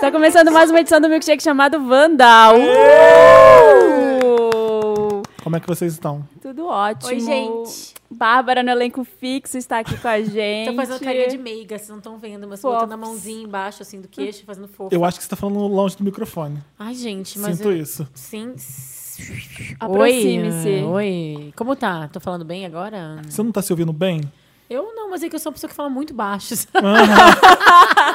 Tá começando mais uma edição do Milkshake chamado Vandal. Uh! Como é que vocês estão? Tudo ótimo. Oi, gente. Bárbara no elenco fixo está aqui com a gente. Tô fazendo carinha de meiga, vocês não estão vendo, mas Fofos. botando a mãozinha embaixo, assim, do queixo, fazendo fofo. Hum. Eu acho que você tá falando longe do microfone. Ai, gente, mas... Sinto eu- isso. Sim. Aproxime-se. Oi, oi. Como tá? Tô falando bem agora? Você não tá se ouvindo bem? Eu não, mas é que eu sou uma pessoa que fala muito baixo. Aham,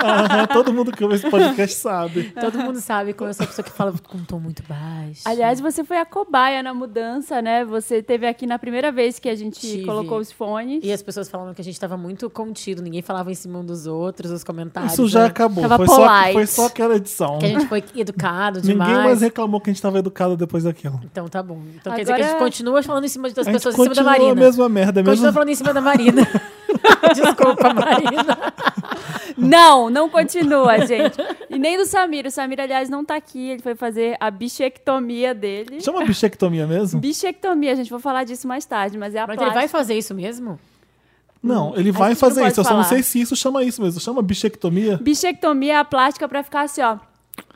Ah, todo mundo que ouve esse podcast sabe. Todo mundo sabe como eu sou uma pessoa que fala com um tom muito baixo. Aliás, você foi a cobaia na mudança, né? Você teve aqui na primeira vez que a gente Tive. colocou os fones. E as pessoas falando que a gente tava muito contido, ninguém falava em cima um dos outros, os comentários. Isso já né? acabou. Tava Foi só, polite. foi só aquela edição. Que a gente foi educado demais. Ninguém mais reclamou que a gente tava educado depois daquilo. Então tá bom. Então quer dizer que Agora- a gente continua falando em cima das a gente pessoas, em cima da continua a Marina. mesma merda. é a Continua Mesma... tá falando em cima da Marina. Desculpa, Marina. Não, não continua, gente. E nem do Samir. O Samir, aliás, não tá aqui. Ele foi fazer a bichectomia dele. Chama bichectomia mesmo? Bichectomia, gente, vou falar disso mais tarde, mas é a Mas plástica. ele vai fazer isso mesmo? Não, ele A vai gente não fazer pode isso. Eu só não falar. sei se isso chama isso mesmo. Chama bichectomia. Bichectomia é a plástica pra ficar assim, ó.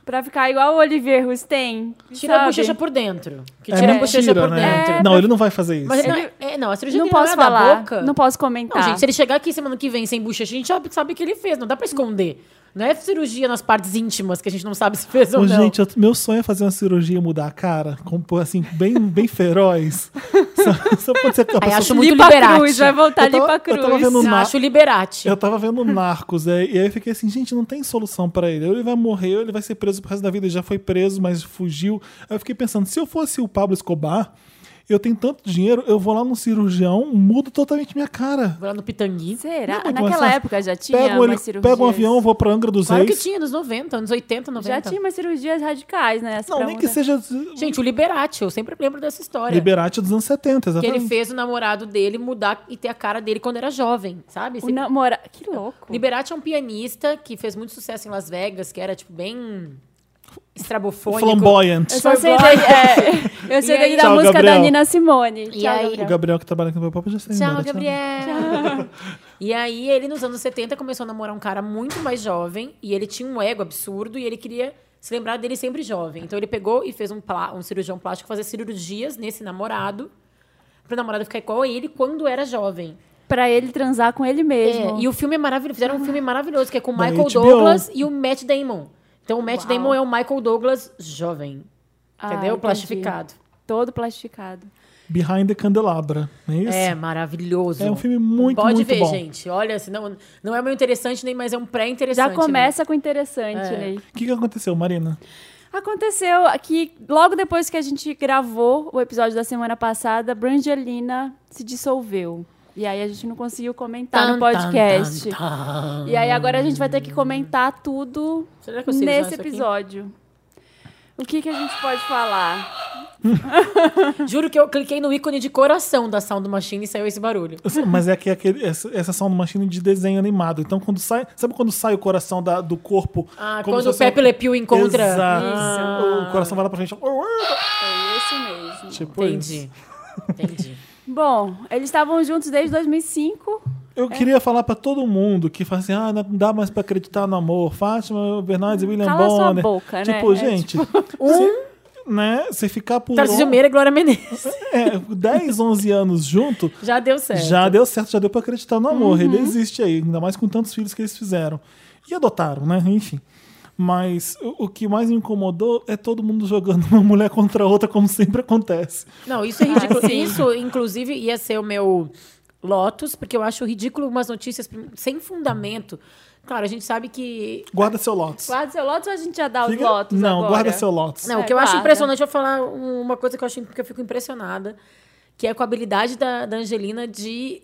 Pra ficar igual o Oliver Rustem. Tira a sabe? bochecha por dentro. Que É tira mentira, a bochecha por né? dentro. Não, ele não vai fazer isso. Mas ele não, é, não, a cirurgia Não que ele posso é da falar, boca. não posso Não, comentar. gente, se ele chegar aqui semana que vem sem bochecha, a gente sabe, sabe que ele fez, não dá pra esconder. Não é cirurgia nas partes íntimas que a gente não sabe se fez ou Ô, não. gente, eu- meu sonho é fazer uma cirurgia e mudar a cara. Compor assim, bem, bem feroz. Só, só pode ser que a Aí pessoa acho muito Lipa liberati. Cruz, vai voltar Eu tava- Lipa eu Cruz. tava vendo no- Acho liberati. Eu tava vendo Narcos, é, e aí eu fiquei assim, gente, não tem solução pra ele. Ou ele vai morrer, ou ele vai ser preso pro resto da vida. Ele já foi preso, mas fugiu. Aí eu fiquei pensando, se eu fosse o Pablo Escobar, eu tenho tanto dinheiro, eu vou lá num cirurgião, mudo totalmente minha cara. Vou lá no Pitangui. Será? um Não, Naquela mas- época já tinha Pego, umas ele, cirurgias. pego um avião, vou pra Angra dos Claro que Reis. tinha nos 90, anos 80, 90. Já tinha umas cirurgias radicais, né? Essa Não, pra nem que mudar. seja um, Gente, o Liberati, eu sempre lembro dessa história. Liberati dos anos 70, Que exatamente. ele fez o namorado dele mudar e ter a cara dele quando era jovem, sabe? O assim. Sempre- namora... Que louco. Liberati é um pianista que fez muito sucesso em Las Vegas, que era, tipo, bem estrabofônico. Flamboyant. Assim, Eu só sei Foi dele, é, eu sei E dele aí- da Tchau, música da Gabriel. Nina Simone. E Tchau, aí- O Gabriel. Gabriel que trabalha aqui no meu papo já né, está indo Tchau, embora, Gabriel. E aí, ele nos anos 70 começou a namorar um cara muito mais jovem e ele tinha um ego absurdo e ele queria se lembrar dele sempre jovem. Então, ele pegou e fez um, plá- um cirurgião plástico fazer cirurgias nesse namorado pro namorado ficar igual a ele quando era jovem. Pra ele transar com ele mesmo. É, e o filme é maravilhoso. Fizeram um filme maravilhoso, que é com o Da Michael HBO. Douglas e o Matt Damon. Então, o Matt Uau. Damon é o Michael Douglas jovem. Ah, Entendeu? entendi. Plastificado. Todo plastificado. Behind the Candelabra, não é isso? É, maravilhoso. É um filme muito, Pode muito ver, bom. gente. Olha, assim, não, não é meio interessante nem, mas é um pré-interessante. Já começa com interessante, né? É. Ney. O que, que aconteceu, Marina? Aconteceu que logo depois que a gente gravou o episódio da semana passada, Brangelina se dissolveu. E aí a gente não conseguiu comentar tá no podcast. E aí agora a gente vai ter que comentar tudo Será que eu sei usar nesse isso aqui? episódio. O que, que a gente pode falar? Juro que eu cliquei no ícone de coração da Sound Machine e saiu esse barulho. Assim, Mas é que aquele, essa, essa sound machine de desenho animado. Então, quando sai. Sabe quando sai o coração da- do corpo? Ah, Como se quando o fosse uma- Pepe Le Pew encontra. Exato. O coração vai lá pra frente. É isso mesmo. Tipo isso. Entendi. Entendi. Bom, eles estavam juntos desde 2005. É. Eu queria falar pra todo mundo que fala assim: ah, não dá mais pra acreditar no amor. Fátima Bernardes Hum, e William Cala sua Bonner. boca, né? Tipo, É, gente. se, né, se ficar por. um Tarcísio Meira e Glória Menezes. é, 10, 11 anos junto, Já deu certo. Já deu certo, já deu pra acreditar no Uhum. amor. Ele existe aí, ainda mais com tantos filhos que eles fizeram. E adotaram, né? Enfim. Mas o, o que mais me incomodou é todo mundo jogando uma mulher contra a outra, como sempre acontece. Não, isso é ridículo. Ah, sim. isso, inclusive, ia ser o meu Lotus, porque eu acho ridículo umas notícias sem fundamento. Claro, a gente sabe que. Guarda seu Lotus. Guarda seu Lotus ou a gente já dá Fica- os lotos Não, agora? guarda seu Lotus. Não, É, o que eu acho guarda. impressionante, eu vou falar um- uma coisa que eu acho que eu fico impressionada, que é com a habilidade da, da Angelina de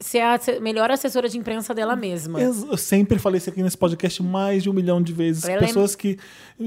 ser a asse- melhor assessora de imprensa dela mesma. Ex- Eu sempre falei isso aqui nesse podcast mais de um milhão de vezes. Ela é- Pessoas que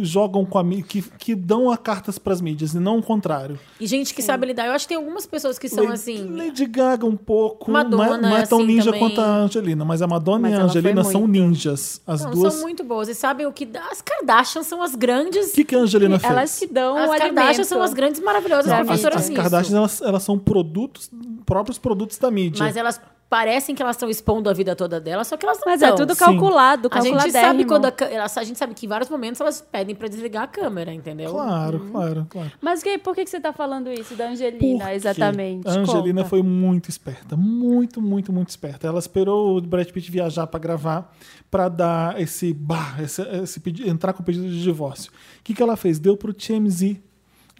jogam com a mídia, que, que dão a cartas pras mídias, e não o contrário. E gente que sabe lidar. Eu acho que tem algumas pessoas que são Lady- assim. Lady Gaga um pouco. Madonna não é, não é tão é assim ninja também. quanto a Angelina, mas a Madonna Mas e a ela foi Angelina são muito. ninjas. As não, duas. são O muito boas. E sabem o que dá. As Kardashians são as grandes. que, que a Angelina fez? Elas se dão as o Kardashians alimento. são as grandes maravilhosas Não, as, professoras as nisso. Kardashians elas, elas são produtos, próprios produtos da mídia. Mas é elas parecem que elas estão expondo a vida toda delas, só que elas não Mas é tão. tudo Sim. calculado, A calculadérrimo. gente sabe quando a, ca- elas- a gente sabe que em vários momentos elas pedem pra desligar a câmera, entendeu? Claro, claro, claro. Mas que, por que, que você tá falando isso da Angelina, Porque exatamente? A Angelina Conta. foi muito esperta, muito, muito, muito esperta. Ela esperou o Brad Pitt viajar pra gravar, pra dar esse bar, esse, esse pedi- entrar com o pedido de divórcio. O que, que ela fez? Deu pro TMZ.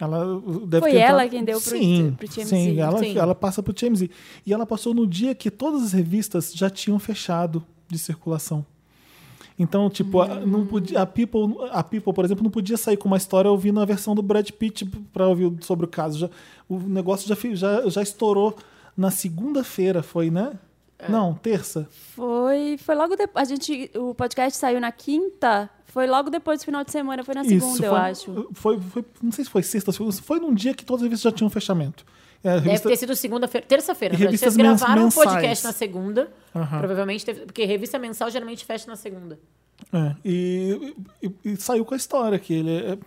Ela uh, deve Foi ter ela entrado- quem deu pro- sim, pro TMZ, Sim, ela, sim. ela passa pro TMZ. E ela passou no dia que todas as revistas já tinham fechado de circulação. Então, tipo, a, Hum. não podia, a, People, a People, por exemplo, não podia sair com uma história ouvindo a versão do Brad Pitt para ouvir sobre o caso. Já, o negócio já, fi- já, já estourou na segunda-feira, foi, né? É. Não, terça. Foi, foi logo depois. A gente, o podcast saiu na quinta, foi logo depois do final de semana, foi na segunda, Isso, foi, eu acho. Foi, foi- não sei se foi sexta, foi, foi num dia que todas as revistas já tinham fechamento. É, a Deve revista- ter sido segunda-feira, terça-feira. E né? revistas Vocês gravaram mens- um podcast mensais. na segunda. Aham. Provavelmente teve. Porque revista mensal geralmente fecha na segunda. É, e, e- e saiu com a história que ele é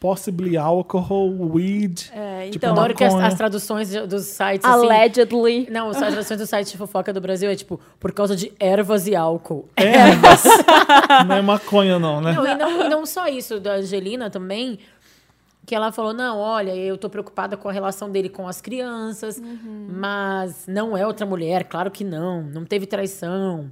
possibly alcohol, weed. É, tipo, então, na- Na hora que as, Maconha. as traduções de- dos sites. assim- allegedly. Então não, as traduções do site de fofoca do Brasil é tipo, por causa de ervas e álcool. É. Ervas. não é maconha, não, né? Não, e, não, e não só isso, da Angelina também, que ela falou: não, olha, eu tô preocupada com a relação dele com as crianças, Uhum. mas não é outra mulher, claro que não, não teve traição.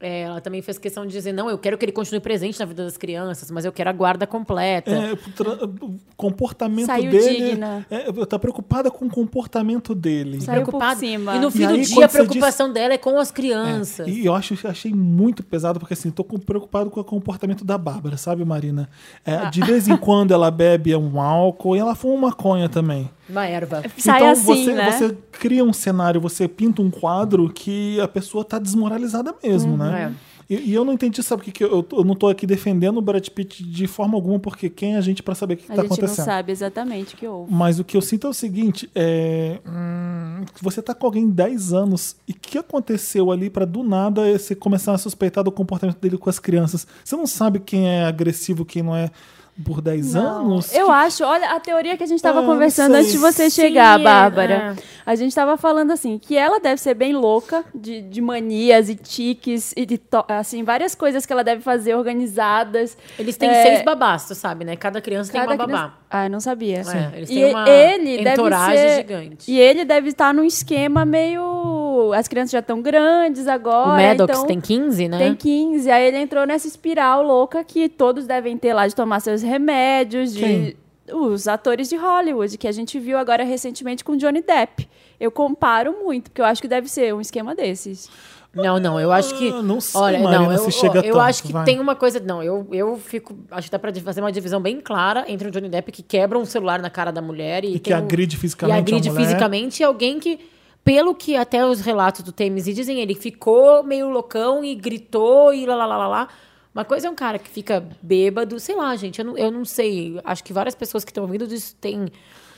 É, ela também fez questão de dizer: não, eu quero que ele continue presente na vida das crianças, mas eu quero a guarda completa. É, o tra- o comportamento então. Saiu dele. digna. É, eu tá preocupada com o comportamento dele. Saiu Preocupada. por cima. E no fim E do aí, dia, quando a você diz- É, preocupação dela é com as crianças. E eu acho, achei muito pesado, porque assim, tô com- preocupado com o comportamento da Bárbara, sabe, Marina? É, Ah. De vez em quando ela bebe um álcool e ela fuma maconha também. Uma erva. Sai então assim, você, né? você cria um cenário, você pinta um quadro que a pessoa tá desmoralizada mesmo, Uhum. né? E, e eu não entendi, sabe o que, que eu, eu não tô aqui defendendo o Brad Pitt de forma alguma, porque quem é a gente para saber o que, que a tá gente não acontecendo? sabe exatamente o que houve. Mas o que eu sinto é o seguinte: é, hum, você tá com alguém 10 anos e o que aconteceu ali pra do nada você começar a suspeitar do comportamento dele com as crianças? Você não sabe quem é agressivo, quem não é por 10 anos? Eu Que- acho, olha, a teoria que a gente estava Ah, não conversando sei. antes de você Sim, chegar, é, Bárbara. é. A gente estava falando assim, que ela deve ser bem louca de, de manias e tiques e de to- assim, várias coisas que ela deve fazer organizadas. Eles têm É. seis babás, tu sabe, né? Cada criança tem uma babá. criança- Ah, eu não sabia. É, eles E têm uma ele deve entourage ser... gigante. E ele deve estar num esquema meio. As crianças já estão grandes agora. o Maddox então... tem 15, né? Tem 15, aí ele entrou nessa espiral louca que todos devem ter lá de tomar seus remédios, de Quem? os atores de Hollywood, que a gente viu agora recentemente com Johnny Depp. Eu comparo muito, porque eu acho que deve ser um esquema desses. Não, não, eu acho que. Ah, não sei, olha, Marina, não, eu, se chega eu tanto, acho que vai. tem uma coisa. Não, eu, eu fico. Acho que dá pra fazer uma divisão bem clara entre o Johnny Depp que quebra um celular na cara da mulher e, E que tem um- agride fisicamente E a agride mulher. fisicamente e alguém que. Pelo que até os relatos do TMZ dizem, ele ficou meio loucão e gritou e lá, lá, lá, lá, lá. Uma coisa é um cara que fica bêbado, sei lá, gente, eu não, eu não sei. Acho que várias pessoas que estão ouvindo disso têm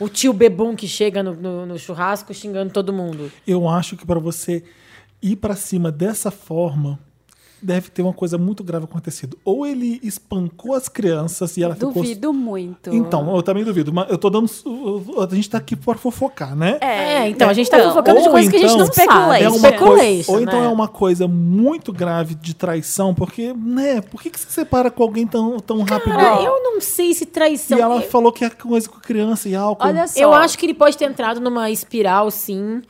o tio bebum que chega no, no- no churrasco xingando todo mundo. Eu acho que pra você ir pra cima dessa forma, deve ter uma coisa muito grave acontecido. Ou ele espancou as crianças e ela ficou. Duvido muito. Então, eu também duvido, mas eu tô dando. A gente tá aqui pra fofocar, né? É, então, a gente tá Então, fofocando de ou coisas que a gente não então, sabe. É uma Speculation, coisa, ou então né? é uma coisa muito grave de traição, porque, né, por que, que você separa com alguém tão, tão rápido? Cara, um- eu não sei se traição... e ela eu, falou que é coisa com criança e álcool. Olha só. eu acho que ele pode ter entrado numa espiral, sim.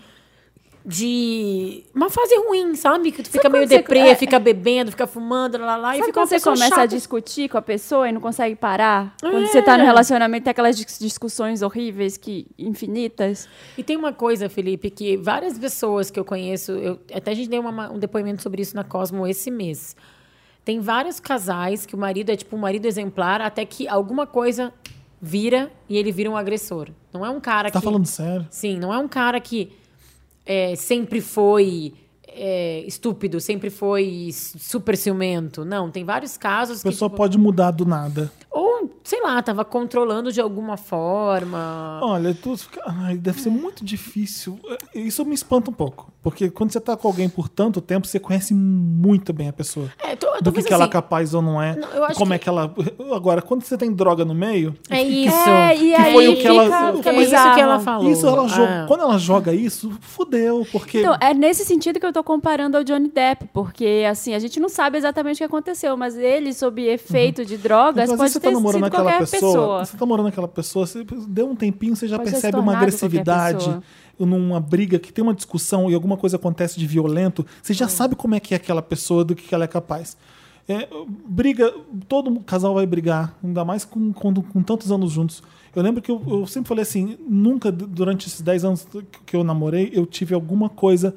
de uma fase ruim, sabe? Que tu fica Sabe meio quando você- deprê, é. fica bebendo, fica fumando, lá, lá, lá, e Sabe fica uma quando você pessoa começa a chata. discutir com a pessoa e não consegue parar? Quando É. você tá no relacionamento, tem aquelas dis- discussões horríveis, que infinitas. E tem uma coisa, Felipe, que várias pessoas que eu conheço, eu, até a gente deu uma- um depoimento sobre isso na Cosmo esse mês. Tem vários casais que o marido é tipo um marido exemplar, até que alguma coisa vira e ele vira um agressor. Não é um cara Tá que. falando sério? Sim, não é um cara que é, sempre foi é, estúpido, sempre foi s- super ciumento. Não, tem vários casos A que. pessoa tipo, pode mudar do nada. Ou, sei lá, tava controlando de alguma forma. Olha, tu, ai, deve ser muito difícil. Isso me espanta um pouco. Porque quando você tá com alguém por tanto tempo, você conhece muito bem a pessoa. É, tô, Do que, talvez que ela é assim, capaz ou não é. Não, eu acho como é que- que ela. Agora, quando você tem droga no meio, É isso. É, e Que aí foi o que fica, ela- fica É é isso que bizarro. ela falou. isso ela joga. Ah. Quando ela joga isso, fudeu. Porque. Então, é nesse sentido que eu tô comparando ao Johnny Depp, porque, assim, a gente não sabe exatamente o que aconteceu, mas ele, sob efeito de drogas, Uhum. Então, às pode vezes ter você tá namorando sido aquela qualquer pessoa, pessoa. Você tá namorando aquela pessoa, você deu um tempinho, você já Pode ter se percebe uma tornado qualquer agressividade pessoa. numa briga que tem uma discussão e alguma coisa acontece de violento, você já sabe como é que é aquela pessoa, do que que ela é capaz. É, briga, todo casal vai brigar, ainda mais com, quando- com tantos anos juntos. Eu lembro que eu, eu sempre falei assim: nunca d- durante esses 10 anos que eu namorei, eu tive alguma coisa.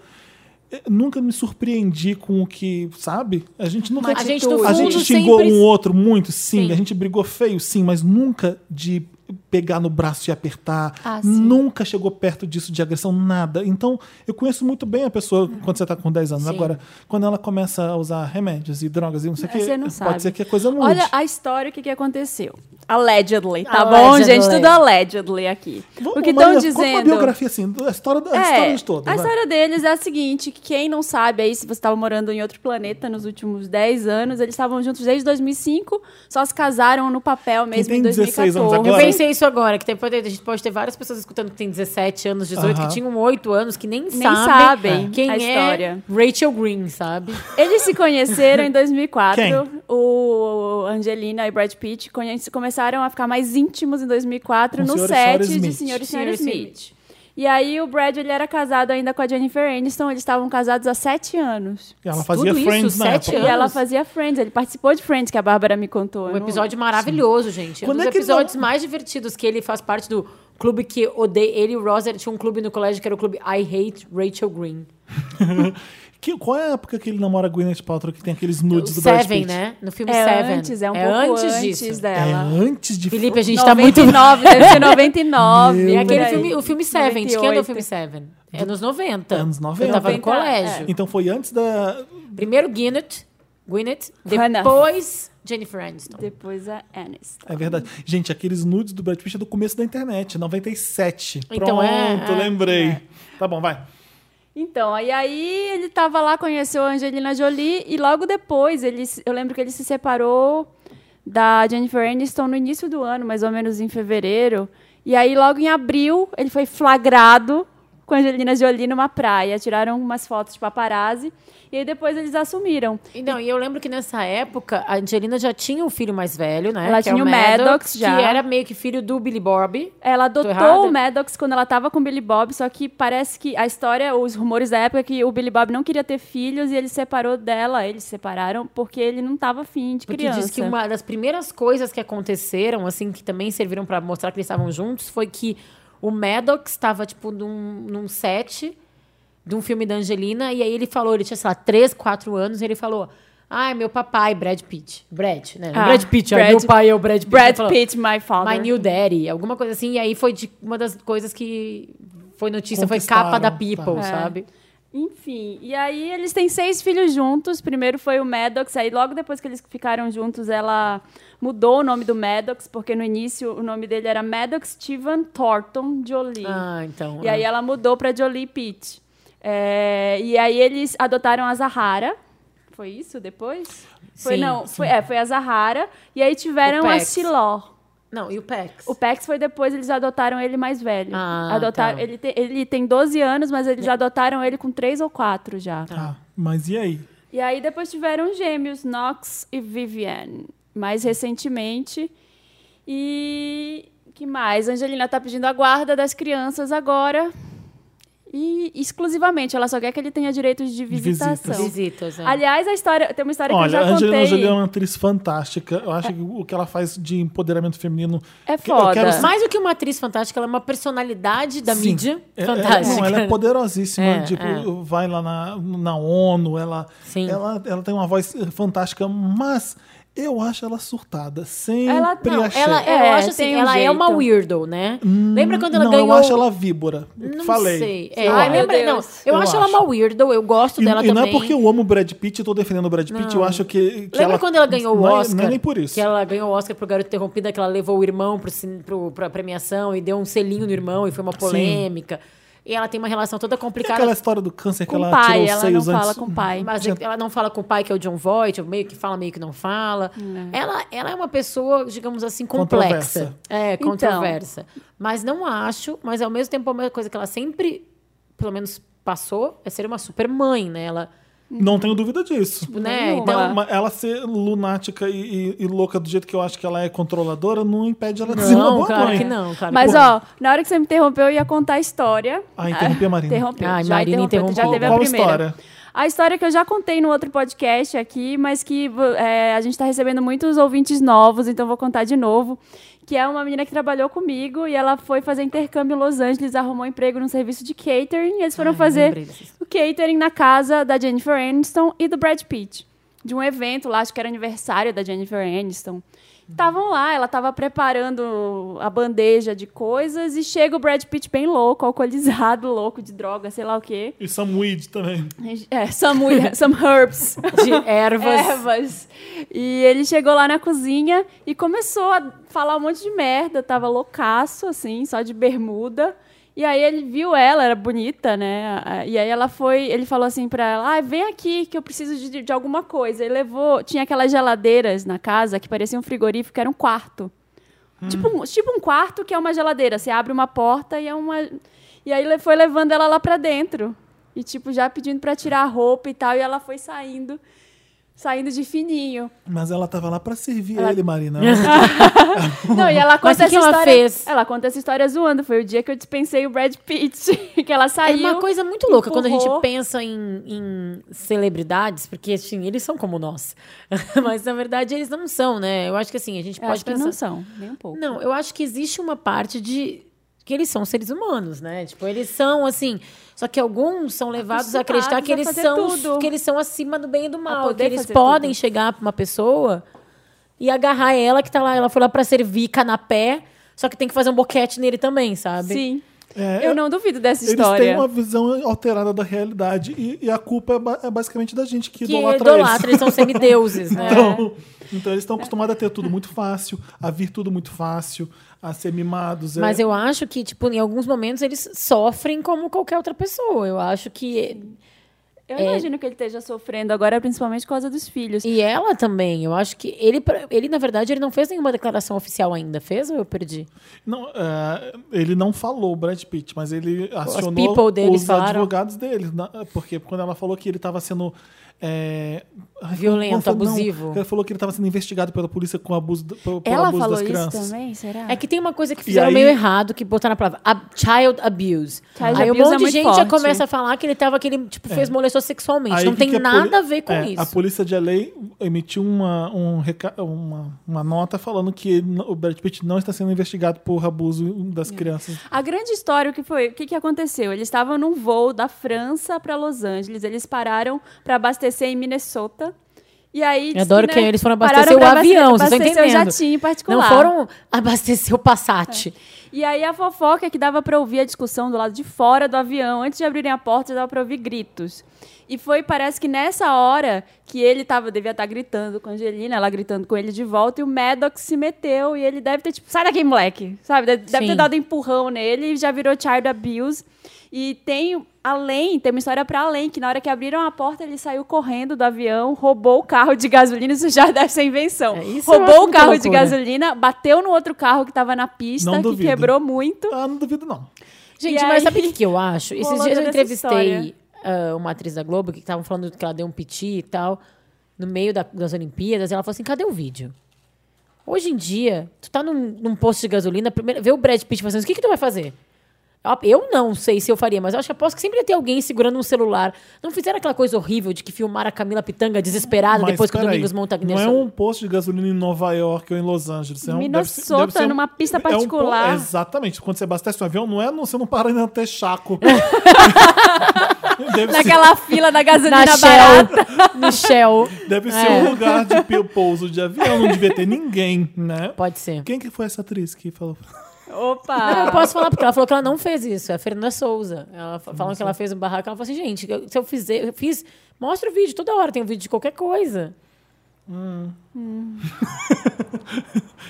eh, Nunca me surpreendi com o que, sabe? A gente nunca Mas a gente, no atitude. fundo, a gente xingou sempre... um outro muito, sim. Sim. A gente brigou feio, sim, mas nunca de pegar no braço e apertar. Ah, sim. nunca chegou perto disso de agressão, nada. Então, eu conheço muito bem a pessoa quando você tá com 10 anos. Sim. Agora, quando ela começa a usar remédios e drogas e não sei o Aí que, você não pode sabe. ser que a coisa mude. Olha a história, o que, que aconteceu. Allegedly, tá bom, Allegedly. gente? Tudo allegedly aqui. Vamos, o que estão Maria, Conta uma dizendo... biografia assim, a história, a história de né? toda. É, a vai. história deles é a seguinte: que quem não sabe aí, se você estava morando em outro planeta nos últimos 10 anos, eles estavam juntos desde 2005, só se casaram no papel mesmo tem em 16 anos 2014. agora? Eu Claro. pensei isso agora, que tem, pode- a gente pode ter várias pessoas escutando que tem 17 anos, 18, Aham. que tinham 8 anos, que nem, sabem quem a é história. Rachel Green, sabe? Eles se conheceram em 2004. Quem? O Angelina e Brad Pitt conhe- começaram a ficar mais íntimos em 2004 Com no Sr. e set Sra. de Smith. Senhor e Sr. Senhora e Sra. Smith. E aí o Brad ele era casado ainda com a Jennifer Aniston, eles estavam casados há sete anos. Ela fazia Tudo isso, Friends na sete época. E ela Anos? fazia Friends, ele participou de Friends, que a Bárbara me contou. Um Eu não- episódio maravilhoso, gente. Quando um dos é que episódios não- mais divertidos que ele faz parte do clube que odeia. Ele e o Roser tinha um clube no colégio que era o clube I Hate Rachel Green. Que- qual é a época que ele namora a Gwyneth Paltrow que tem aqueles O nudes do Brad Seven, Pitt? né? No filme É Seven. antes, é um pouco antes, disso. É dela. antes de... Felipe, a gente tá muito. 99, deve ser 99. Meu É por aquele aí. filme, o filme Seven. De que ano é o 98? filme Seven? É nos 90. Anos Eu tava no 90, colégio. Então foi antes da, Primeiro Gwyneth, Gwyneth, Hannah. depois Jennifer Aniston. Depois a Aniston. É verdade. Gente, aqueles nudes do Brad Pitt é do começo da internet, 97. Então, Pronto, é, é, lembrei. é. Tá bom, vai. Então, aí, aí ele tava lá, conheceu a Angelina Jolie e logo depois, ele, se- eu lembro que ele se separou da Jennifer Aniston no início do ano, mais ou menos em fevereiro. E aí logo em abril, ele foi flagrado com a Angelina Jolie numa praia. Tiraram umas fotos de paparazzi e aí depois eles assumiram. E não, e eu lembro que nessa época a Angelina já tinha um filho mais velho, né? Ela que é tinha o Maddox já. Que era meio que filho do Billy Bob. Ela errada? adotou o Maddox quando ela tava com o Billy Bob, só que parece que a história, os rumores da época é que o Billy Bob não queria ter filhos e ele se separou dela, eles se separaram porque ele não tava afim de Porque criança. diz que uma das primeiras coisas que aconteceram, assim, que também serviram pra mostrar que eles estavam juntos, foi que o Maddox estava, tipo, num, num set de um filme da Angelina, e aí ele falou, ele tinha, sei lá, 3, 4 anos, e ele falou, ai, meu papai, Brad Pitt. Brad, né? Ah, Brad Pitt, ai, Brad- meu pai é o Brad Pitt. Ele Brad falou, Pitt, my father. My New Daddy, alguma coisa assim. E aí foi de- uma das coisas que foi notícia, foi Conquistaram, capa da tá. People, É. sabe? Enfim, e aí eles têm seis filhos juntos. Primeiro foi o Maddox, aí logo depois que eles ficaram juntos, ela mudou o nome do Maddox, porque no início o nome dele era Maddox Steven Thornton Jolie. Ah, então. E aí ela mudou pra Jolie Pitt. É, e aí eles adotaram a Zahara. Foi isso depois? Foi Sim, não, foi, é, foi a Zahara. E aí O tiveram a Pax. Siló. Não, e o Pex? O Pex foi depois, eles adotaram ele mais velho. Ah, adotaram, tá. É. ele, tem, ele tem 12 anos, mas eles adotaram ele com 3 ou 4 já. Tá, mas e aí? E aí depois tiveram gêmeos, Knox e Vivian, mais recentemente. E que mais? Angelina tá pedindo a guarda das crianças agora. E exclusivamente, ela só quer que ele tenha direitos de visitação. Visitas, é. Aliás, a história, tem uma história que Olha, eu já a Angelina contei. Jolie é uma atriz fantástica. Eu acho que o que ela faz de empoderamento feminino. É que- eu quero foda. ser- Mais do que uma atriz fantástica, ela é uma personalidade da Sim. mídia É- é- fantástica. não, ela é poderosíssima. É, tipo, é. vai lá na, na ONU, ela, Sim. ela, ela tem uma voz eh, fantástica, mas eu acho ela surtada. Sempre Ela- não, achei. Ela, eu É, acho assim, tem um ela é jeito. uma weirdo, né? Lembra quando ela Hum, não, ganhou... eu acho ela víbora. Não Falei. sei. É, Eu ai, acho. meu lembra- não, Deus. eu, Eu acho ela acho. uma weirdo, eu gosto E, dela e também. não é porque eu amo o Brad Pitt, eu tô defendendo o Brad Pitt, eu acho que. que Lembra quando ela ganhou o não é- Oscar? Não é nem por isso. Que ela ganhou o Oscar pro Garoto Interrompida, que ela levou o irmão pro, cin- pro, pra premiação e deu um selinho no irmão e foi uma polêmica. E ela tem uma relação toda E complicada. aquela história do câncer que Com ela tirou pai, os ela não seios antes. fala com pai. Mas ela não fala com o pai, que é o John Voight, ou meio que fala, meio que não fala. Ela, ela é uma pessoa, digamos assim, complexa. Controversa. É, Então. controversa. Mas não acho, mas ao mesmo tempo, a mesma coisa que ela sempre, pelo menos, passou, é ser uma super mãe, né? Ela, Não tenho dúvida disso. né? nenhuma. Então, Ah. Mas ela ser lunática e, e- e louca do jeito que eu acho que ela é controladora não impede ela de ser uma boa claro mãe. que não, claro Mas, que ó, na hora que você me interrompeu, eu ia contar a história. Ah, interrompi a Marina. Interrompeu. Ai, já Marina interrompeu, tu já interrompeu. teve a Qual primeira. história? A história que eu já contei no outro podcast aqui, mas que é, a gente está recebendo muitos ouvintes novos, então vou contar de novo. Que é uma menina que trabalhou comigo e ela foi fazer intercâmbio em Los Angeles, arrumou emprego num serviço de catering e eles foram Ai, lembrei fazer dessa história. o catering na casa da Jennifer Aniston e do Brad Pitt. De um evento lá, acho que era aniversário da Jennifer Aniston. Estavam lá, ela estava preparando a bandeja de coisas e chega o Brad Pitt bem louco, alcoolizado, louco de droga, sei lá o quê. E Samuid também. É, some, we- some herbs. de ervas. Ervas. E ele chegou lá na cozinha e começou a falar um monte de merda. Tava loucaço, assim, só de bermuda. E aí ele viu ela, era bonita, né? A- E aí ela foi, ele falou assim pra ela: ah, vem aqui que eu preciso de- de, de alguma coisa. Ele levou, tinha aquelas geladeiras na casa que pareciam um frigorífico, era um quarto. Hum. Tipo, um, tipo um quarto que é uma geladeira. Você abre uma porta e é uma. E aí ele foi levando ela lá pra dentro. E, tipo, já pedindo pra tirar a roupa e tal. E ela foi saindo. Saindo de fininho. Mas ela tava lá pra servir Ela- ele, Marina. Ela- Não, e ela conta Mas o que essa que ela história. fez? Ela conta essa história zoando. Foi o dia que eu dispensei o Brad Pitt. que ela É saiu. uma coisa muito louca quando a gente empurrou. pensa em, em celebridades, porque assim, eles são como nós. Mas na verdade eles não são, né? Eu acho que assim, a gente Eu pode acho que pensar. não são, nem um pouco. Não, eu acho que existe uma parte de que eles são seres humanos, né? Tipo, eles são assim, só que alguns são levados a acreditar que eles Acostumados a são fazer tudo. que eles são acima do bem e do mal, que poder eles fazer podem tudo. chegar pra uma pessoa e agarrar ela que tá lá, ela foi lá pra servir canapé, só que tem que fazer um boquete nele também, sabe? Sim. É, eu não duvido dessa Eles história. têm uma visão alterada da realidade e, e a culpa é, ba- é basicamente da gente que, Que é idolatra, idolatra, eles são semideuses, né? eles. Então, então eles estão acostumados a ter tudo muito fácil, a vir tudo muito fácil, a ser mimados. é. Mas eu acho que, tipo, em alguns momentos eles sofrem como qualquer outra pessoa. Eu acho que. Eu imagino que ele esteja sofrendo agora, principalmente por causa dos filhos. E ela também. Eu acho que. Ele, ele, na verdade, ele não fez nenhuma declaração oficial ainda. Fez ou eu perdi? Não, é, ele não falou o Brad Pitt, mas ele acionou people deles os falaram? advogados dele. na- Porque quando ela falou que ele estava sendo. é, ai, Violento, como foi? Não, abusivo. ela falou que ele estava sendo investigado pela polícia com abuso, do- pelo, pelo Ela abuso falou das isso crianças. também? Será? É que tem uma coisa que fizeram aí- meio errado, que botaram a palavra ab- child abuse. Child aí um abuse é monte de muito gente já forte. começa a falar que ele tava, que ele, tipo, fez molestou sexualmente. É. Aí não o que tem que a poli- nada a ver com é, isso. A polícia de LA emitiu uma, um reca- uma, uma nota falando que ele não- o Brad Pitt não está sendo investigado por abuso das crianças. A grande história o que foi, o que, que aconteceu? Eles estavam num voo da França para Los Angeles, eles pararam para abastecer em Minnesota. E aí Eu adoro diz que né, eles foram pararam abastecer o pra abaste- avião, vocês estão abastecer entendendo. o jatinho em Não particular. foram abastecer o É. Passat. E aí a fofoca é que dava para ouvir a discussão do lado de fora do avião, antes de abrirem a porta, já dava para ouvir gritos. E foi, parece que nessa hora que ele tava, devia estar gritando com a Angelina, ela gritando com ele de volta, e o Maddox se meteu e ele deve ter tipo, sai daqui, moleque, sabe? Deve, deve Sim. ter dado um empurrão nele e já virou child abuse. E tem além, tem uma história para além, que na hora que abriram a porta, ele saiu correndo do avião, roubou o carro de gasolina, isso já deve ser invenção. É, isso eu acho roubou o muita carro de loucura. gasolina, bateu no outro carro que tava na pista, Não que duvido. quebrou muito. Ah, não duvido, não. Gente, E mas aí- sabe o que, que eu acho? Esses Rolou dias eu toda essa entrevistei história. ah, uma atriz da Globo que estavam falando que ela deu um piti e tal, no meio da- das Olimpíadas, e ela falou assim: cadê o vídeo? Hoje em dia, tu tá num, num posto de gasolina, primeiro, vê o Brad Pitt fazendo isso, o que, que tu vai fazer? Eu não sei se eu faria, mas eu acho que aposto que sempre ia ter alguém segurando um celular. Não fizeram aquela coisa horrível de que filmaram a Camila Pitanga desesperada Mas, Ah, depois que o peraí, Domingos Montagnês... Não é um posto de gasolina em Nova York ou em Los Angeles. É um, deve ser- Minnesota, deve ser um- numa pista é um po- particular. exatamente. Quando você abastece um avião, não é no, você não para ainda até chaco. deve Naquela fila da Na gasolina barata. Shell. No Shell. ser, deve ser um lugar de pe- pouso de avião, não devia ter ninguém, né? Pode ser. Quem que foi essa atriz que falou? Não, Ah, eu Opa! posso falar, porque ela falou que ela não fez isso. É a Fernanda Souza. Ela fa- falando que ela fez um barraco. Ela falou assim, gente, eu- se eu fizer, eu fiz. Mostra o vídeo, toda hora tem um vídeo de qualquer coisa.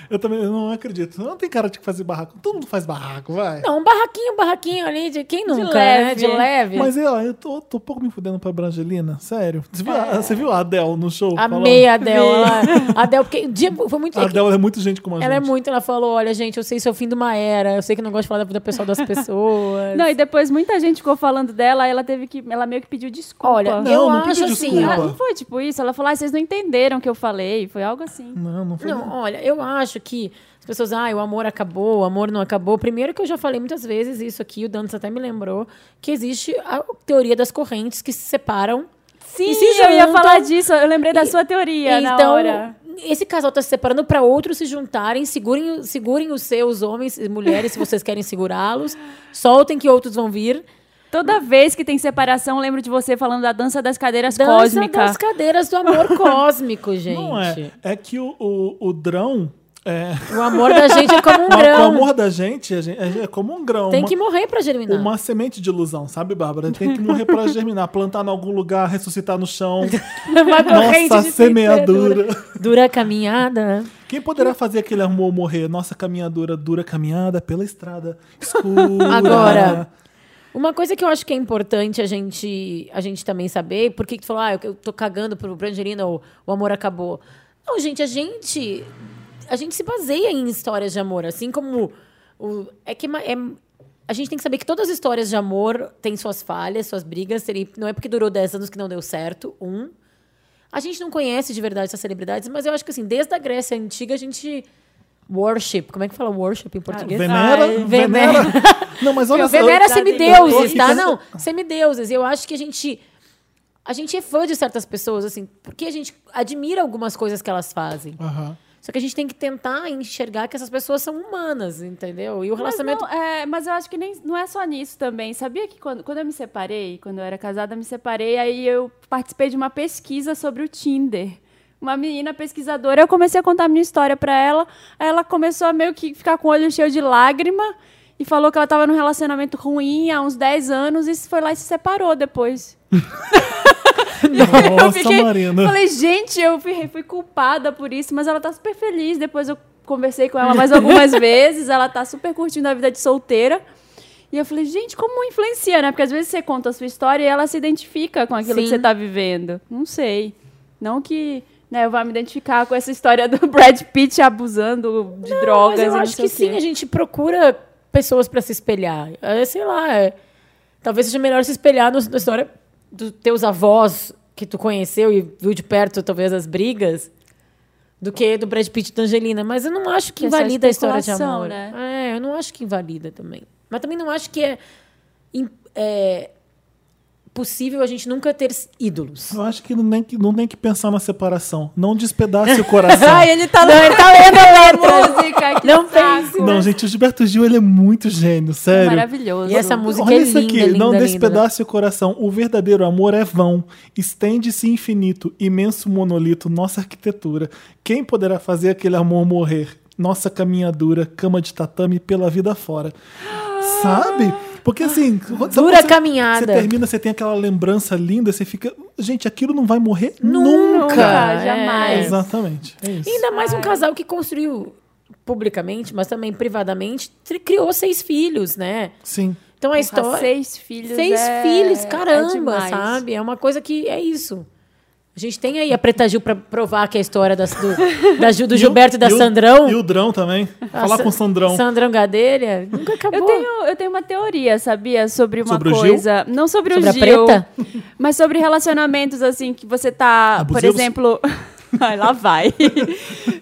Eu também eu não acredito. Não tem cara de que fazer barraco. Todo mundo faz barraco, vai. Não, um barraquinho, um barraquinho ali, de quem nunca, né? leve. De leve. Mas eu, eu tô, tô um pouco me fudendo pra Brangelina, sério. Você viu, a- você viu a Adele no show? É. Amei a falando? Adel. A Adel, porque o dia foi muito. A Adele é muito gente como a Ela é gente. muito, ela falou: olha, gente, eu sei que isso é o fim de uma era, eu sei que não gosto de falar da vida pessoal das pessoas. Não, e depois muita gente ficou falando dela, aí ela teve que. Ela meio que pediu desculpa. Olha, Não, eu não acho pediu assim. Ah, desculpa. não foi tipo isso. Ela falou, ah, vocês não entenderam o que eu falei. Foi algo assim. Não, não foi. ah, Não, olha, eu acho que as pessoas, ah, o amor acabou, o amor não acabou. Primeiro que eu já falei muitas vezes isso aqui, o Dantas até me lembrou, que existe a teoria das correntes que se separam. Sim, E se eu ia juntam? falar disso. Eu lembrei da então- E- sua teoria é na então, hora. esse casal tá se separando para outros se juntarem, segurem, o- segurem os seus homens e mulheres, se vocês querem segurá-los, soltem que outros vão vir. Toda vez que tem separação, eu lembro de você falando da dança das cadeiras Dança cósmica. das cadeiras do amor cósmico, gente. Não é. É que o, o, o drão. É, O amor da gente é como um o grão. amor da gente, a gente- é como um grão. Tem uma, que morrer para germinar. uma semente de ilusão, sabe, Bárbara? Tem que morrer pra germinar, plantar em algum lugar, ressuscitar no chão. Uma corrente Nossa de semeadura. Dura a caminhada. Quem poderá fazer aquele amor morrer? Nossa caminhadora, dura caminhada pela estrada escura. Agora. Uma coisa que eu acho que é importante a gente, a gente também saber, porque tu falou, ah, eu, eu tô cagando pro Brangelina, ou o amor acabou. Não, gente, a gente. A gente se baseia em histórias de amor, assim como. O, é que ma- é- a gente tem que saber que todas as histórias de amor têm suas falhas, suas brigas. terem- Não é porque durou 10 anos que não deu certo. Um. A gente não conhece de verdade essas celebridades, mas eu acho que assim, desde a Grécia Antiga a gente. Worship. Como é que fala worship em português? Venera, Ai, venera. Não, mas olha só. Venera eu- semideuses, eu- tá? eu- Não, semideuses. Eu acho que a gente. A gente é fã de certas pessoas, assim, porque a gente admira algumas coisas que elas fazem. Aham. Só que a gente tem que tentar enxergar que essas pessoas são humanas, entendeu? E o Mas, relacionamento. não, é, mas eu acho que nem, não é só nisso também. Sabia que quando, quando eu me separei, quando eu era casada, me separei, aí eu participei de uma pesquisa sobre o Tinder. Uma menina pesquisadora, eu comecei a contar a minha história pra ela, aí ela começou a meio que ficar com o olho cheio de lágrima e falou que ela tava num relacionamento ruim há uns 10 anos e foi lá e se separou depois. Nossa, eu fiquei, Marina. Falei, gente, eu fui, fui culpada por isso, mas ela tá super feliz. Depois eu conversei com ela mais algumas vezes, ela tá super curtindo a vida de solteira. E eu falei, gente, como influencia, né? Porque às vezes você conta a sua história e ela se identifica com aquilo Sim. que você tá vivendo. Não sei. Não que né, eu vá me identificar com essa história do Brad Pitt abusando de drogas Mas e eu não acho sei que o quê. sim, a gente procura pessoas pra se espelhar. É, sei lá, é- talvez seja melhor se espelhar nos- na história dos teus avós que tu conheceu e viu de perto, talvez, as brigas, do que do Brad Pitt e da Angelina. Mas eu não acho que, Que é só invalida a história de especulação, amor. né? É, eu não acho que invalida também. Mas também não acho que é, im- é possível a gente nunca ter s- ídolos. Eu acho que não tem que, não tem que pensar na separação. Não despedace o coração. é Ai, ele tá, não, ele tá lendo a música. Que Não saco. não, gente, o Gilberto Gil ele é muito gênio, sério. Maravilhoso. E essa música Olha é isso linda, aqui, linda, não linda. despedace o coração. O verdadeiro amor é vão. Estende-se infinito, imenso monolito, nossa arquitetura. Quem poderá fazer aquele amor morrer? Nossa caminhadura, cama de tatame pela vida fora. Sabe? Porque assim, quando sabe Ah, Dura quando caminhada. Você termina, você tem aquela lembrança linda, você fica. Gente, aquilo não vai morrer Nunca, nunca. é. jamais. Exatamente. É isso. Ainda mais um casal que construiu publicamente, mas também privadamente, tri- criou seis filhos, né? Sim. Então a Porra, história. Seis filhos. Seis é- filhos, é caramba, demais. sabe? É uma coisa que é isso. A gente tem aí a Preta Gil pra provar que é a história das, do, da Gil, do Gilberto e da o- Sandrão. E o Drão também. a Falar Sa- com o Sandrão. Sandrão Gadelha. Nunca acabou. Eu tenho, um eu tenho uma teoria, sabia? Sobre uma Sobre o Gil? coisa. Não sobre, Sobre o a Gil. Preta? Mas sobre relacionamentos, assim, que você tá, por Abusivos? exemplo. Ai, lá vai.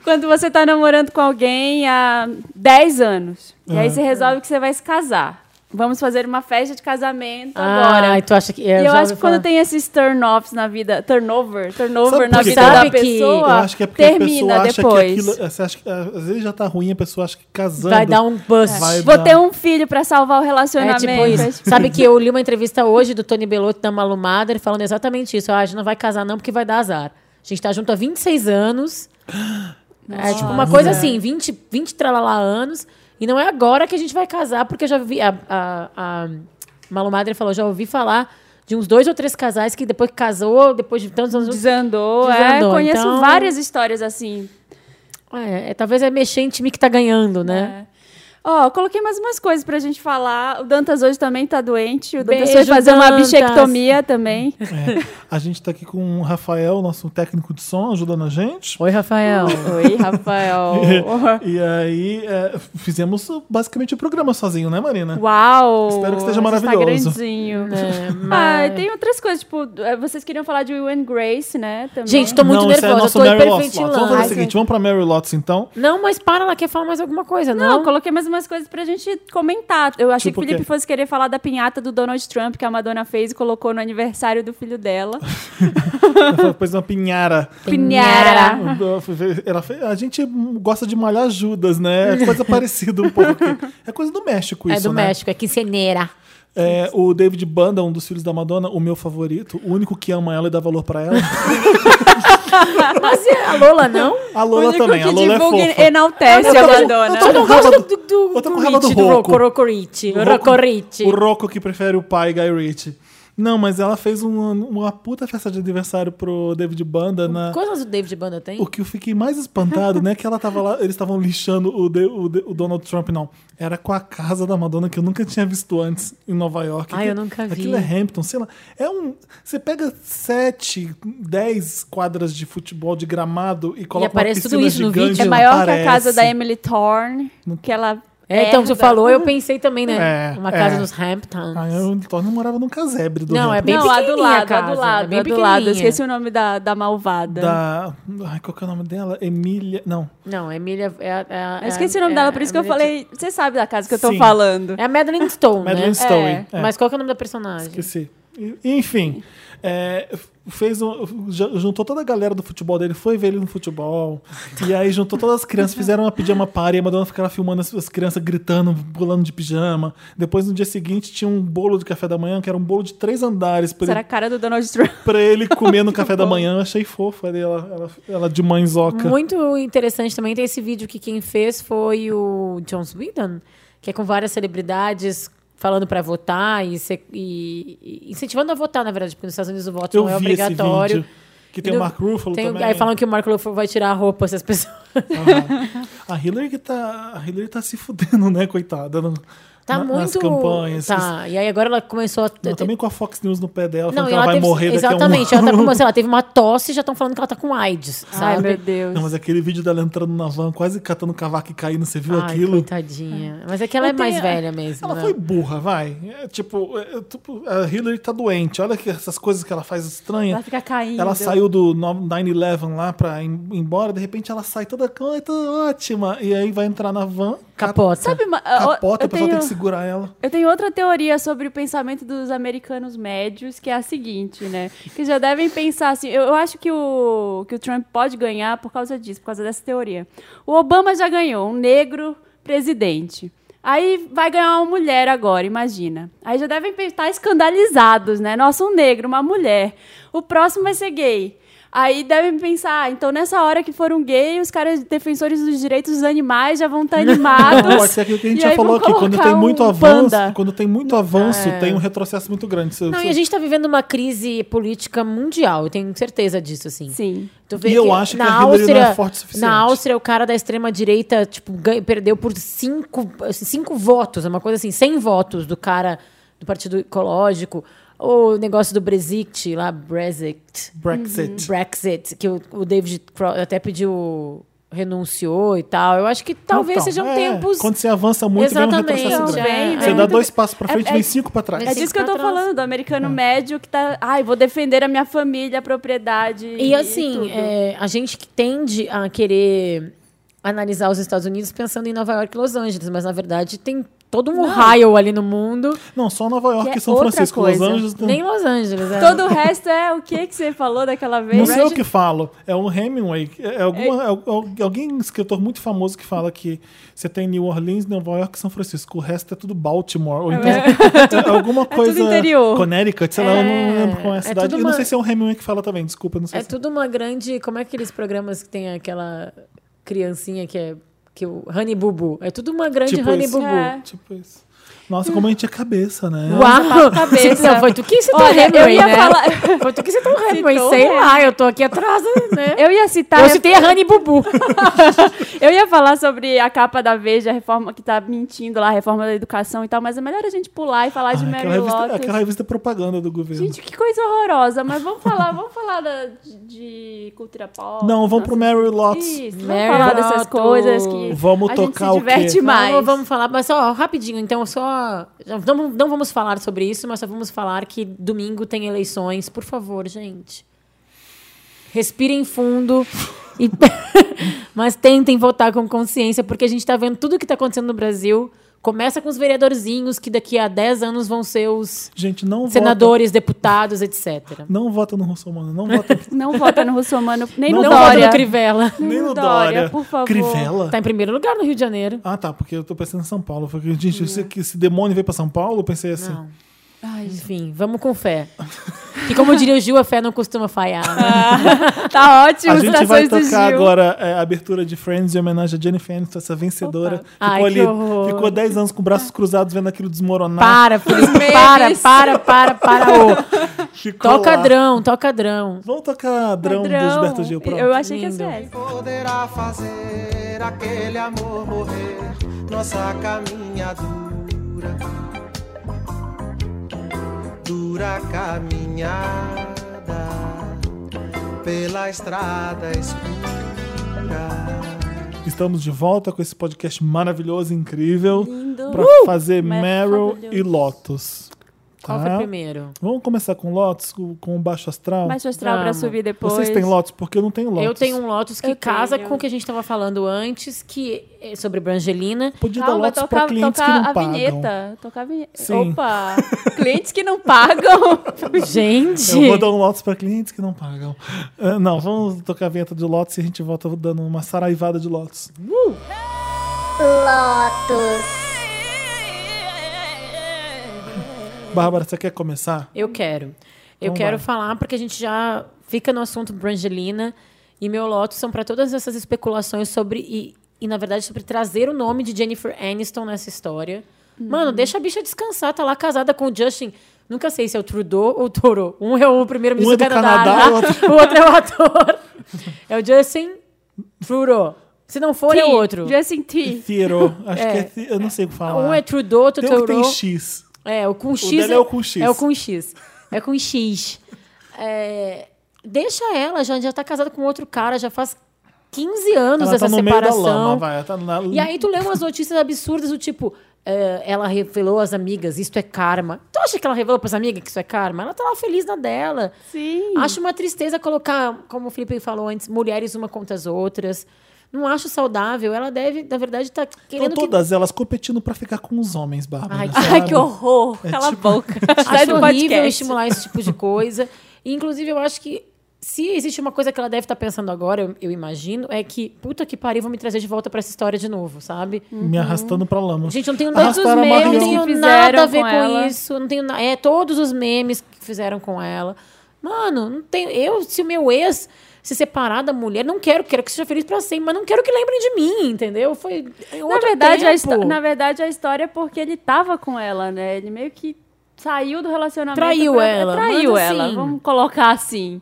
Quando você tá namorando com alguém há 10 anos. E aí Aham. você resolve que você vai se casar. Vamos fazer uma festa de casamento agora. Ah, e tu acha que. E eu já acho ouvi que quando falar. tem esses turn-offs na vida, turnover, turnover Sabe na por quê? vida Sabe da que- pessoa, Eu acho que é porque a pessoa termina acha depois. que aquilo. é, Você acha que, às vezes já tá ruim, a pessoa acha que casando. Vai dar um bust. Vai Vou dar- ter um filho pra salvar o É relacionamento. tipo isso. Sabe que eu li uma entrevista hoje do Tony Belotto da Malumada, ele falando exatamente isso. Ah, a gente não vai casar não porque vai dar azar. A gente tá junto há 26 anos. É tipo uma coisa assim, 20, 20 tralalá anos. E não é agora que a gente vai casar, porque eu já vi... A, a, a Malumada falou, já ouvi falar de uns dois ou três casais que depois que casou, depois de tantos anos... Desandou, Desandou, é. Conheço então- várias histórias assim. É, é, talvez é mexer em time que tá ganhando, né? É. Ó, eu coloquei mais umas coisas pra gente falar. O Dantas hoje também tá doente. O Dantas Beijo, foi fazer uma Dantas. bichectomia também. É. A gente tá aqui com o Rafael, nosso técnico de som, ajudando a gente. Oi, Rafael. Oi, Rafael. E aí, é, fizemos basicamente o programa sozinho, né, Marina? Uau! Espero que esteja a gente maravilhoso. Tá grandinho. É, Ah, mas- e tem outras coisas, tipo, eh, vocês queriam falar de Will and Grace, né? Também. Gente, tô muito não, esse é nervosa, nosso tô Mary Lots. Lots. Vamos fazer hiperventilando. o seguinte, vamos pra Mary Lots, então. Não, mas para, ela quer falar mais alguma coisa, Não, não? eu coloquei mais umas coisas pra gente comentar. Eu achei Tipo que o o Felipe quê? fosse querer falar da pinhata do Donald Trump que a Madonna fez e colocou no aniversário do filho dela. Depois uma pinhara. Ah, Pinhara. Ela fez- a gente gosta de malhar Judas, né? É coisa parecida um pouco. É coisa do México é isso, do né? México, é quinceneira. É, o David Banda, um dos filhos da Madonna, o meu favorito, o único que ama ela e dá valor pra ela. Mas e a Lola, não? A Lola único também, a que Lola é divulga fofa. enaltece a Madonna. Eu não com raiva gosto do- do, do, eu tô com do raiva do Rich, do Rocco. Rocco, Rocco Rich. O Rocco Rich. O Rocco que prefere o pai Guy Ritchie. Não, mas ela fez uma, uma puta festa de aniversário pro David Banda na. Quantas o David Banda tem? O que eu fiquei mais espantado, né? Que ela tava lá, eles estavam lixando o, de- o de- o Donald Trump, não. Era com a casa da Madonna que eu nunca tinha visto antes em Nova York. Ai, eu Aquilo- nunca vi. Aquilo é Hampton, sei lá. É um. Você pega sete, dez quadras de futebol de gramado e coloca uma aparece piscina tudo isso no gigante. vídeo. É não maior que a parece. casa da Emily Thorne, que ela. É, então, você herda. falou, eu pensei também, né? É, Uma casa é. dos Hamptons. Ah, eu tô- não morava num casebre do Não, é Hampton. bem não, lá do pequenininha a lado, lá casa, do lado, bem lá do lado. Eu pequenininha. Esqueci o nome da, da malvada. Da. Ai, qual que é o nome dela? Emília. Não. Não, Emília é a... é a- Eu esqueci o nome é- dela, por isso que eu Emília- falei. Você sabe da casa que eu tô Sim. falando. É a Madeline Stone, Madeline né? Stowe. É, é. Mas qual que é o nome da personagem? Esqueci. E- Enfim, é, fez um- já- juntou toda a galera do futebol dele, foi ver ele no futebol. e aí juntou todas as crianças, fizeram uma pijama party, a Madonna ficava filmando as, as crianças gritando, pulando de pijama. Depois, no dia seguinte, tinha um bolo de café da manhã, que era um bolo de três andares pra, Será a ele, cara do Donald Trump? pra ele comer no café da manhã. Eu achei fofo ali, ela, ela, ela de mãezoca. Muito interessante também tem esse vídeo que quem fez foi o John Sweden, que é com várias celebridades falando pra votar e, se- e- e incentivando a votar, na verdade, porque nos Estados Unidos o voto Eu não é vi esse obrigatório. vídeo. Que tem E o no- Mark Ruffalo tem o- também. Aí falam que o Mark Ruffalo vai tirar a roupa se as pessoas. Aham. A Hillary que tá, a Hillary tá se fudendo, né, coitada? no- Tá na- muito. Nas campanhas. Tá. E aí agora ela começou a. Não, também com a Fox News no pé dela, É, Não, falando e que ela, vai teve- morrer Exatamente, daqui a um ela tá com ano. Ah, uma, sei lá, teve uma tosse e já estão falando que ela tá com AIDS, sabe? Ai, meu Deus. Não, mas aquele vídeo dela entrando na van, quase catando cavaco e caindo, você viu Ai, aquilo? coitadinha. Mas é que ela Eu é mais tenho- velha mesmo. Ela né? foi burra, vai. É, tipo, é, tipo, a Hillary tá doente. Olha que essas coisas que ela faz estranha. Ela fica caindo. Ela saiu do no- 9-11 lá pra ir embora, de repente ela sai toda. Ai, tô ótima! E aí vai entrar na van, Capota. Sabe, uma- Ah, capota, eu a pessoa tenho, tem que segurar ela. eu tenho outra teoria sobre o pensamento dos americanos médios, que é a seguinte, né? Que já devem pensar assim. Eu, eu acho que o, que o Trump pode ganhar por causa disso, por causa dessa teoria. O Obama já ganhou um negro presidente. Aí vai ganhar uma mulher agora, imagina. Aí já devem estar escandalizados, né? Nossa, um negro, uma mulher. O próximo vai ser gay. Aí devem pensar, ah, então nessa hora que foram gay, os caras defensores dos direitos dos animais já vão estar animados. Não, pode ser aquilo que a gente E já aí falou vão aqui. Quando colocar tem muito um avanço, panda. quando tem muito avanço, tem um retrocesso muito grande. Se- Não, se- e a gente tá vivendo uma crise política mundial, eu tenho certeza disso, assim. Sim. Tu vê E eu acho que a Hillary não é forte o suficiente. Na Áustria, o cara da extrema-direita, tipo, ganha- perdeu por cinco, cinco votos, é uma coisa assim, 100 votos do cara do Partido Ecológico. O negócio do Brexit lá, Brexit. Brexit. Brexit, que o, o David Cro- até pediu, renunciou e tal. Eu acho que talvez Então, sejam é, tempos... Quando você avança muito, vem um Exatamente, retrocesso é, grande. vem, você vem dá muito- dois passos pra frente, é- vem cinco pra trás. É Mas disso cinco que eu pra tô trás. falando, do Hum. americano médio que tá. Ai, vou defender a minha família, a propriedade. E assim, tudo." é, a gente que tende a querer analisar os Estados Unidos pensando em Nova York e Los Angeles, mas na verdade tem todo um raio ali no mundo. Não, só Nova York Que é e São outra Francisco, coisa. Los Angeles. não- Nem Los Angeles, é. Todo o resto é o que que você falou daquela vez? Não sei o Reg- que falo. É um Hemingway. É, alguma, é al- al- alguém, escritor muito famoso, que fala que você tem New Orleans, Nova York e São Francisco. O resto é tudo Baltimore. Ou então é alguma coisa. interior. Connecticut, sei lá, eu não É, lembro qual é a é cidade. tudo Eu não uma- sei se é um Hemingway que fala também, desculpa, eu não sei. É se- tudo uma grande. Como é aqueles programas que tem aquela criancinha que é. Que o Honey Bubu. É tudo uma grande Tipo Honey isso. Bubu. É. Tipo isso. Nossa, como a gente é cabeça, né? Uau! cabeça. Não, foi tu que citou Olha, Hemingway, eu ia né? falar. Foi tu que citou o Hemingway, Citou o sei Hemingway. Tá, lá, eu tô aqui atrás, né? Eu ia citar. eu citei a Honey Bubu. Eu ia falar sobre a capa da Veja, a reforma que tá mentindo lá, a reforma da educação e tal, mas é melhor a gente pular e falar de Ah, Mary aquela, revista, Lotus. aquela revista propaganda do governo. Gente, que coisa horrorosa, mas vamos falar, vamos falar da- de, de cultura pop. não, vamos pro Mary Lotus. Isso, vamos Mary falar dessas Lotus. coisas que Vamos a gente tocar o se diverte quê? mais. Vamos, vamos falar, mas só rapidinho, então, só. já Não, não vamos falar sobre isso, mas só vamos falar que domingo tem eleições. Por favor, gente. Respirem fundo. e- mas tentem votar com consciência, porque a gente tá vendo tudo o que tá acontecendo no Brasil. Começa com os vereadorzinhos, que daqui a 10 anos vão ser os Gente, não vota. senadores, deputados, etc. Não vota no Russomano, não vota Não vota no Russomano, nem Não no Não vota votem Dória. no Crivella. nem no Dória, Dória. por favor. Crivella? Tá em primeiro lugar no Rio de Janeiro. Ah, tá, porque eu tô pensando em São Paulo. Eu falei, gente, esse, que esse demônio veio pra São Paulo? Eu pensei assim. Não. Ai, Enfim, vamos com fé. Que como diria o Gil, a fé não costuma falhar. né? tá ótimo, A gente vai citações do tocar Gil. agora é, a abertura de Friends em homenagem a Jennifer Aniston, essa vencedora. Opa. Ficou Ai, ali, que horror. ficou 10 anos com braços cruzados vendo aquilo desmoronar. Para, Felipe, memes. para, para, para, para. ô. Ficou Toca lá. drão, toca drão. Vamos tocar drão, do Padrão. Gilberto Gil. Pronto. Eu achei que ia ser Lindo. essa. poderá fazer aquele amor morrer, nossa caminhadura, dura caminhada pela estrada escura. Estamos de volta com esse podcast maravilhoso, incrível. Lindo. Pra Uh! fazer Mas Meryl fabuloso. e Lotus. tá? Qual foi o primeiro? Vamos começar com Lotus, com com o Baixo Astral. Baixo astral pra Vamos. subir depois. Vocês têm Lotus? Porque eu não tenho Lotus. Eu tenho um Lotus que Eu casa tenho. com o que a gente estava falando antes, que é sobre Brangelina. Podia dar Calma, Lotus tocar, pra clientes tocar que não a pagam. vinheta. Tocar a vinheta. Sim. Opa! clientes que não pagam. Gente! Eu vou dar um Lotus pra clientes que não pagam. Ah, não, vamos tocar a vinheta de Lotus e a gente volta dando uma saraivada de Lotus. Bárbara, você quer começar? Eu quero. Eu Então quero vai. falar porque a gente já fica no assunto Brangelina e meu Lotus são para todas essas especulações sobre e, e na verdade sobre trazer o nome de Jennifer Aniston nessa história. Mano, deixa a bicha descansar, tá lá casada com o Justin. Nunca sei se é o Trudeau ou o Toro. Um é o Um é primeiro-ministro do do Canadá, Canadá, né? o outro- o outro é o ator. É o Justin Trudeau. Se não for, é o outro. Justin T. Theodore. Acho É. que é. Thi- Eu não sei o que falar. Um é Trudeau, outro tem um Toro. que tem X. É, o com X. dela é o com X. É o com X. É com X. É, deixa ela, já, já tá casada com outro cara, já faz 15 anos Ela tá dessa no meio da é separação. lama, vai. Ela tá na... E aí tu lê umas notícias absurdas do tipo. é, ela revelou às amigas, isto é karma. Tu acha que ela revelou pras amigas que isso é karma? Ela tá lá feliz na dela. Sim. Acho uma tristeza colocar, como o Felipe falou antes, mulheres uma contra as outras. Não acho saudável. Ela deve, na verdade, tá Estão querendo que Então todas elas competindo pra ficar com os homens, Bárbara. Ai, Ai, sabe? que horror. É Cala tipo- a boca. Sai acho do horrível podcast. estimular esse tipo de coisa. E, inclusive, eu acho que se existe uma coisa que ela deve estar pensando agora, eu, eu imagino, é que, puta que pariu, vão me trazer de volta pra essa história de novo, sabe? Hum. Me arrastando pra lama. Gente, eu não tenho nada, Arrastaram todos os meus, a eu não barriga. tem tenho que nada fizeram a ver com com, ela. isso. Não tenho na- É todos os memes que fizeram com ela. Mano, não tenho. Eu, se o meu ex se separar da mulher, não quero, quero que seja feliz pra sempre, mas não quero que lembrem de mim, entendeu? Foi. é Na outro verdade, a tempo. histó- na verdade, a história é porque ele tava com ela, né? Ele meio que saiu do relacionamento. é, Traiu ela, Traiu mas ela. assim- Vamos colocar assim.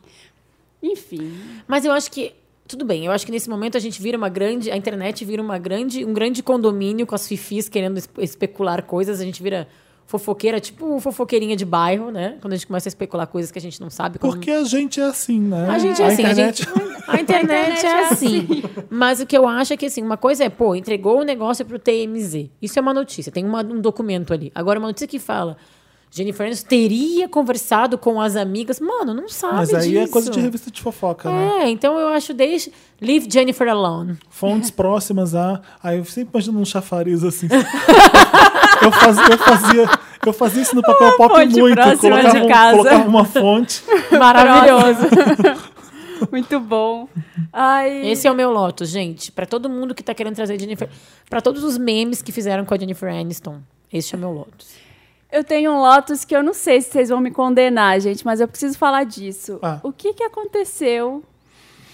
Enfim. Mas eu acho que. Tudo bem, eu acho que nesse momento a gente vira uma grande. A internet vira uma grande, um grande condomínio com as fifis querendo es- especular coisas. A gente vira fofoqueira, tipo fofoqueirinha de bairro, né? Quando a gente começa a especular coisas que a gente não sabe. como- Porque a gente é assim, né? A gente é assim, a internet- gente- a internet é assim. Mas o que eu acho é que, assim, uma coisa é, pô, entregou o negócio pro TMZ. Isso é uma notícia, tem uma- um documento ali. Agora, uma notícia que fala. Jennifer Aniston teria conversado com as amigas. Mano, não sabe Mas aí é coisa de disso. revista de fofoca, né? É, então eu acho desde Leave Jennifer alone. Fontes próximas a. Aí eu sempre imagino um chafariz assim. Eu fazia, eu fazia, eu fazia isso no papel pop fonte muito. próxima Colocava, de um- casa. colocava uma fonte. Maravilhoso. Muito bom. Ai, Esse é o meu loto, gente. Pra todo mundo que tá querendo trazer Jennifer. Pra todos os memes que fizeram com a Jennifer Aniston. Este é o meu loto. eu tenho um Lotus que eu não sei se vocês vão me condenar, gente, mas eu preciso falar disso. Ah. O que, que aconteceu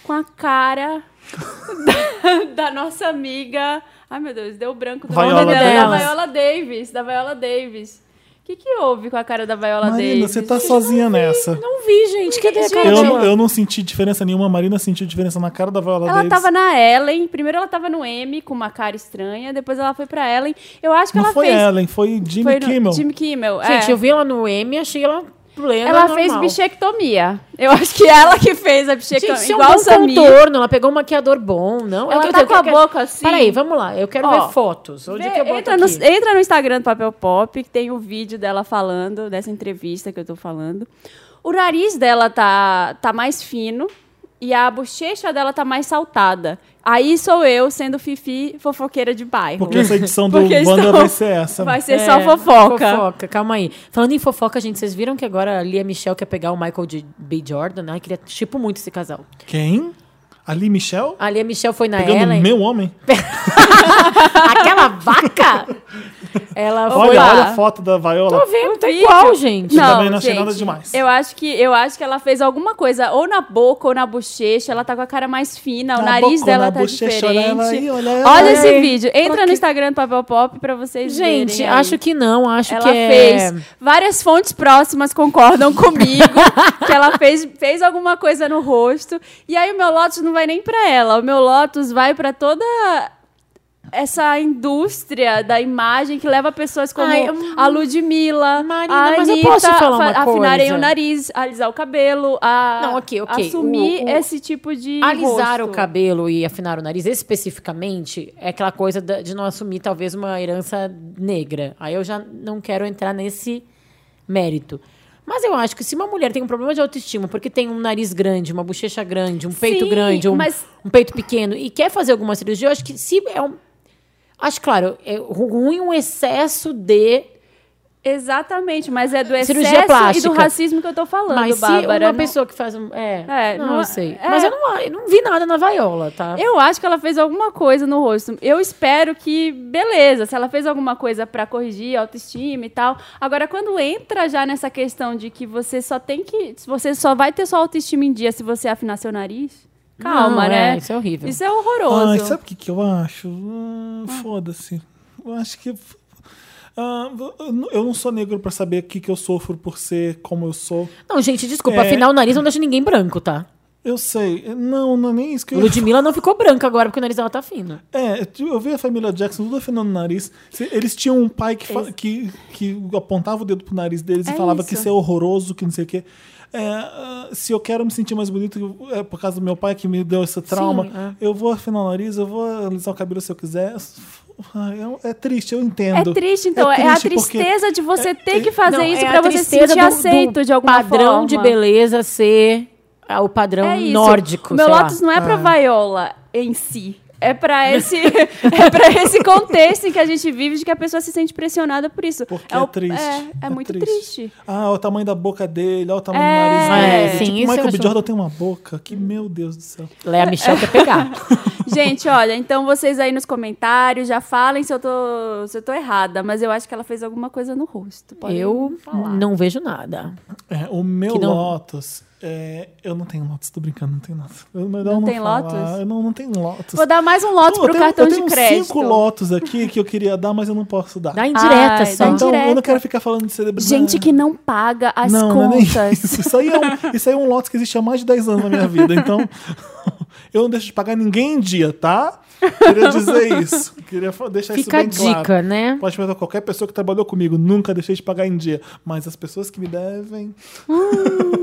com a cara da, da nossa amiga... Ai, meu Deus, deu branco do Viola nome dela. Da Davis. Viola Davis. Da Viola Davis. O que, que houve com a cara da Viola Marina, Davis? você tá sozinha nessa. Não vi, gente. Cadê a cara Eu, dela? não- eu não senti diferença nenhuma. A Marina sentiu diferença na cara da Viola Ela Davis. tava na Ellen. Primeiro ela tava no M com uma cara estranha. Depois ela foi pra Ellen. Eu acho que Não ela foi fez. Ellen, foi Jimmy foi no- Kimmel. Jimmy Kimmel. Gente, é. eu vi ela no M e achei ela plena. Ela normal. fez bichectomia. Eu acho que ela que fez a bichectomia. Gente, isso é um Igual o bom Samir. contorno. Ela pegou um maquiador bom, não? Ela Eu- eu- tá eu- com a eu quero- boca assim. Peraí, vamos lá. Eu quero Ó, ver fotos. Onde que eu Vê, boto entra, no, aqui? entra no Instagram do Papel Pop, que tem o vídeo dela falando, dessa entrevista que eu tô falando. O nariz dela tá, tá mais fino e a bochecha dela tá mais saltada. Aí sou eu sendo Fifi fofoqueira de bairro. Porque essa edição do Porque Wanda estão- vai ser essa. Vai ser É, só fofoca. Fofoca, calma aí. Falando em fofoca, gente, vocês viram que agora a Lia Michelle quer pegar o Michael J- B. Jordan? Ai, queria tipo muito esse casal. Quem? Ali Michel? A Lia Michelle Ah, foi na Pegando Ellen. meu homem? Aquela vaca! Ela foi Olha, Opa. olha a foto da Viola. Tô vendo, tá Vídeo. igual, gente. Não. também achei nada demais. Eu acho que eu acho que ela fez alguma coisa ou na boca ou na bochecha. Ela tá com a cara mais fina, o Na nariz boca, dela na tá bochecha, olha diferente. ela aí, olha olha ela aí. esse vídeo. Entra Pra no que- Instagram do Papel Pop pra vocês verem. Gente, acho que não, acho ela que é... fez. Várias fontes próximas concordam comigo que ela fez, fez alguma coisa no rosto. E aí o meu Lotus não vai nem pra ela. O meu Lotus vai pra toda essa indústria da imagem que leva pessoas como Ai, eu- a Ludmilla, Marina, a mas eu Anitta, posso te falar uma fa- afinarem coisa? o nariz, alisar o cabelo, a Não, ok, ok. assumir O- o- esse tipo de Alisar rosto. o cabelo e afinar o nariz especificamente é aquela coisa da- de não assumir talvez uma herança negra. Aí eu já não quero entrar nesse mérito. Mas eu acho que se uma mulher tem um problema de autoestima, porque tem um nariz grande, uma bochecha grande, um peito Sim, grande, um, mas- um peito pequeno, e quer fazer alguma cirurgia, eu acho que se é um. Acho, claro, é ruim um excesso de. Exatamente, mas é do Cirurgia excesso e plástica. do racismo que eu tô falando, Mas se Bárbara. uma Não- pessoa que faz um. É, É, não, não- eu sei. é. Mas eu não, eu não vi nada na vaiola, tá? Eu acho que ela fez alguma coisa no rosto. Eu espero que, beleza, se ela fez alguma coisa pra corrigir a autoestima e tal. Agora, quando entra já nessa questão de que você só tem que. Você só vai ter sua autoestima em dia se você afinar seu nariz, calma, Não, né? É, isso é horrível. Isso é horroroso. Ai, sabe o que, que eu acho? Ah, Foda-se. Eu acho que. Ah, eu não sou negro pra saber o que, que eu sofro por ser como eu sou. Não, gente, desculpa. É. Afinal, o nariz não deixa ninguém branco, tá? Eu sei. Não, não é nem isso que eu ia Ludmilla não ficou branca agora porque o nariz dela tá fino. É, eu vi a família Jackson tudo afinando o nariz. Se- Eles tinham um pai que, fa- que, que apontava o dedo pro nariz deles e É falava isso. que isso é horroroso, que não sei o quê. É, ah, se eu quero me sentir mais bonito é por causa do meu pai que me deu esse trauma, é. eu vou afinar o nariz, eu vou alisar o cabelo se eu quiser. Ai, É, é triste, eu entendo. É triste, então. É, a triste porque- tristeza de você ter que fazer Não, isso é pra a você se tristeza sentir do- aceito do de alguma padrão forma. de beleza ser ah, o padrão É isso. nórdico, O Meu sei Lotus lá. não é pra vaiola em si. É pra esse, é pra esse contexto em que a gente vive de que a pessoa se sente pressionada por isso. Porque é, é, o- triste. É, é muito triste. Ah, olha o tamanho da boca dele, olha o tamanho É. do nariz dele. É, sim, tipo, isso eu Michael B. acho- Jordan tem uma boca que, meu Deus do céu. Léa Michel quer pegar. Gente, olha, então vocês aí nos comentários já falem se eu tô, se eu tô errada, mas eu acho que ela fez alguma coisa no rosto. Podem eu falar. não vejo nada. É, o meu Que não- Lotus. é, eu não tenho Lotus, tô brincando, não tenho Lotus. Eu, melhor Não não, tem falar, Lotus? Eu não, não tenho Lotus. Vou dar mais um Lotus Pô, eu pro tenho- cartão eu de tenho crédito. cinco Lotus aqui que eu queria dar, mas eu não posso dar. Dá indireta Ai, só. dá então eu indireta. não quero ficar falando de celebridade. Gente que não paga as né? não, não é nem contas. isso. Isso aí, é um, isso aí é um Lotus que existe há mais de 10 anos na minha vida. Então, eu não deixo de pagar ninguém em dia, tá? Queria dizer isso. Queria fa- deixar Fica a Tá isso bem dica, claro. né? Pode perguntar a qualquer pessoa que trabalhou comigo. Nunca deixei de pagar em dia. Mas as pessoas que me devem.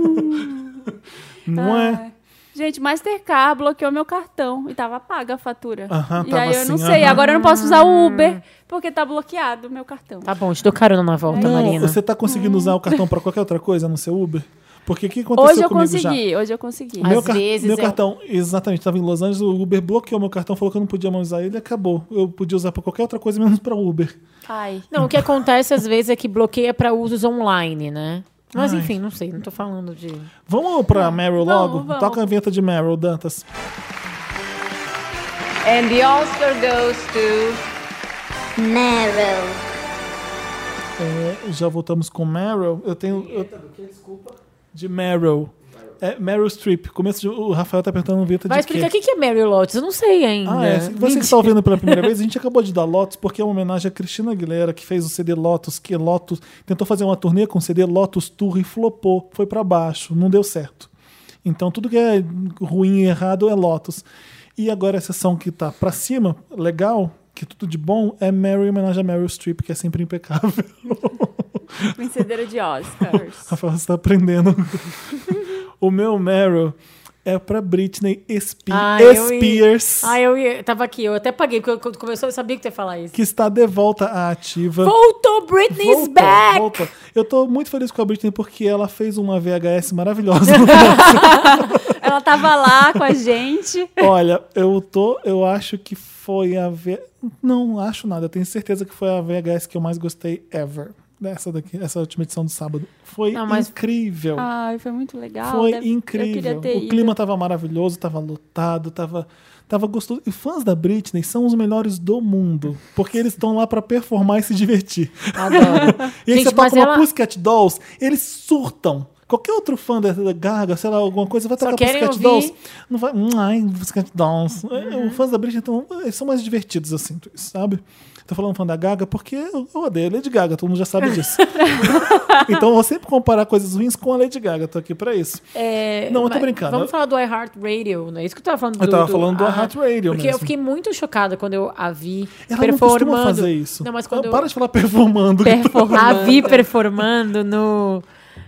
não é? Ai. Gente, Mastercard bloqueou meu cartão e tava paga a fatura. Aham, e tava aí eu não assim, sei, aham. agora eu não posso usar o Uber porque tá bloqueado o meu cartão. Tá Tá bom, te dou carona na volta, É. Não, Marina. você tá conseguindo usar o cartão pra qualquer outra coisa, a não ser Uber? Porque o que aconteceu Hoje eu comigo já? consegui, hoje eu consegui. Ai, Meu, Às car- vezes meu é- cartão, exatamente, estava em Los Angeles, o Uber bloqueou meu cartão, falou que eu não podia mais usar ele, acabou. Eu podia usar para qualquer outra coisa, menos para Uber. Ai. Não, o que acontece às vezes é que bloqueia pra usos online, né? Mas Ai. enfim, não sei, não tô falando de. Vamos para Meryl Vamos, logo? vamos. Toca a vinheta de Meryl, Dantas. And the Oscar goes to Meryl. É, já voltamos com Meryl. Eu tenho. eu- De Meryl. É Meryl Streep. Começo de- o Rafael tá perguntando vinheta Vai de explicar o quê? que que é Mary Lotus? Eu não sei ainda. Ah, é. Se Você que está ouvindo pela primeira vez, a gente acabou de dar Lotus porque é uma homenagem à Cristina Aguilera, que fez o CD Lotus, que Lotus tentou fazer uma turnê com o CD Lotus Tour e flopou, foi para baixo, não deu certo. Então tudo que é ruim e errado é Lotus. E agora a sessão que tá para cima, legal, que tudo de bom, é Mary em homenagem a Meryl Streep, que é sempre impecável. Vencedora de Oscars. Rafael está aprendendo. o meu Meryl é para Britney Spe- Ah, eu ia- Spears. Ah, eu ia- tava aqui, eu até paguei, porque eu- quando começou eu sabia que tu ia falar isso. que está de volta à ativa. Voltou, Britney is back! volta. Eu tô muito feliz com a Britney porque ela fez uma VHS maravilhosa. Ela tava lá com a gente. Olha, eu tô, eu acho que foi a V... não acho nada, eu tenho certeza que foi a VHS que eu mais gostei ever. Essa daqui, essa última edição do sábado. Foi Não, mas- Ah, incrível. Ai, foi muito legal. Foi Ah, deve- Eu incrível. queria ter o ido. clima tava maravilhoso, tava lotado, tava, tava gostoso. E fãs da Britney são os melhores do mundo, porque eles estão lá pra performar e se divertir. Adoro. E aí Gente, você toca mas uma ela- Pussycat Dolls, eles surtam. Qualquer outro fã da da Gaga, sei lá, alguma coisa, vai tocar querem Pussycat ouvir. Dolls. Não vai. "Hum, Ai, Pussycat Dolls. É, Os fãs da Britney então, eles são mais divertidos, eu sinto isso, sabe? Tô falando fã da Gaga porque eu eu odeio a Lady Gaga, todo mundo já sabe disso. então eu vou sempre comparar coisas ruins com a Lady Gaga, tô aqui pra isso. É, Não, eu tô mas brincando. Vamos falar do iHeartRadio, não é isso que eu tava falando? Eu tava falando do iHeartRadio Porque mesmo. eu fiquei muito chocada quando eu a vi Ela não performando. costuma fazer isso. Não, mas quando Não, eu Para de falar performando. a vi performando no...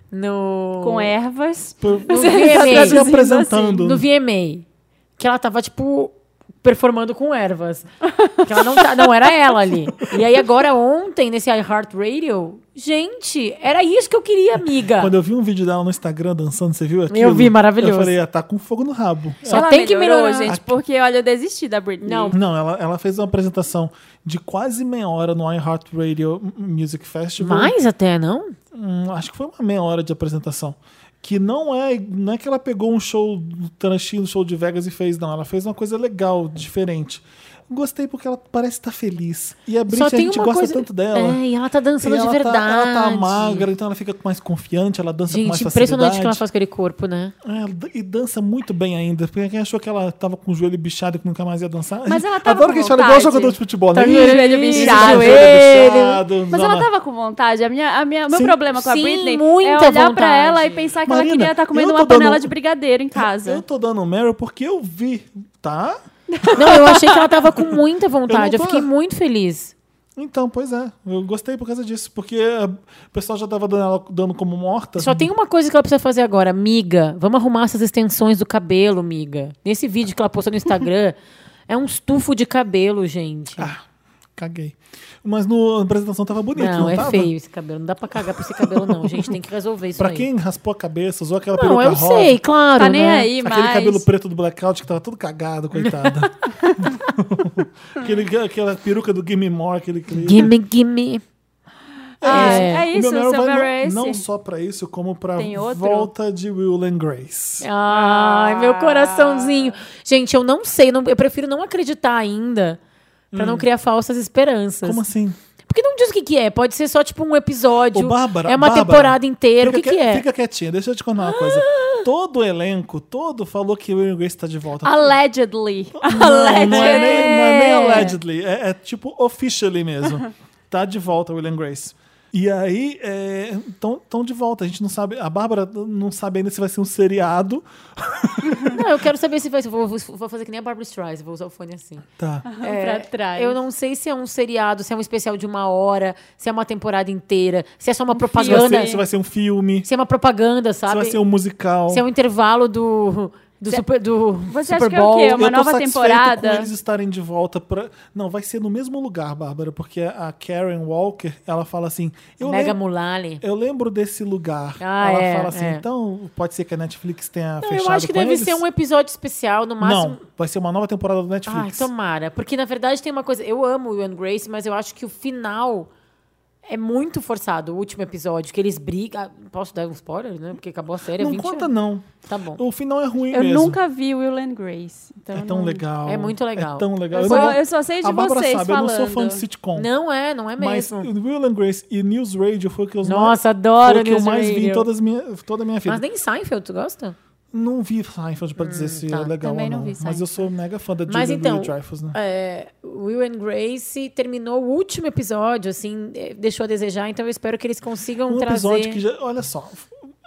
no... Com ervas. Por- No Tá se VMA. apresentando. assim, No VMA. Que ela tava, tipo, performando com ervas. Que ela não, tá- não era ela ali. E aí agora ontem, nesse iHeartRadio, gente, era isso que eu queria, amiga. Quando eu vi um vídeo dela no Instagram dançando, você viu aquilo? vi, maravilhoso. Eu falei, ah, tá com fogo no rabo. Só Ela tem que melhorou, melhorar. gente, porque olha, eu desisti da Britney. Não. Não, ela, ela fez uma apresentação de quase meia hora no iHeartRadio Music Festival. Mais até, não? Hum, acho que foi uma meia hora de apresentação. Que não é, não é que ela pegou um show trechinho, um show de Vegas e fez, não. Ela fez uma coisa legal, diferente. Gostei porque ela parece estar feliz. E é a Britney, Só a tem gente uma gosta coisa... tanto dela. É, e ela tá dançando E de ela verdade. Tá, ela tá magra, então ela fica mais confiante, ela dança com mais Gente, impressionante facilidade. o que ela faz com aquele corpo, né? É, e dança muito bem ainda. Porque quem achou que ela tava com o joelho bichado e que nunca mais ia dançar? Mas ela tava Adoro com que a gente fala igual vontade. jogador de futebol, Tá né? com o joelho Ih, bichado. joelho bichado, Mas zona. ela tava com vontade. A minha, a minha, meu Sim. problema com a Sim, Britney é muita olhar pra vontade. ela e pensar que Marina, ela queria estar comendo eu uma tô dando- É, panela de brigadeiro em casa. Eu tô dando um Meryl porque eu vi, tá? Não, eu achei que ela tava com muita vontade. Eu Eu, não tô- fiquei muito feliz. Então, pois é. Eu gostei por causa disso. Porque a- o pessoal já tava dando ela dando como morta. Só tem uma coisa que ela precisa fazer agora, miga. Vamos arrumar essas extensões do cabelo, miga. Nesse vídeo que ela postou no Instagram, é um estufo de cabelo, gente. Ah, caguei. Mas no- na apresentação tava bonito, não, não, é tava? feio esse cabelo. Não dá pra cagar pra esse cabelo, não, gente. Tem que resolver isso Pra aí. quem raspou a cabeça, usou aquela Não, peruca eu rosa. sei, claro. tá nem né? aí, Aquele mas. cabelo preto do blackout que tava todo cagado, coitada. Aquele, aquela peruca do Gimme More, aquele clipe. Gimme, gimme. Ah, é, O isso, o meu seu Meryl vai Meryl é esse. não, não só pra isso, como pra Tem outro? volta de Will and Grace. Ai, meu coraçãozinho. Ah. Gente, eu não sei. não- eu prefiro não acreditar ainda pra não criar falsas esperanças. Hum. Como assim? Porque não diz o que, que é. Pode ser só, tipo, um episódio. Ô, Bárbara, é uma Bárbara, temporada inteira. O que, Fica que qui- é? Fica quietinha, deixa eu te contar uma coisa. Todo o elenco, todo falou que Will and Grace tá de volta. Allegedly. Não, não é Allegedly. nem, não é nem allegedly, é, é tipo officially mesmo. tá de volta Will and Grace. E aí, estão de volta. A gente não sabe. A Bárbara não sabe ainda se vai ser um seriado. Não, eu quero saber se vai. Vou, vou- vou fazer que nem a Barbara Streisand, vou usar o fone assim. Tá. Pra trás. Eu não sei se é um seriado, se é um especial de uma hora, se é uma temporada inteira, se é só uma Se vai propaganda. ser, se vai ser um filme, Se é uma propaganda, se sabe? vai ser um musical. Se é um intervalo do. Do Super, do Você acha que Super é o quê? Bowl. É uma eu tô nova satisfeito temporada? com eles estarem de volta pra... Não, vai ser no mesmo lugar, Bárbara, porque a Karen Walker, ela fala assim... Eu Mega lem- Mulali. Eu lembro desse lugar. Ah, ela é, fala assim, é. então pode ser que a Netflix tenha Não, fechado eu acho que com deve eles? ser um episódio especial, no máximo. Não, vai ser uma nova temporada do Ai, Netflix. tomara. Porque, na verdade, tem uma coisa. Eu amo o Will and Grace, mas eu acho que o final é muito forçado, o último episódio, que eles brigam. Ah, Posso dar um spoiler, né? Porque acabou a série. há não 20 conta, anos. não. Tá bom. O final é ruim Eu mesmo. nunca vi Will and Grace. Então É tão não- legal. É muito legal. É tão legal. Eu não só- vou- eu só sei de a Bárbara vocês sabe, eu não sou fã falando. de sitcom. Não é, não é Mas mesmo. Will and Grace e News Radio foi o que eu mais, Nossa, adoro foi o que eu News mais vi em Radio. todas minha, toda a minha vida. Mas nem Seinfeld, tu gosta? Não vi Seinfeld pra dizer se tá. é legal Também ou não não. vi mas eu Seinfeld. sou mega fã da Mas Julia então, Dreyfus, né? É, Will and Grace terminou o último episódio, assim, eh, deixou a desejar, então eu espero que eles consigam um trazer. episódio que já. Olha só.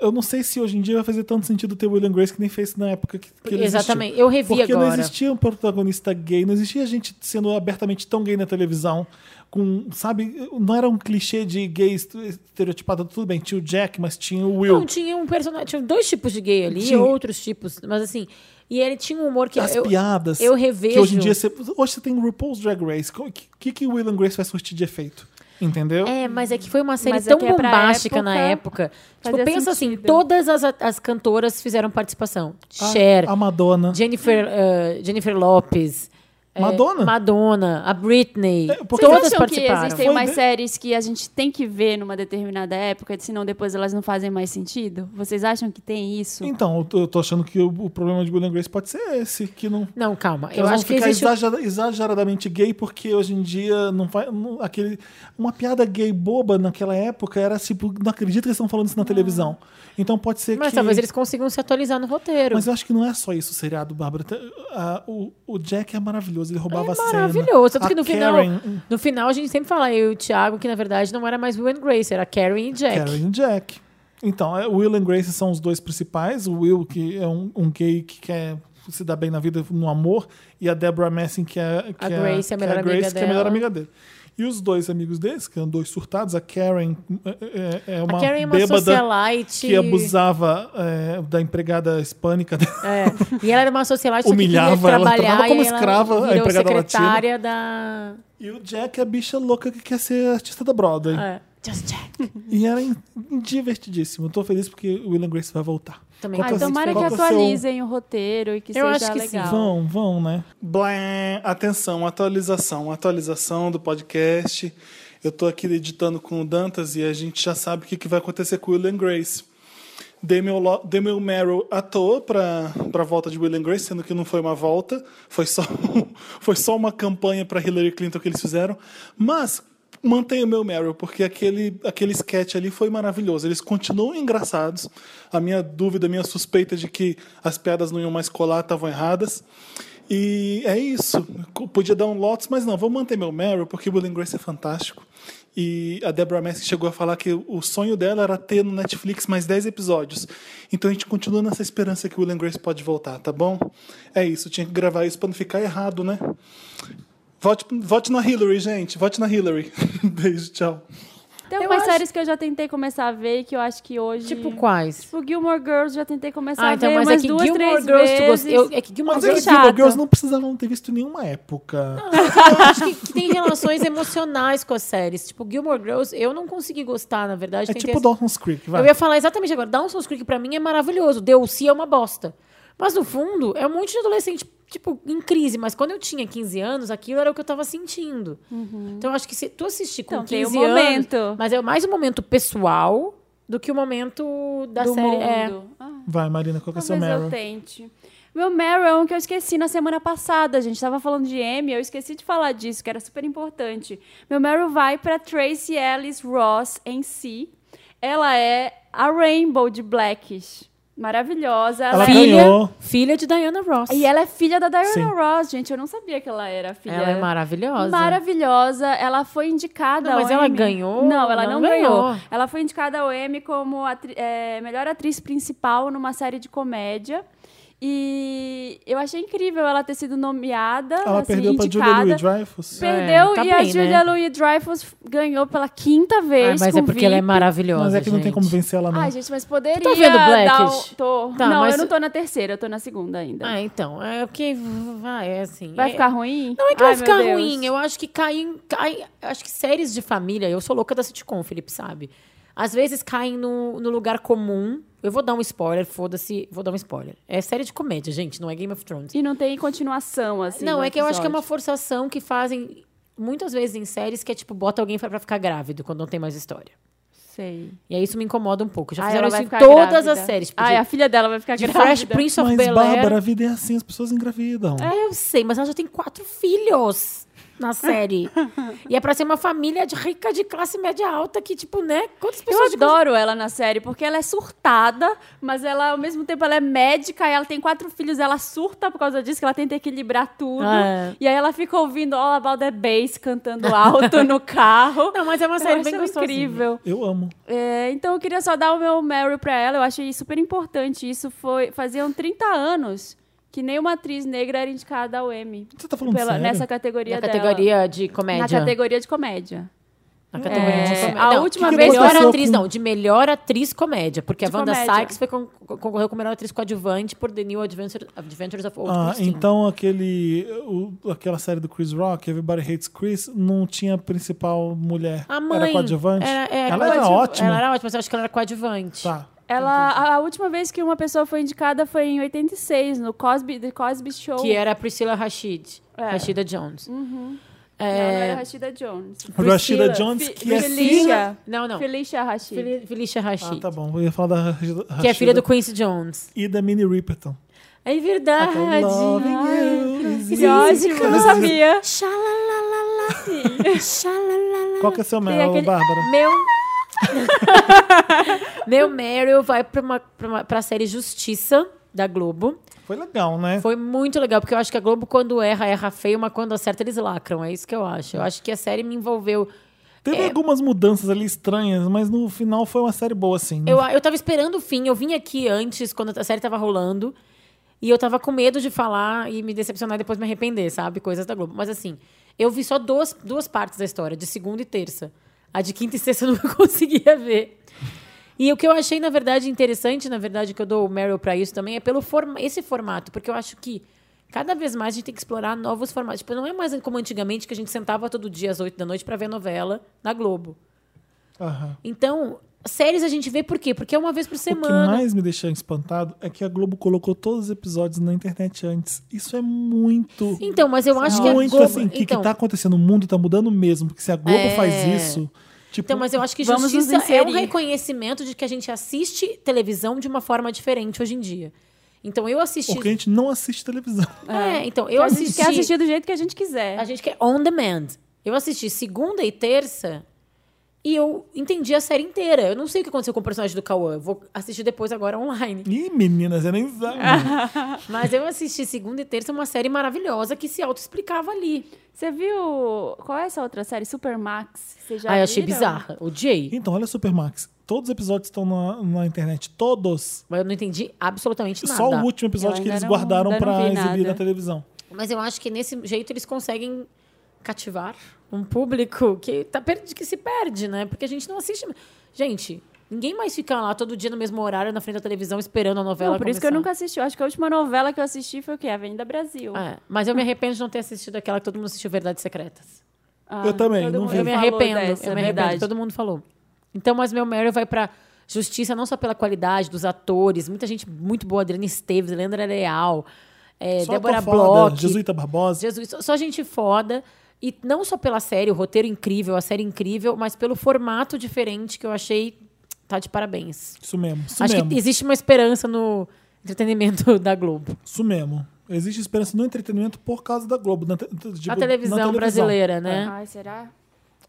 Eu não sei se hoje em dia vai fazer tanto sentido ter William Grace que nem fez na época que, que ele Exatamente. existiu. Eu revi Porque não agora. existia um protagonista gay, não existia gente sendo abertamente tão gay na televisão. Com, sabe, não era um clichê de gay est- estereotipado, tudo bem, tinha o Jack, mas tinha o Will. Não, tinha um personagem. Tinha dois tipos de gay ali, Tinha. outros tipos. Mas assim, e ele tinha um humor que as eu, piadas. eu revejo. Que hoje em dia você. Hoje você tem RuPaul's Drag Race. O que, que Will and Grace vai surtir de efeito? Entendeu? É, mas é que foi uma série Mas é tão que é pra bombástica época, na época. Tipo, fazia pensa assim, sentido. todas as, as cantoras fizeram participação. A- Cher, A Madonna. Jennifer, eh, Jennifer Lopes. eh, Madonna? Madonna, a Britney. É, porque- Vocês todas acham que participaram. Foi né? existem mais de- séries que a gente tem que ver numa determinada época, senão depois elas não fazem mais sentido? Vocês acham que tem isso? Então, eu tô, eu tô achando que o, o problema de Will and Grace pode ser esse, que não. Não, calma. que Eu elas vão acho que ficar existe. um- exagera- exageradamente gay, porque hoje em dia não vai. não- aquele, uma piada gay boba naquela época era tipo, não acredito que eles estão falando isso na televisão. Então pode ser Ah. Mas que. talvez eles consigam se atualizar no roteiro. Mas eu acho que não é só isso o seriado, Bárbara. Tem- a- o, o Jack é maravilhoso, ele roubava a cena. Maravilhoso. Tanto A que no Karen, final. No final a gente sempre fala, eu e o Thiago, que na verdade não era mais Will and Grace, era Karen e Jack. Karen e Jack. Então, é, Will and Grace são os dois principais. O Will, que é um, um gay que quer se dar bem na vida no amor, e a Deborah Messing, que é que A Grace é a que melhor amiga que é a melhor dela. amiga dele. E os dois amigos deles, que eram dois surtados, a Karen é, é- é uma a Karen é uma bêbada socialite. que abusava é, da empregada hispânica dela. É. E ela era uma socialite que Humilhava queria ela, trabalhar tratava como e ela escrava a virou empregada secretária da. E o Jack é a bicha louca que quer ser artista da Broadway. É. Just Uhum. Jack. E era in- divertidíssimo. Eu tô feliz porque o Will and Grace vai voltar. Também Qual Ah, que é o- tomara que qual que é o seu- atualizem o roteiro e que Eu seja acho que sim. legal. Vão, vão, né? Blé. Atenção, atualização, atualização do podcast. Eu tô aqui editando com o Dantas e a gente já sabe o que, que vai acontecer com o Will and Grace. Dei meu, lo- dei meu Meryl à toa para a volta de Will and Grace, sendo que não foi uma volta, foi só, um- foi só uma campanha para Hillary Clinton que eles fizeram. Mas mantenho o meu Meryl, porque aquele, aquele sketch ali foi maravilhoso. Eles continuam engraçados. A minha dúvida, a minha suspeita de que as piadas não iam mais colar estavam erradas. E é isso. Co- Podia dar um Lotus, mas não, vou manter meu Meryl, porque o Will and Grace é fantástico. E a Deborah Messing chegou a falar que o sonho dela era ter no Netflix mais 10 episódios. Então a gente continua nessa esperança que o Will and Grace pode voltar, tá bom? É isso, tinha que gravar isso para não ficar errado, né? Vote, vote na Hillary, gente. Vote na Hillary. Beijo, tchau. Tem Eu algumas acho- séries que eu já tentei começar a ver e que eu acho que hoje... Tipo quais? Tipo, Gilmore Girls, já tentei começar Ah, então, a ver mas é umas que duas, Gilmore três Girls tu vezes. gostou. Eu- É que Gilmore Mas Foi é que Girls assim, chato. Gilmore Girls não precisavam ter visto em nenhuma época. É eu acho que, que tem relações emocionais com as séries. Tipo, Gilmore Girls, eu não consegui gostar, na verdade. é tentei tipo Dawson's Creek, vai. Eu ia falar exatamente agora. Dawson's Creek pra mim é maravilhoso. Deuce é uma bosta. Mas no fundo, é um monte de adolescente, tipo, em crise. Mas quando eu tinha 15 anos, aquilo era o que eu tava sentindo. Então eu acho que se tu assistir com Uhum. Então, tem o 15 anos... momento. Mas é mais um momento pessoal do que o momento da Do série. mundo. É. Ah. Vai, Marina, qual que é o seu Talvez eu Meryl? tente. Meu Meryl é um que eu esqueci na semana passada. A gente tava falando de Emmy, eu esqueci de falar disso, que era super importante. Meu Meryl vai pra Tracy Ellis Ross em si. Ela é a Rainbow de Blackish. Maravilhosa. Ela é- ganhou. Filha, filha de Diana Ross. E ela é filha da Diana Sim. Ross, gente. Eu não sabia que ela era filha. Ela é maravilhosa. Maravilhosa. Ela foi indicada Não, ao mas ela Emmy. ganhou? Não, ela Não não, ganhou. ganhou. Ela é, foi indicada ao Emmy como atri- eh, melhor atriz principal numa série de comédia. E eu achei incrível ela ter sido nomeada. Ela assim, perdeu pra indicada. Julia Louis-Dreyfus? Perdeu É, tá e a bem, né? Julia Louis-Dreyfus ganhou pela quinta vez. mas com é porque ela é VIP. maravilhosa. Mas é que não tem gente. como vencer ela, não. Ai, gente, mas poderia. Tu tá vendo dar Blackish? um- Tô. Tá, não, mas- eu não tô na terceira, eu tô na segunda ainda. Ah, então. É porque. Vai, é assim. Vai é- ficar ruim? Não é que Ai, vai ficar meu Deus. ruim. Eu acho que caem, caem. Acho que séries de família. Eu sou louca da sitcom, Felipe, sabe? Às vezes caem no, no lugar comum. Eu vou dar um spoiler, foda-se. Vou dar um spoiler. É série de comédia, gente, não é Game of Thrones. E não tem continuação, assim. não, no é que eu acho que é uma episódio. forçação que fazem muitas vezes em séries que é tipo, bota alguém pra pra ficar grávido quando não tem mais história. Sei. E aí isso me incomoda um pouco. Já Ai, fizeram ela isso vai em ficar todas grávida. as séries. Tipo, Ai, de- a filha dela vai ficar de grávida. Fresh Prince of Mas, Bel-Air. Bárbara, a vida é assim, as pessoas engravidam. É, eu sei, mas ela já tem quatro filhos na série. e é pra ser uma família de rica de classe média alta que, tipo, né? Quantas Eu pessoas de classe- adoro ela na série, porque ela é surtada, mas ela, ao mesmo tempo, ela é médica e ela tem quatro filhos, ela surta por causa disso, que ela tenta equilibrar tudo. Ah, é. E aí ela fica ouvindo All About the Bass cantando alto no carro. Não, mas é uma Eu série bem acho gostosinha. incrível. Eu amo. É, então eu queria só dar o meu Mary pra ela, eu achei super importante. Isso foi. Faziam 30 anos que nenhuma atriz negra era indicada ao Emmy. Você tá falando Pela- sério? nessa categoria Na dela. categoria de Na comédia. categoria de comédia. Na categoria de É, comédia. a Não, última de vez que melhor aconteceu atriz, com- não, de melhor atriz comédia, porque De a Wanda comédia. Sykes foi con- con- concorreu como melhor atriz coadjuvante por The New Adventure- Adventures of Old Ah, Christine. então aquele, o- aquela série do Chris Rock, Everybody Hates Chris, não tinha a principal mulher. A mãe Era coadjuvante? era- é, ela era coadju- ótima. Ela era ótima, mas eu acho que ela era coadjuvante. Tá. Ela, a, a última vez que uma pessoa foi indicada foi em 86, no Cosby, The Cosby Show. Que é- era a Priscila Rashid. Rashida Jones. Não, não É. Uhum. era É, Rashida Jones. Rashida Priscila- Jones, Fi- que é Felicia. filha... Não, não. Felicia Rashid. Fel- Felicia Rashid. Ah, tá bom. Eu ia falar da Rashida, Que é filha do Rashida Quincy Jones. E da Minnie Riperton. É verdade. Loving Ai, you is Que ótimo, eu não sabia. Qual que é seu Meryl, aquele- Bárbara? Meu... Meu Meryl vai pra, uma, pra, uma- pra série Justiça da Globo. Foi legal, né? Foi muito legal, porque eu acho que a Globo, quando erra, erra feio, mas quando acerta, eles lacram. É isso que eu acho. Eu acho que a série me envolveu. Teve é. algumas mudanças ali estranhas, mas no final foi uma série boa, assim. Eu, eu tava esperando o fim, eu vim aqui antes, quando a série tava rolando, e eu tava com medo de falar e me decepcionar e depois me arrepender, sabe? Coisas da Globo. Mas assim, eu vi só duas, duas partes da história, de segunda e terça. A de quinta e sexta eu não conseguia ver. E o que eu achei, na verdade, interessante, na verdade, que eu dou o Meryl pra isso também, é pelo forma, esse formato, porque eu acho que cada vez mais a gente tem que explorar novos formatos. Tipo, não é mais como antigamente que a gente sentava todo dia às oito da noite pra ver novela na Globo. Aham. Então, séries a gente vê por quê? Porque é uma vez por O que semana. mais me deixou espantado é que a Globo colocou todos os episódios na internet antes. Isso é muito. Então, mas eu acho que a muito Globo... assim. O que, então, que tá acontecendo? O mundo tá mudando mesmo. Porque se a Globo É. faz isso. Tipo, então, mas eu acho que Vamos nos justiça é um inserir. reconhecimento de que a gente assiste televisão de uma forma diferente hoje em dia. Então, eu assisti... porque a gente não assiste televisão. É, então, eu Eu assisti... A gente assisti... É. quer assistir do jeito que a gente quiser. A gente quer on demand. Eu assisti segunda e terça e eu entendi a série inteira. Eu não sei o que aconteceu com o personagem do Cauã. Eu vou assistir depois agora online. Ih, meninas, eu nem sabe. Mas eu assisti segunda e terça uma série maravilhosa que se autoexplicava ali. Você viu... Qual é essa outra série? Supermax? Vocês já Ah, eu achei viram? bizarra. Odiei. Então, olha Supermax. Todos os episódios estão na, na internet. Todos. Mas eu não entendi absolutamente nada. Só o último episódio Eu que ainda eles não- guardaram ainda não pra vi exibir nada. na televisão. Mas eu acho que nesse jeito eles conseguem cativar um público que, tá per- que se perde, né? Porque a gente não assiste. Gente, ninguém mais fica lá todo dia no mesmo horário na frente da televisão esperando a novela. Não, por isso que eu começar. nunca assisti. Eu acho que a última novela que eu assisti foi o quê? Avenida Brasil. É, mas eu me arrependo de não ter assistido aquela que todo mundo assistiu Verdades Secretas. Ah, Eu também, todo não mundo vi. Eu me falou arrependo, dessa, eu me é arrependo, verdade. todo mundo falou. Então, mas meu Meryl vai pra justiça não só pela qualidade dos atores, muita gente muito boa, Adriana Esteves, Leandra Leal, é, Só Débora ator foda, Bloch, Jesuíta Barbosa. Jesus, só- só gente foda. E não só pela série, o roteiro incrível, a série incrível, mas pelo formato diferente que eu achei. Tá de parabéns. Isso mesmo. Isso Acho mesmo. que existe uma esperança no entretenimento da Globo. Isso mesmo. Existe esperança no entretenimento por causa da Globo. Na te- tipo, a na televisão brasileira, né? Ai, será?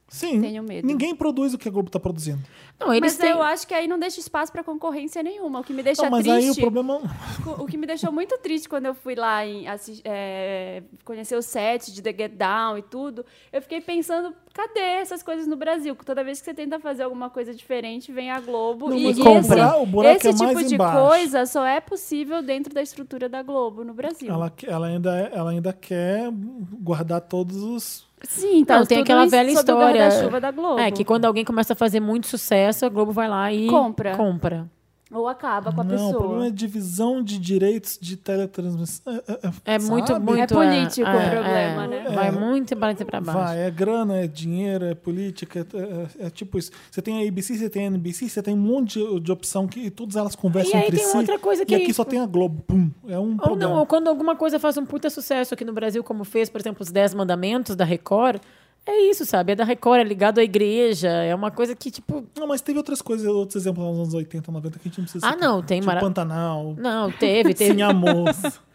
Sim. Tenho medo. Ninguém produz o que a Globo tá produzindo. Não, eles mas têm... eu acho que aí não deixa espaço para concorrência nenhuma. O que me deixa Não, mas triste. aí o problema. Co- O que me deixou muito triste quando eu fui lá em assis- é, conhecer o set de The Get Down e tudo, eu fiquei pensando, cadê essas coisas no Brasil? Que toda vez que você tenta fazer alguma coisa diferente, vem a Globo Não, e, mas e comprar, esse, o buraco esse é tipo mais de embaixo. coisa só é possível dentro da estrutura da Globo no Brasil. Ela, ela, ainda, é- ela ainda quer guardar todos os. Sim, tá Não, tem tudo aquela em- velha sob o história. guarda-chuva da Globo. É, que quando alguém começa a fazer muito sucesso, a Globo vai lá e Compra. compra. Ou acaba com a não, o problema pessoa. é divisão de direitos de teletransmissão. É, é, É muito, sabe? muito. É político o problema, é. né? Vai muito pra pra baixo. Vai, é grana, é dinheiro, é política, é- é, é tipo isso. Você tem a ABC, você tem a NBC, você tem um monte de, de opção que e todas elas conversam E aí entre tem si. outra coisa que e é aqui isso. só tem a Globo, pum, é um Ou não, problema. ou quando alguma coisa faz um puta sucesso aqui no Brasil, como fez, por exemplo, os 10 mandamentos da Record, é isso, sabe? É da Record, é ligado à igreja, é uma coisa que, tipo... Não, mas teve outras coisas, outros exemplos nos anos 80, 90 que a gente não precisa Ah, citar. não, tem tipo mara- Pantanal, Não, teve, teve... Sem Amor.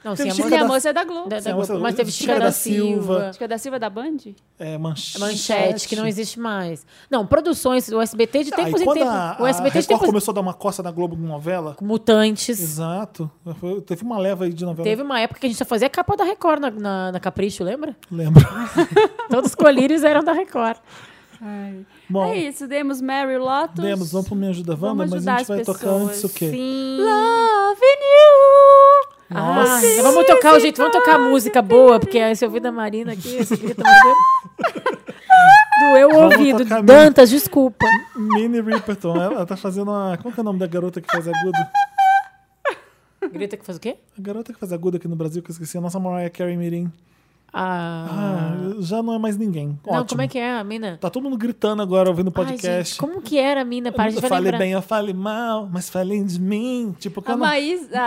Não, Teve Sem Chica Amor... Minha da- moça é da Globo. da- da Sem Amor, Globo, mas teve Chica da Silva. Acho que é da Silva da Band? É, manchete. Manchete, que não existe mais. Não, produções, o SBT de Ah, e tempos em quando tempos. a, O a SBT de Record tempos começou a dar uma costa na Globo com novela. Mutantes. Exato. Foi- Teve uma leva aí de novela. Teve uma época que a gente só fazia capa da Record na, na, na Capricho, lembra? Lembro. Todos os colírios eram da Record. Bom, é isso, demos Mary Lotus. Demos, um vamos pro Me Ajuda Vamos Wanda, mas a ajudar gente as vai tocar pessoas. antes o quê? Sim. Love you. Ah, vamos tocar, gente, vamos tocar música boa, porque esse ouvido da Marina aqui, esse grito meu Deus. doeu o Vamos ouvido. tocar mesmo. Dantas, desculpa. Mini Ripperton. Ela, ela tá fazendo uma. Qual que é o nome da garota que faz agudo? Grita que faz o quê? A garota que faz agudo aqui no Brasil, que eu esqueci, a nossa Mariah Carey Mirim. Ah, Ah, já não é mais ninguém. não, como é que é a mina? Tá todo mundo gritando agora ouvindo Ai, gente, podcast. como que era a mina? Para, a gente vai falei lembrar. bem, eu falei mal, mas falei de mim. Ah, Tipo, A quando. Maísa. Não,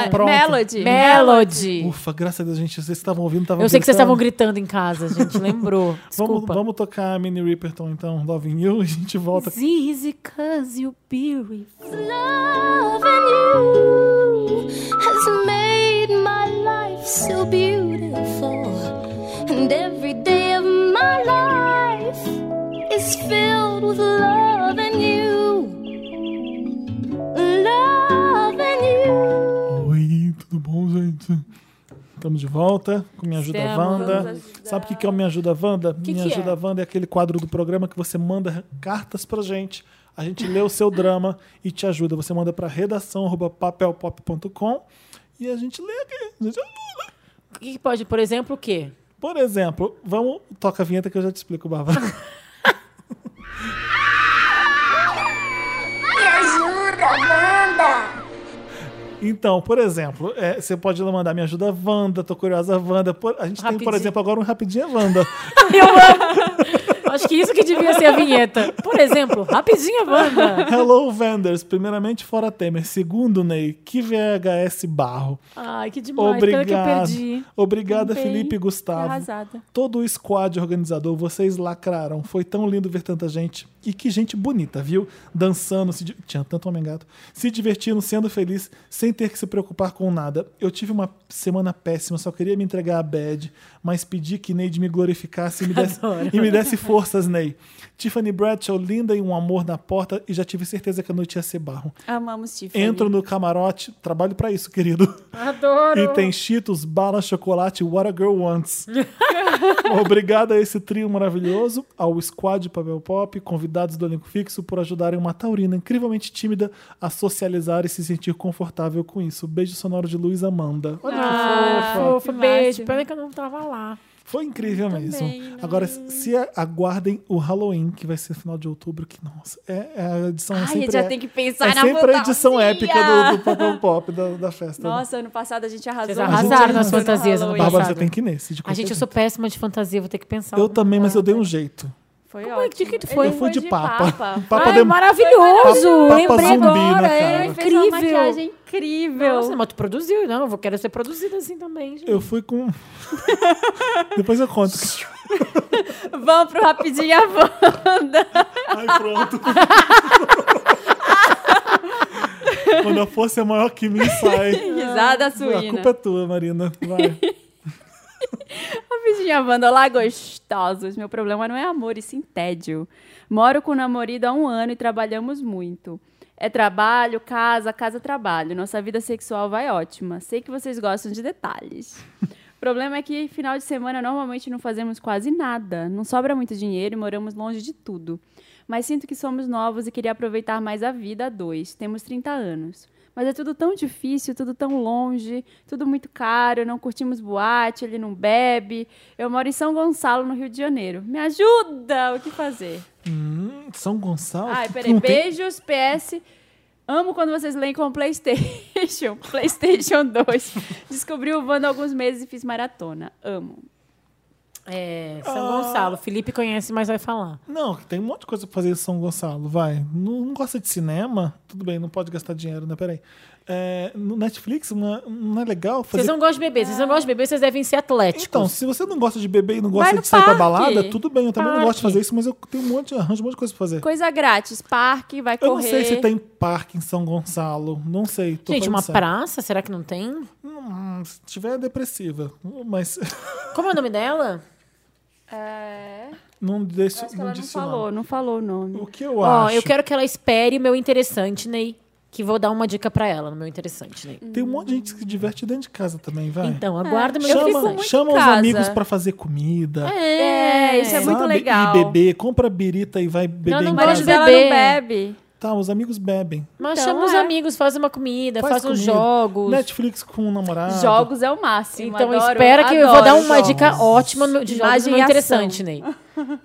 a pronto. Melody. Melody. Ufa, graças a Deus, gente. Vocês estavam ouvindo, estavam Eu sei que vocês estavam gritando. gritando em casa, gente, lembrou. Vamos, Desculpa. vamos tocar a Mini Ripperton, então, Loving You, e a gente volta. It's easy 'cause you be with Loving you has made my life so beautiful, and every day of my life is filled with love and you. Love and you. Oi, tudo bom, gente? Estamos de volta com Me Ajuda Estamos. Wanda. Vamos ajudar. Sabe o que que é o Me Ajuda Wanda? Que Me que Ajuda é? Wanda é aquele quadro do programa que você manda cartas pra gente. A gente lê o seu drama e te ajuda. Você manda pra redação@papelpop.com e a gente lê aqui. A gente é ajuda. O que que pode, por exemplo, o quê? Por exemplo, vamos toca a vinheta que eu já te explico, Bava. Me ajuda, Wanda! Então, por exemplo, é, você pode mandar Me Ajuda Wanda, Tô Curiosa Wanda. Por- a gente tem, por Rapidinho. exemplo, agora um Rapidinha Wanda. Acho que isso que devia ser a vinheta. Por exemplo, rapidinho, Wanda. Hello, vendors. Primeiramente, fora Temer. Segundo, Ney, que VHS barro. Ai, Ah, então é que demais. Pena que eu Obrigado. perdi. Obrigada, Também. Felipe e Gustavo. Arrasada. Todo o squad organizador, vocês lacraram. Foi tão lindo ver tanta gente. E que gente bonita, viu? Dançando, se di- tinha tanto homem gato. Se divertindo, sendo feliz, sem ter que se preocupar com nada. Eu tive uma semana péssima, só queria me entregar a bad, mas pedi que Neide me glorificasse e me desse, Adoro. e me desse forças, Ney. Tiffany Bradshaw, linda e um amor na porta, e já tive certeza que a noite ia ser barro. Amamos Tiffany. Entro no camarote, trabalho pra isso, querido. Adoro. E tem Cheetos, bala, chocolate, what a girl wants. Obrigado a esse trio maravilhoso, ao Squad Papel Pop, convidados do elenco fixo por ajudarem uma taurina incrivelmente tímida a socializar e se sentir confortável com isso. Beijo sonoro de Luiz Amanda. Olha Ah, que tá fofa. fofo, Que beijo. máximo. Pena que eu não tava lá. Foi incrível mesmo. né? Agora, se a- aguardem o Halloween, que vai ser final de outubro, que nossa, é, é a edição é Ai, sempre a gente já é- tem que é pensar na sempre a fantasia. edição épica do, do Papel Pop da, da festa. né? Nossa, ano passado a gente arrasou. Vocês arrasaram nas muito no fantasias ano Halloween. Bárbara, você passado. tem que ir nesse. De A gente, qualquer eu sou jeito. péssima de fantasia, vou ter que pensar. Eu também, mas eu dei um jeito. Foi Como é que- de que tu ótimo. foi? Ele Eu fui de papa. Papa Ai, dem- maravilhoso. Papa- Lembrei Papa zumbi, agora. né, é cara? Ele fez uma incrível. maquiagem incrível. Nossa, mas tu produziu, não? Eu vou- quero ser produzida assim também, gente. Eu fui com. Depois eu conto. Vamos pro Rapidinha Wanda. Ai, pronto. Quando a força é maior que mim, sai. Risada A suína. culpa é tua, Marina. Vai. Rapidinha minha banda, olá gostosos. Meu problema não é amor, e sim tédio. Moro com o namorado há um ano e trabalhamos muito. É trabalho, casa, casa, trabalho. Nossa vida sexual vai ótima. Sei que vocês gostam de detalhes. O problema é que final de semana normalmente não fazemos quase nada. Não sobra muito dinheiro e moramos longe de tudo. Mas sinto que somos novos e queria aproveitar mais a vida a dois. Temos 30 anos. Mas é tudo tão difícil, tudo tão longe, tudo muito caro, não curtimos boate, ele não bebe. Eu moro em São Gonçalo, no Rio de Janeiro. Me ajuda! O que fazer? Hum, São Gonçalo? Ai, Tu peraí. não tem- Beijos, PS. Amo quando vocês leem com o PlayStation. PlayStation 2. Descobri o Wanda há alguns meses e fiz maratona. Amo. É, São Gonçalo. Felipe conhece, mas vai falar. Não, tem um monte de coisa pra fazer em São Gonçalo, vai. Não, não gosta de cinema? Tudo bem, não pode gastar dinheiro, né? Peraí. É, no Netflix não é, não é legal fazer. Vocês não gostam de beber, vocês não gostam de beber, vocês devem ser atléticos. Então, se você não gosta de beber e não Vai gosta no de sair pra parque. balada, tudo bem, eu também não Parque. gosto de fazer isso, mas eu tenho um monte, arranjo um monte de coisa pra fazer. Coisa grátis, parque, vai Eu correr. não sei se tem parque em São Gonçalo, não sei. Tô Gente, falando uma sério. praça, será que não tem? Hum, se tiver é depressiva, mas Como é o nome dela? É, não deixo. acho que não ela não disse o nome. falou, né? não falou o nome. O que eu Ó, acho? eu quero que ela espere o meu interessante, Ney. Que vou dar uma dica pra ela no meu interessante, Ney. Tem um monte de gente que se diverte dentro de casa também, vai. Então, É, aguarda o meu eu fico chama interessante. muito chama em os casa. amigos pra fazer comida. É, isso é sabe? muito legal. E beber, compra birita e vai beber não em Mas casa. gosto de ela beber. não bebe. Tá, os amigos bebem. Mas Então, chama os é. amigos, faz uma comida, faz, uns comida. jogos. Netflix com o namorado. Jogos é o máximo. Ah. Então adoro, espera que eu vou adoro dar uma jogos. dica ótima no- de jogos Imagem no meu e ação. interessante, Ney.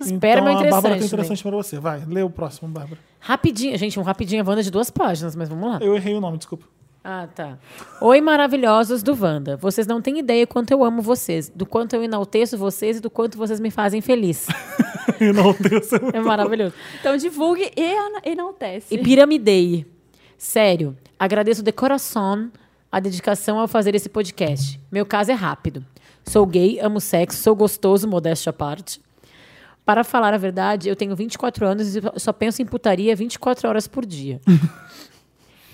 então, A Bárbara Espera meu tem interessante, Ney. interessante pra você. Vai, lê o próximo, Bárbara. Rapidinho, gente, um rapidinho Wanda de duas páginas, mas vamos lá. Eu errei o nome, desculpa. Ah, tá. Oi, maravilhosos do Wanda. Vocês não têm ideia quanto eu amo vocês, do quanto eu enalteço vocês e do quanto vocês me fazem feliz. E não deu certo. É maravilhoso. Então divulgue e ana- enaltece. E piramidei. Sério, agradeço de coração a dedicação ao fazer esse podcast. Meu caso é rápido. Sou gay, amo sexo, sou gostoso, modéstia à parte. Para falar a verdade, eu tenho 24 anos e só penso em putaria 24 horas por dia.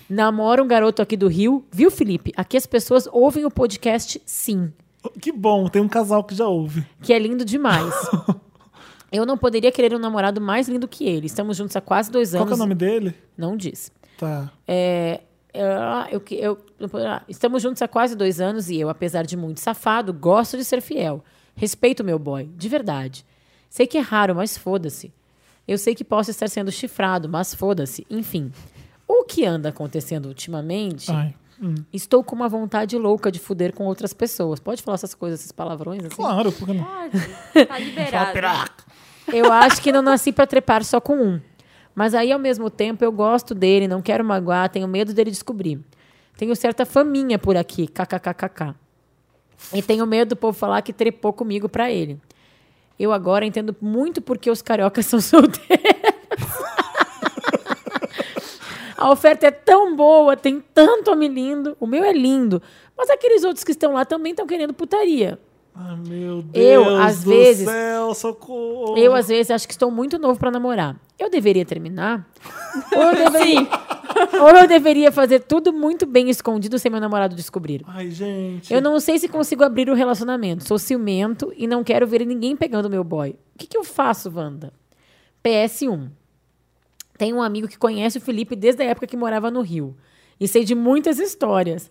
Namoro um garoto aqui do Rio. Viu, Felipe? Aqui as pessoas ouvem o podcast, sim Que bom, tem um casal que já ouve. que é lindo demais. Eu não poderia querer um namorado mais lindo que ele. Estamos juntos há quase dois Qual anos. que é o nome dele? Não diz. Tá. É, é, ah, eu, que- eu- ah, estamos juntos há quase dois anos e eu, apesar de muito safado, gosto de ser fiel. Respeito meu boy, de verdade. Sei que é raro, mas foda-se. Eu sei que posso estar sendo chifrado, mas foda-se. Enfim, o que anda acontecendo ultimamente? Ai. Estou com uma vontade louca de fuder com outras pessoas. Pode falar essas coisas, esses palavrões? Assim? Claro, porque não. Tá liberado. Eu acho que não nasci pra trepar só com um. Mas aí, ao mesmo tempo, eu gosto dele, não quero magoar, tenho medo dele descobrir. Tenho certa faminha por aqui, kkkk. E tenho medo do povo falar que trepou comigo pra ele. Eu agora entendo muito porque os cariocas são solteiros. A oferta é tão boa, tem tanto homem lindo. O meu é lindo. Mas aqueles outros que estão lá também estão querendo putaria. Ai, meu Deus. Eu, às do vezes- Céu, socorro. Eu, às vezes, acho que estou muito novo para namorar. Eu deveria terminar? ou, eu deveria, ou eu deveria fazer tudo muito bem escondido sem meu namorado descobrir? Ai, gente. Eu não sei se consigo abrir o relacionamento. Sou ciumento e não quero ver ninguém pegando meu boy. O que, que eu faço, Wanda? PS1. Tenho um amigo que conhece o Felipe desde a época que morava no Rio. E sei de muitas histórias.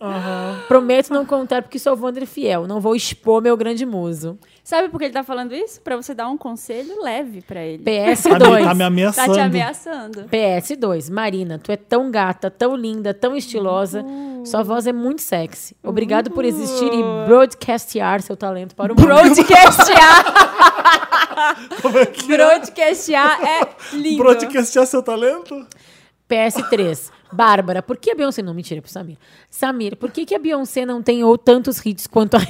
Prometo não contar porque sou Wander fiel. Não vou expor meu grande muso. Sabe por que ele tá falando isso? Pra você dar um conselho leve pra ele. Tá me, PS2. tá me Tá ameaçando. te ameaçando. PS2, Marina, tu é tão gata, tão linda, tão estilosa. Uhum. Sua voz é muito sexy. Obrigado por existir e broadcastear seu talento para o mundo. Broadcastear. é Broadcastear é lindo. Broadcastear seu talento? PS3, Bárbara, por que a Beyoncé... Não, mentira, é pro Samir. Samir, por que, que a Beyoncé não tem ou tantos hits quanto a...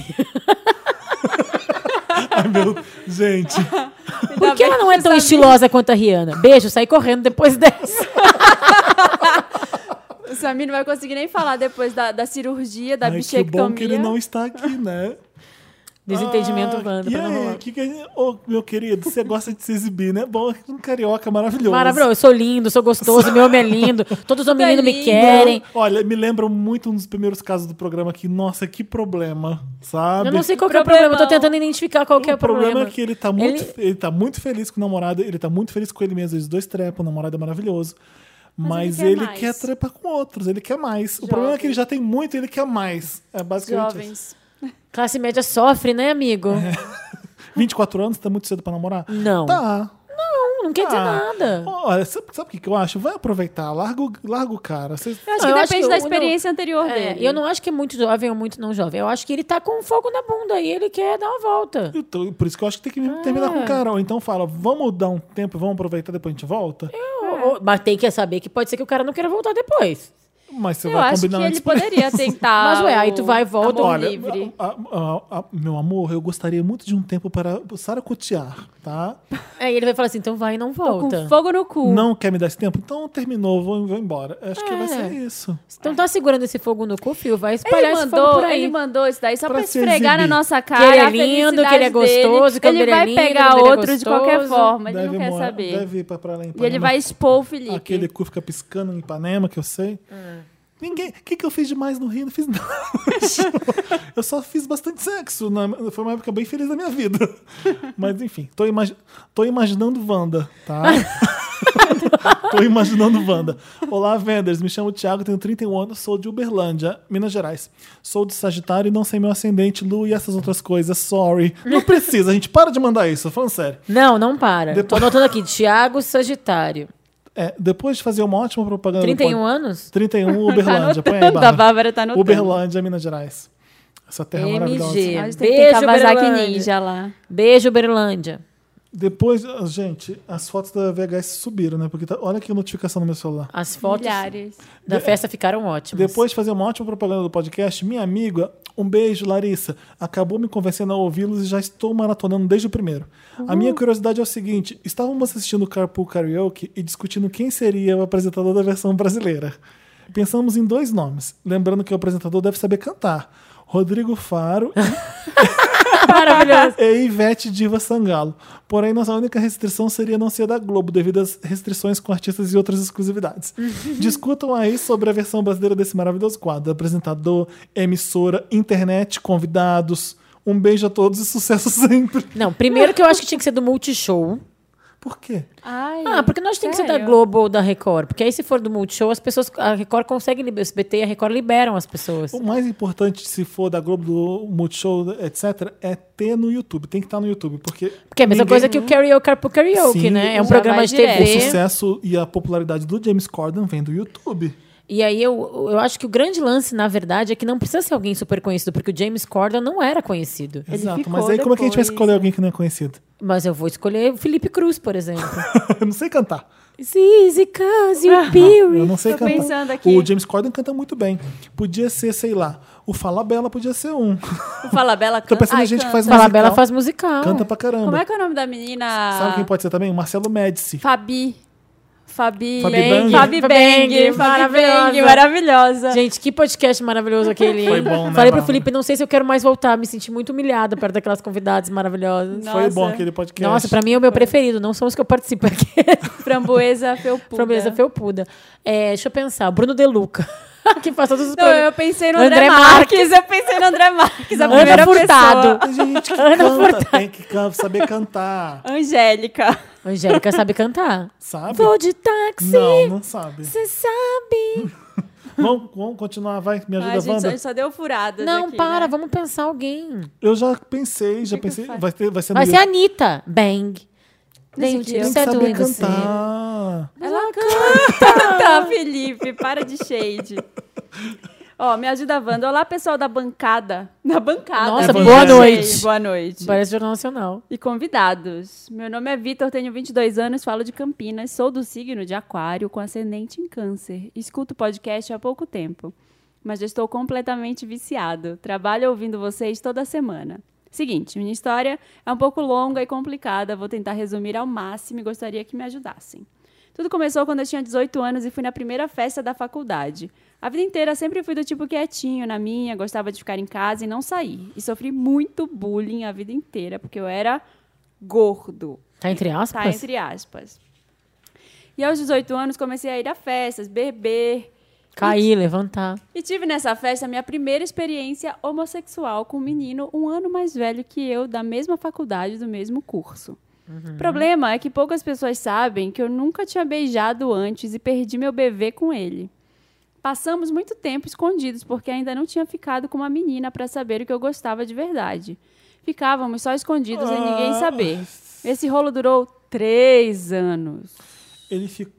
Ai, meu. Gente. Por que ela não é tão Samir. estilosa quanto a Rihanna? Beijo, sai correndo depois Ah, dessa. O Samir não vai Tá conseguir nem falar depois da, da cirurgia, da Ai, que bichectomia. bom que ele não está aqui, né? Desentendimento Wanda. E pra não aí, rolar. que que a- Ô, meu querido, você gosta de se exibir, né? Bom, um carioca maravilhoso. Maravilhoso, eu sou lindo, sou gostoso, meu homem é lindo, todos os homens lindos me lindo. querem. Olha, me lembram muito um dos primeiros casos do programa aqui. Nossa, que problema, sabe? Eu não sei qual que é o problema, eu tô Problemão. tentando identificar qual que é o problema, é que ele tá, muito, Ele- ele... tá muito feliz com o namorado, ele tá muito feliz com ele mesmo, eles dois trepam, o namorado é maravilhoso. Mas, ele quer ele, mais. quer, trepar com outros, ele quer mais. O problema é que ele já tem muito, ele quer mais. É basicamente isso. Jovens. Classe média sofre, né, amigo? 24 anos, tá muito cedo pra namorar? Não. Tá. Não, não quer dizer Ah. nada. Olha, sabe, sabe o que que eu acho? Vai aproveitar, larga, o- larga o cara. Vocês- Eu acho que Eu acho depende que da eu- experiência anterior É, dele. eu não acho que é muito jovem ou muito não jovem. Eu acho que ele tá com fogo na bunda e ele quer dar uma volta. Eu tô- por isso que eu acho que tem que terminar É. com o cara. Ou então fala, vamos dar um tempo, vamos aproveitar, depois a gente volta. Ou- ou- mas tem que saber que pode ser que o cara não queira voltar depois. Mas você Eu vai acho que combinar ele antes poderia tentar. Mas, ué, aí o tu vai e volta, amor Olha, livre. a- a- a- meu amor, eu gostaria muito de um tempo para saracotear, tá? Aí ele vai falar assim, então vai e não volta. Com fogo no cu. Não quer me dar esse tempo? Então terminou, vou, vou embora. Acho que É. vai ser isso. Então tá segurando esse fogo no cu, fio, vai Ele espalhar esse fogo por mandou, aí. ele mandou isso daí só pra, Pra se esfregar na exibir. nossa cara. ele é lindo, a felicidade que ele é gostoso, dele. que o Ele dele é vai lindo, pegar que o dele é outro de qualquer gostomo. forma, ele não quer morar- saber. Deve ir pra, pra lá em E ele Ipanema. vai expor o Felipe. Aquele cu fica piscando em Ipanema, que eu sei. Ninguém. O que, que eu fiz demais no Rio? Não fiz nada. eu só fiz bastante sexo. na- foi uma época bem feliz da minha vida. Mas enfim, tô, imagi- tô imaginando Wanda, tá? tô imaginando Wanda. Olá, Venders. Me chamo Thiago, tenho 31 anos, sou de Uberlândia, Minas Gerais. Sou de Sagitário e não sei meu ascendente, Lu e essas outras coisas. Sorry. Não precisa, gente. Para de mandar isso, falando sério. Não, não para. Tô anotando aqui, Tiago Sagitário. É, depois de fazer uma ótima propaganda. no 31 anos? 31 Uberlândia. Põe aí, Tá anotando, Bárbara. a Bárbara tá anotando. Uberlândia, Minas Gerais. Essa terra é maravilhosa. MG. A gente tem Beijo, que Kawasaki Uberlândia. Ninja lá. Beijo, Berlândia. Depois, ah, gente, as fotos da VHS subiram, né? Porque tá- olha que notificação no meu celular. As fotos Milhares. da festa ficaram ótimas. Depois de fazer uma ótima propaganda do podcast, minha amiga, um beijo, Larissa, acabou me convencendo a ouvi-los e já estou maratonando desde o primeiro. A minha curiosidade é o seguinte: estávamos assistindo o Carpool Karaoke e discutindo quem seria o apresentador da versão brasileira. Pensamos em dois nomes, lembrando que o apresentador deve saber cantar. Rodrigo Faro Maravilhoso. e É Ivete Diva Sangalo. Porém, nossa única restrição seria não ser da Globo, devido às restrições com artistas e outras exclusividades. Discutam aí sobre a versão brasileira desse maravilhoso quadro. Apresentador, emissora, internet, convidados. Um beijo a todos e sucesso sempre. Não, primeiro que eu acho que tinha que ser do Multishow. Por quê? Ai, Ah, porque nós temos que ser da sério? Globo ou da Record. Porque aí se for do Multishow, as pessoas. A Record consegue liberar. O SBT e a Record liberam as pessoas. O mais importante, se for da Globo, do Multishow, etc., é ter no YouTube. Tem que estar no YouTube, porque... Porque é a mesma ninguém- coisa que o Karaoke Carpool Karaoke, Sim, né? É um já programa vai de direto. O TV. sucesso e a popularidade do James Corden vem do YouTube. E aí eu, eu acho que o grande lance, na verdade, é que não precisa ser alguém super conhecido, porque o James Corden não era conhecido. Exato, ficou mas aí como é que a gente vai depois, escolher alguém que não é conhecido? Mas eu vou escolher o Felipe Cruz, por exemplo. Eu não sei cantar. It's easy cause you Eu peel não sei Tô cantar. pensando aqui. O James Corden canta muito bem. Podia ser, sei lá, o Fala Bela podia ser um. o Fala Bela Tô canta. pensando Ai, em gente que canta. faz musical. Falabella faz musical. Canta pra caramba. Como é tá? que é o nome da menina? Sabe quem pode ser também? O Marcelo Médici. Fabi. Fabi. Fabi Bang. Fabi Bang. Fabi Bang, Bang. maravilhosa. Maravilhosa. Gente, que podcast maravilhoso aquele. Foi bom, né, Falei pro Bárbara? Felipe, não sei se eu quero mais voltar. Me senti muito humilhada perto daquelas convidadas maravilhosas. Nossa. Foi bom aquele podcast. Nossa, pra mim é o meu preferido. Não são os que eu participo aqui. Framboesa Felpuda. Promesa Felpuda. É, deixa eu pensar. Bruno De Luca. que faz todos os Não, programas. eu pensei no André, André Marques. Eu pensei no André Marques, a Ana primeira pessoa. Furtado. Tem gente que canta, tem que can- saber cantar. Angélica. Angélica sabe cantar. Sabe? Vou de táxi. Não, não sabe. Você sabe. Vamos, vamos continuar, vai. Me ajuda, Ai, gente, Wanda. a gente só deu furadas Não, aqui, para, né? vamos pensar alguém. Eu já pensei, já pensei. Vai, ter, vai ser no Vai ser a YouTube. Anitta. Bang. Gente, eu- Tem que isso é saber doido, sim. cantar. Ela canta! tá, Felipe, para de shade. Ó, me ajuda, Wanda. Olá, pessoal da bancada. Da bancada. Nossa, bem boa cheio. noite. Boa noite. assim. Parece Jornal Nacional. E convidados. Meu nome é Vitor, tenho 22 anos, falo de Campinas, sou do signo de Aquário, com ascendente em Câncer. Escuto o podcast há pouco tempo, mas já estou completamente viciado. Trabalho ouvindo vocês toda semana. Seguinte, minha história é um pouco longa e complicada, vou tentar resumir ao máximo e gostaria que me ajudassem. Tudo começou quando eu tinha 18 anos e fui na primeira festa da faculdade. A vida inteira sempre fui do tipo quietinho, na minha, gostava de ficar em casa e não sair. E sofri muito bullying a vida inteira, porque eu era gordo. Tá entre aspas? Tá entre aspas. E aos 18 anos comecei a ir a festas, beber. Cair, levantar. E tive nessa festa minha primeira experiência homossexual com um menino um ano mais velho que eu, da mesma faculdade, do mesmo curso. O problema é que poucas pessoas sabem que eu nunca tinha beijado antes e perdi meu bebê com ele. Passamos muito tempo escondidos porque ainda não tinha ficado com uma menina para saber o que eu gostava de verdade. Ficávamos só escondidos sem ninguém saber. Esse rolo durou três anos. Ele ficou.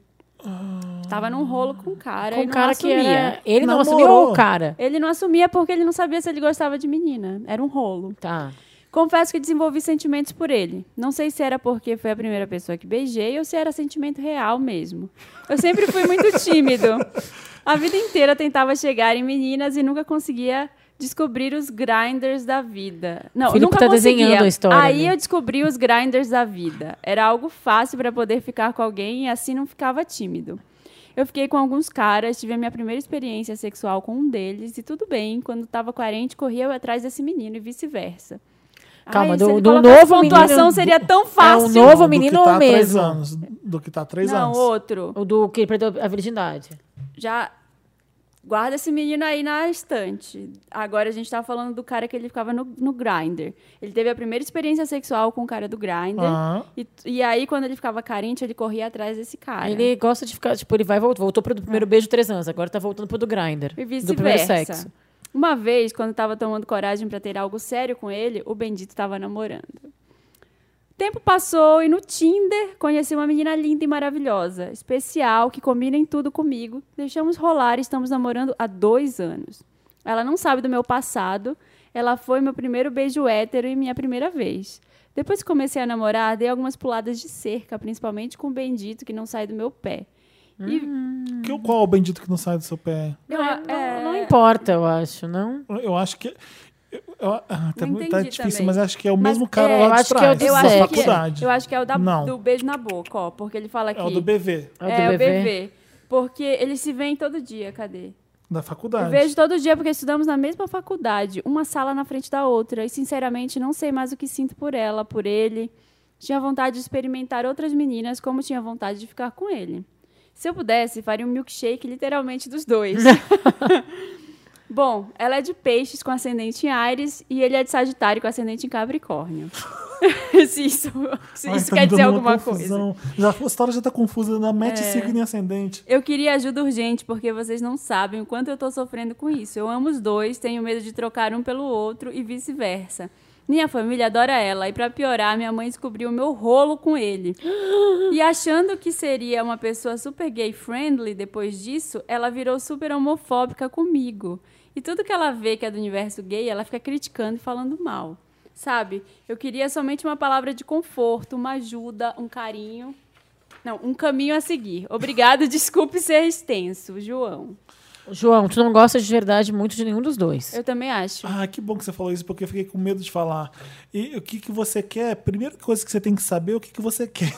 Tava num rolo com o cara Com e o não cara que assumia. era. Ele não Namorou. assumiu ou o cara? Ele não assumia porque ele não sabia se ele gostava de menina. Era um rolo. Tá. Confesso que desenvolvi sentimentos por ele. Não sei se era porque foi a primeira pessoa que beijei ou se era sentimento real mesmo. Eu sempre fui muito tímido. A vida inteira tentava chegar em meninas e nunca conseguia descobrir os grinders da vida. Não, Filipe nunca tá conseguia. desenhando a história né? Aí ali. eu descobri os grinders da vida. Era algo fácil para poder ficar com alguém e assim não ficava tímido. Eu fiquei com alguns caras, tive a minha primeira experiência sexual com um deles e tudo bem. Quando estava carente, corria eu atrás desse menino e vice-versa. Calma, Ai, do- se ele do colocasse novo pontuação menino- seria tão É um fácil. novo Do que menino tá ou há três mesmo? anos. Do que tá há três Não, anos. outro. O do que perdeu a virgindade. Já guarda esse menino aí na estante. Agora a gente tá falando do cara que ele ficava no, no Grindr. Ele teve a primeira experiência sexual com o cara do Grindr. Ah. E, e aí, quando ele ficava carente, ele corria atrás desse cara. Ele gosta de ficar, tipo, ele vai e volta. Voltou pro do primeiro beijo três anos, agora tá voltando pro do grinder. É. E Do primeiro vice-versa. sexo. Uma vez, quando estava tomando coragem para ter algo sério com ele, o Bendito estava namorando. Tempo passou e no Tinder conheci uma menina linda e maravilhosa, especial, que combina em tudo comigo. Deixamos rolar e estamos namorando há dois anos. Ela não sabe do meu passado, ela foi meu primeiro beijo hétero e minha primeira vez. Depois que comecei a namorar, dei algumas puladas de cerca, principalmente com o Bendito, que não sai do meu pé. E Hum. Que, qual é o bendito que não sai do seu pé? Não, Não, é- não importa, eu acho, não? Eu acho que. eu- eu- ah, tá, Não tá entendi difícil, também. mas acho que é o Mas mesmo cara é, lá eu de acho que é trás, o do Eu da acho, sexo. que faculdade. é, eu acho que é o da- Não. do beijo na boca, ó, porque ele fala aqui. É o do BV, É o do é, o bebê. BV. Porque eles se veem todo dia, cadê? da Eu faculdade. vejo todo dia porque estudamos na mesma faculdade, uma sala na frente da outra, e sinceramente não sei mais o que sinto por ela, por ele. Tinha vontade de experimentar outras meninas, como tinha vontade de ficar com ele. Se eu pudesse, faria um milkshake literalmente dos dois. Bom, ela é de peixes com ascendente em Ares e ele é de Sagitário com ascendente em Capricórnio. se isso, se Ai, isso tá me quer dando dizer uma alguma coisa. É. confusão. Já, a história já tá confusa, na mete signo e ascendente. Eu queria ajuda urgente, porque vocês não sabem o quanto eu tô sofrendo com isso. Eu amo os dois, tenho medo de trocar um pelo outro e vice-versa. Minha família adora ela, e pra piorar, minha mãe descobriu o meu rolo com ele. E achando que seria uma pessoa super gay friendly depois disso, ela virou super homofóbica comigo. E tudo que ela vê que é do universo gay, ela fica criticando e falando mal. Sabe? Eu queria somente uma palavra de conforto, uma ajuda, um carinho. Não, um caminho a seguir. Obrigado, desculpe ser extenso, João. João, tu não gosta de verdade muito de nenhum dos dois. Eu também acho. Ah, que bom que você falou isso, porque eu fiquei com medo de falar. E o que, que você quer? Primeira coisa que você tem que saber é o que, que você quer.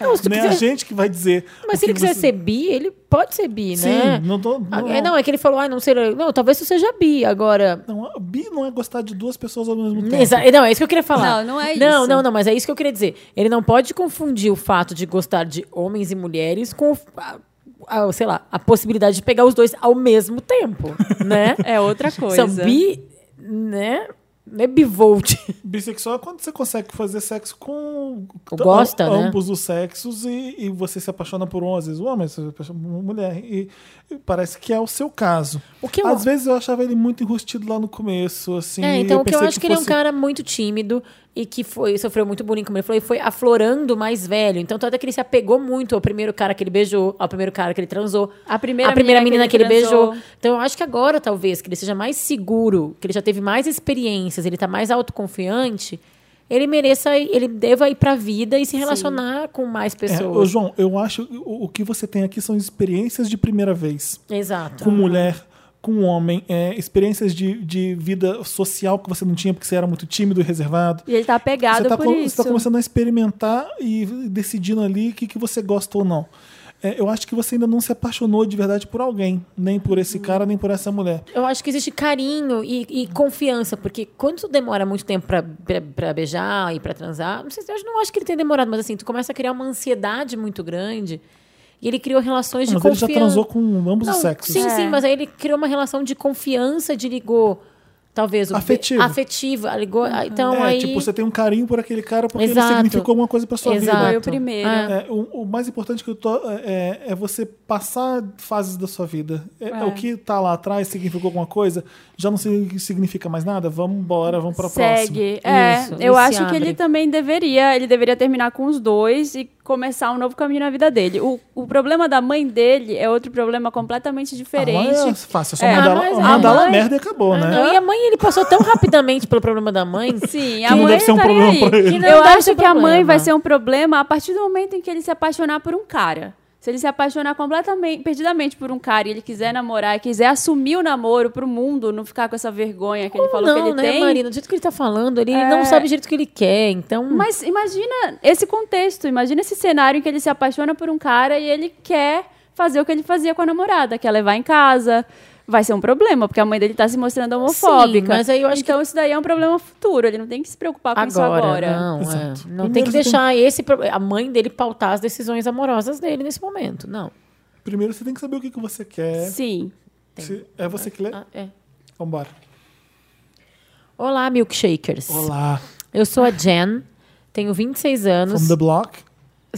Não, se tu Não é a quiser- gente que vai dizer. o Mas se que ele quiser você- ser bi, ele pode ser bi, Sim, né? não tô. Ah, Não, é, não, é que ele falou, ah, não sei. Não, talvez tu seja bi agora. não, bi não é gostar de duas pessoas ao mesmo tempo. Exa- não, é isso que eu queria falar. Não, não é Não, isso. não, não, mas é isso que eu queria dizer. Ele não pode confundir o fato de gostar de homens e mulheres com, o f- a- a- sei lá, a possibilidade de pegar os dois ao mesmo tempo, né? É outra São bi, né? Não é bivolt. Bissexual é quando você consegue fazer sexo com Ou gosta, a- né? ambos os sexos e, e você se apaixona por um, às vezes um homem, às vezes apaixona por uma mulher. E, e parece que é o seu caso. O que eu às vezes eu achava ele muito enrustido lá no começo, assim. É, e então o que eu pensei acho que, ele é um fosse- cara muito tímido e que foi, sofreu muito bullying, como ele falou, e foi aflorando mais velho. Então, tanto é que ele se apegou muito ao primeiro cara que ele beijou, ao primeiro cara que ele transou, A primeira à primeira menina menina que que ele ele, transou. beijou. Então, eu acho que agora, talvez, que ele seja mais seguro, que ele já teve mais experiências, ele tá mais autoconfiante, ele mereça, ir- ele deva ir pra vida e se relacionar com mais É, ô, pessoas. João, eu acho que o, o que você tem aqui são experiências de primeira vez. Exato. Com mulher, com homem, é, experiências de, de vida social que você não tinha porque você era muito tímido e reservado. E ele tá Você apegado está por isso. começando a experimentar e decidindo ali o que, que você gosta ou não. é, eu acho que você ainda não se apaixonou de verdade por alguém. Nem por Uhum. esse cara, nem por essa mulher. Eu acho que existe carinho e, e confiança, porque quando tu demora muito tempo pra, pra, pra beijar e pra transar, não sei se eu acho- não acho que ele tenha demorado, mas assim, tu começa a criar uma ansiedade muito grande. E ele criou relações de Ah, Mas ele confiança. já transou com ambos os sexos. Sim, É. sim, mas aí ele criou uma relação de confiança, de ligou, talvez, o be- Afetivo. afetiva. Ligou, ah, então é, aí. tipo, você tem um carinho por aquele cara porque Exato. ele significou alguma coisa pra sua Exato. vida. Foi o primeiro. É, É. o, o mais importante que eu tô é, é você passar fases da sua vida. É, O que tá lá atrás significou alguma coisa, já não sig- significa mais nada? Vamos embora, vamos pra próxima. Segue. É, Isso, eu e se acho que abre. ele também deveria, ele deveria terminar com os dois e começar um novo caminho na vida dele. O, o problema da mãe dele é outro problema completamente A mãe é diferente. fácil, é só É, mandar, Ah, mas a mandar lá mãe- merda e acabou, Ah, né? não, e a mãe, ele passou tão rapidamente pelo problema da mãe. Sim, Que a não mãe deve ser um tá nem problema aí. pra ele. Que não Eu eu deve acho ser que a mãe problema. vai ser um problema a partir do momento em que ele se apaixonar por um cara. Se ele se apaixonar completamente, perdidamente por um cara e ele quiser namorar, e quiser assumir o namoro pro mundo, não ficar com essa vergonha que ele falou que não, ele né, tem. Marina? Do jeito que ele tá falando, ele não sabe o jeito que ele quer, então. Mas imagina esse contexto, imagina esse cenário em que ele se apaixona por um cara e ele quer fazer o que ele fazia com a namorada, que é levar em casa. Vai ser um problema, porque a mãe dele tá se mostrando homofóbica. mas aí eu acho então isso daí é um problema futuro, ele não tem que se preocupar com isso agora. Não, é. Exato. não Primeiro tem que você tem- deixar esse pro- a mãe dele pautar as decisões amorosas dele nesse momento. Não. Primeiro você tem que saber o que, que você quer. Sim. Se- é você que lê? Ah, é. Vambora. Olá, milkshakers. Olá, Eu sou a Jen, tenho 26 anos. from the block.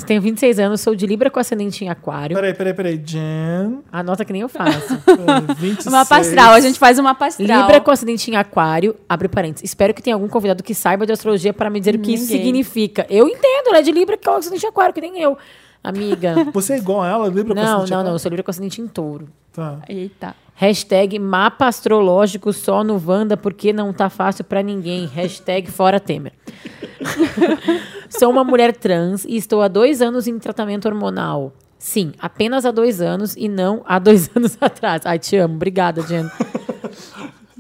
Tenho 26 anos, sou de Libra com ascendente em aquário. Peraí, peraí, peraí. Jen, Anota que nem eu faço. eh, 26. Uma pastral, a gente faz uma pastral. Libra com ascendente em aquário, abre parênteses. Espero que tenha algum convidado que saiba de astrologia para me dizer o que isso Ninguém. significa. Eu entendo, ela é de Libra com ascendente em aquário, que nem eu. Amiga. Você é igual a ela? Lembra não, não, não, eu sou Libra com ascendente em touro. Tá. Eita. Hashtag mapa astrológico só no Wanda, porque não tá fácil pra ninguém. Hashtag fora Temer. Sou uma mulher trans e estou há dois anos em tratamento hormonal. Sim, apenas há dois anos e não há dois anos atrás. Ai, te amo. Obrigada, Jen.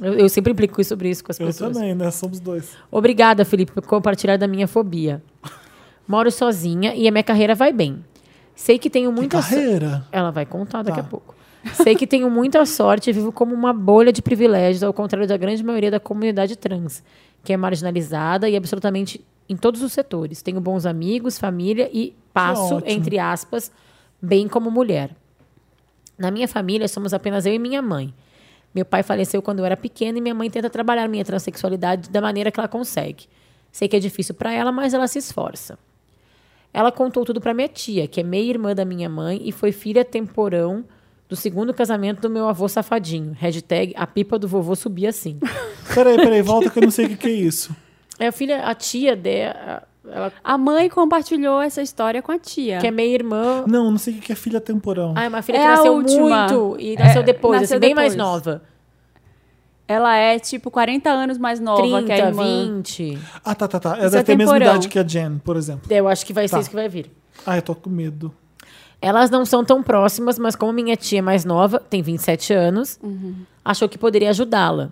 Eu, eu sempre implico sobre isso com as Eu pessoas. também, né? Somos dois. Obrigada, Felipe, por compartilhar da minha fobia. Moro sozinha e a minha carreira vai bem. Sei que tenho Que muita so- carreira. ela vai contar daqui Tá. a pouco. Sei que tenho muita sorte e vivo como uma bolha de privilégios, ao contrário da grande maioria da comunidade trans, que é marginalizada e absolutamente em todos os setores. Tenho bons amigos, família e passo, ótimo. entre aspas, bem como mulher. Na minha família, somos apenas eu e minha mãe. Meu pai faleceu quando eu era pequena e minha mãe tenta trabalhar minha transexualidade da maneira que ela consegue. Sei que é difícil para ela, mas ela se esforça. Ela contou tudo para minha tia, que é meia-irmã da minha mãe e foi filha temporão do segundo casamento do meu avô safadinho. Hashtag a pipa do vovô subia assim. Peraí, peraí, volta que eu não sei o que, que é isso. É a filha, a tia dela, ela A mãe compartilhou essa história com a tia. que é meia-irmã. Não, não sei o que, que é filha temporão. Ah, é uma filha É que a nasceu última. É, muito e nasceu depois, nasceu assim, bem mais depois. nova. Ela é tipo 40 anos mais nova que é a 30, irmã. 20. Ah, tá, tá, tá. Ela Isso deve é ter a mesma temporão. idade que a Jen, por exemplo. Eu acho que vai Tá. ser isso que vai vir. Ah, eu tô com medo. Elas não são tão próximas, mas como minha tia é mais nova, tem 27 anos, achou que poderia ajudá-la.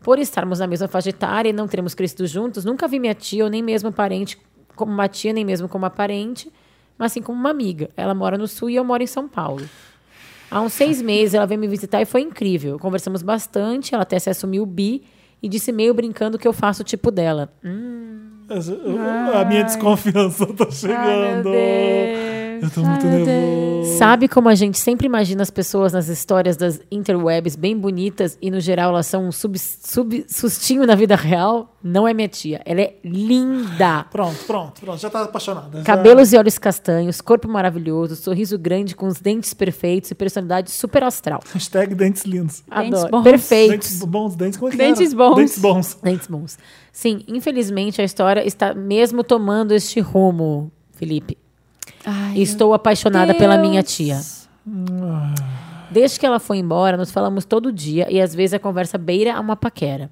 Por estarmos na mesma faixa etária e não termos crescido juntos, nunca vi minha tia ou nem mesmo parente como uma tia, nem mesmo como uma parente, mas sim como uma amiga. Ela mora no Sul e eu moro em São Paulo. Há uns seis meses ela veio me visitar e foi incrível. Conversamos bastante, ela até se assumiu bi e disse meio brincando que eu faço o tipo dela. Essa- eu- A minha desconfiança tá Ai, meu chegando. Deus. eu tô muito Ai, meu nervoso. Sabe como a gente sempre imagina as pessoas nas histórias das interwebs bem bonitas e no geral elas são um sub, sub- sustinho na vida real? Não é minha tia. Ela é linda. Pronto, pronto, pronto. Já tá apaixonada. Já- Cabelos e olhos castanhos, corpo maravilhoso, sorriso grande com os dentes perfeitos e personalidade super astral. Hashtag dentes lindos. Dentes Adoro. bons. Perfeitos. Dentes bons, dentes como é que Dentes era? bons. Dentes bons. Dentes bons. Sim, infelizmente a história está mesmo tomando este rumo, Felipe. Ai, Estou apaixonada pela Deus. minha tia. Desde que ela foi embora, nos falamos todo dia e às vezes a conversa beira a uma paquera.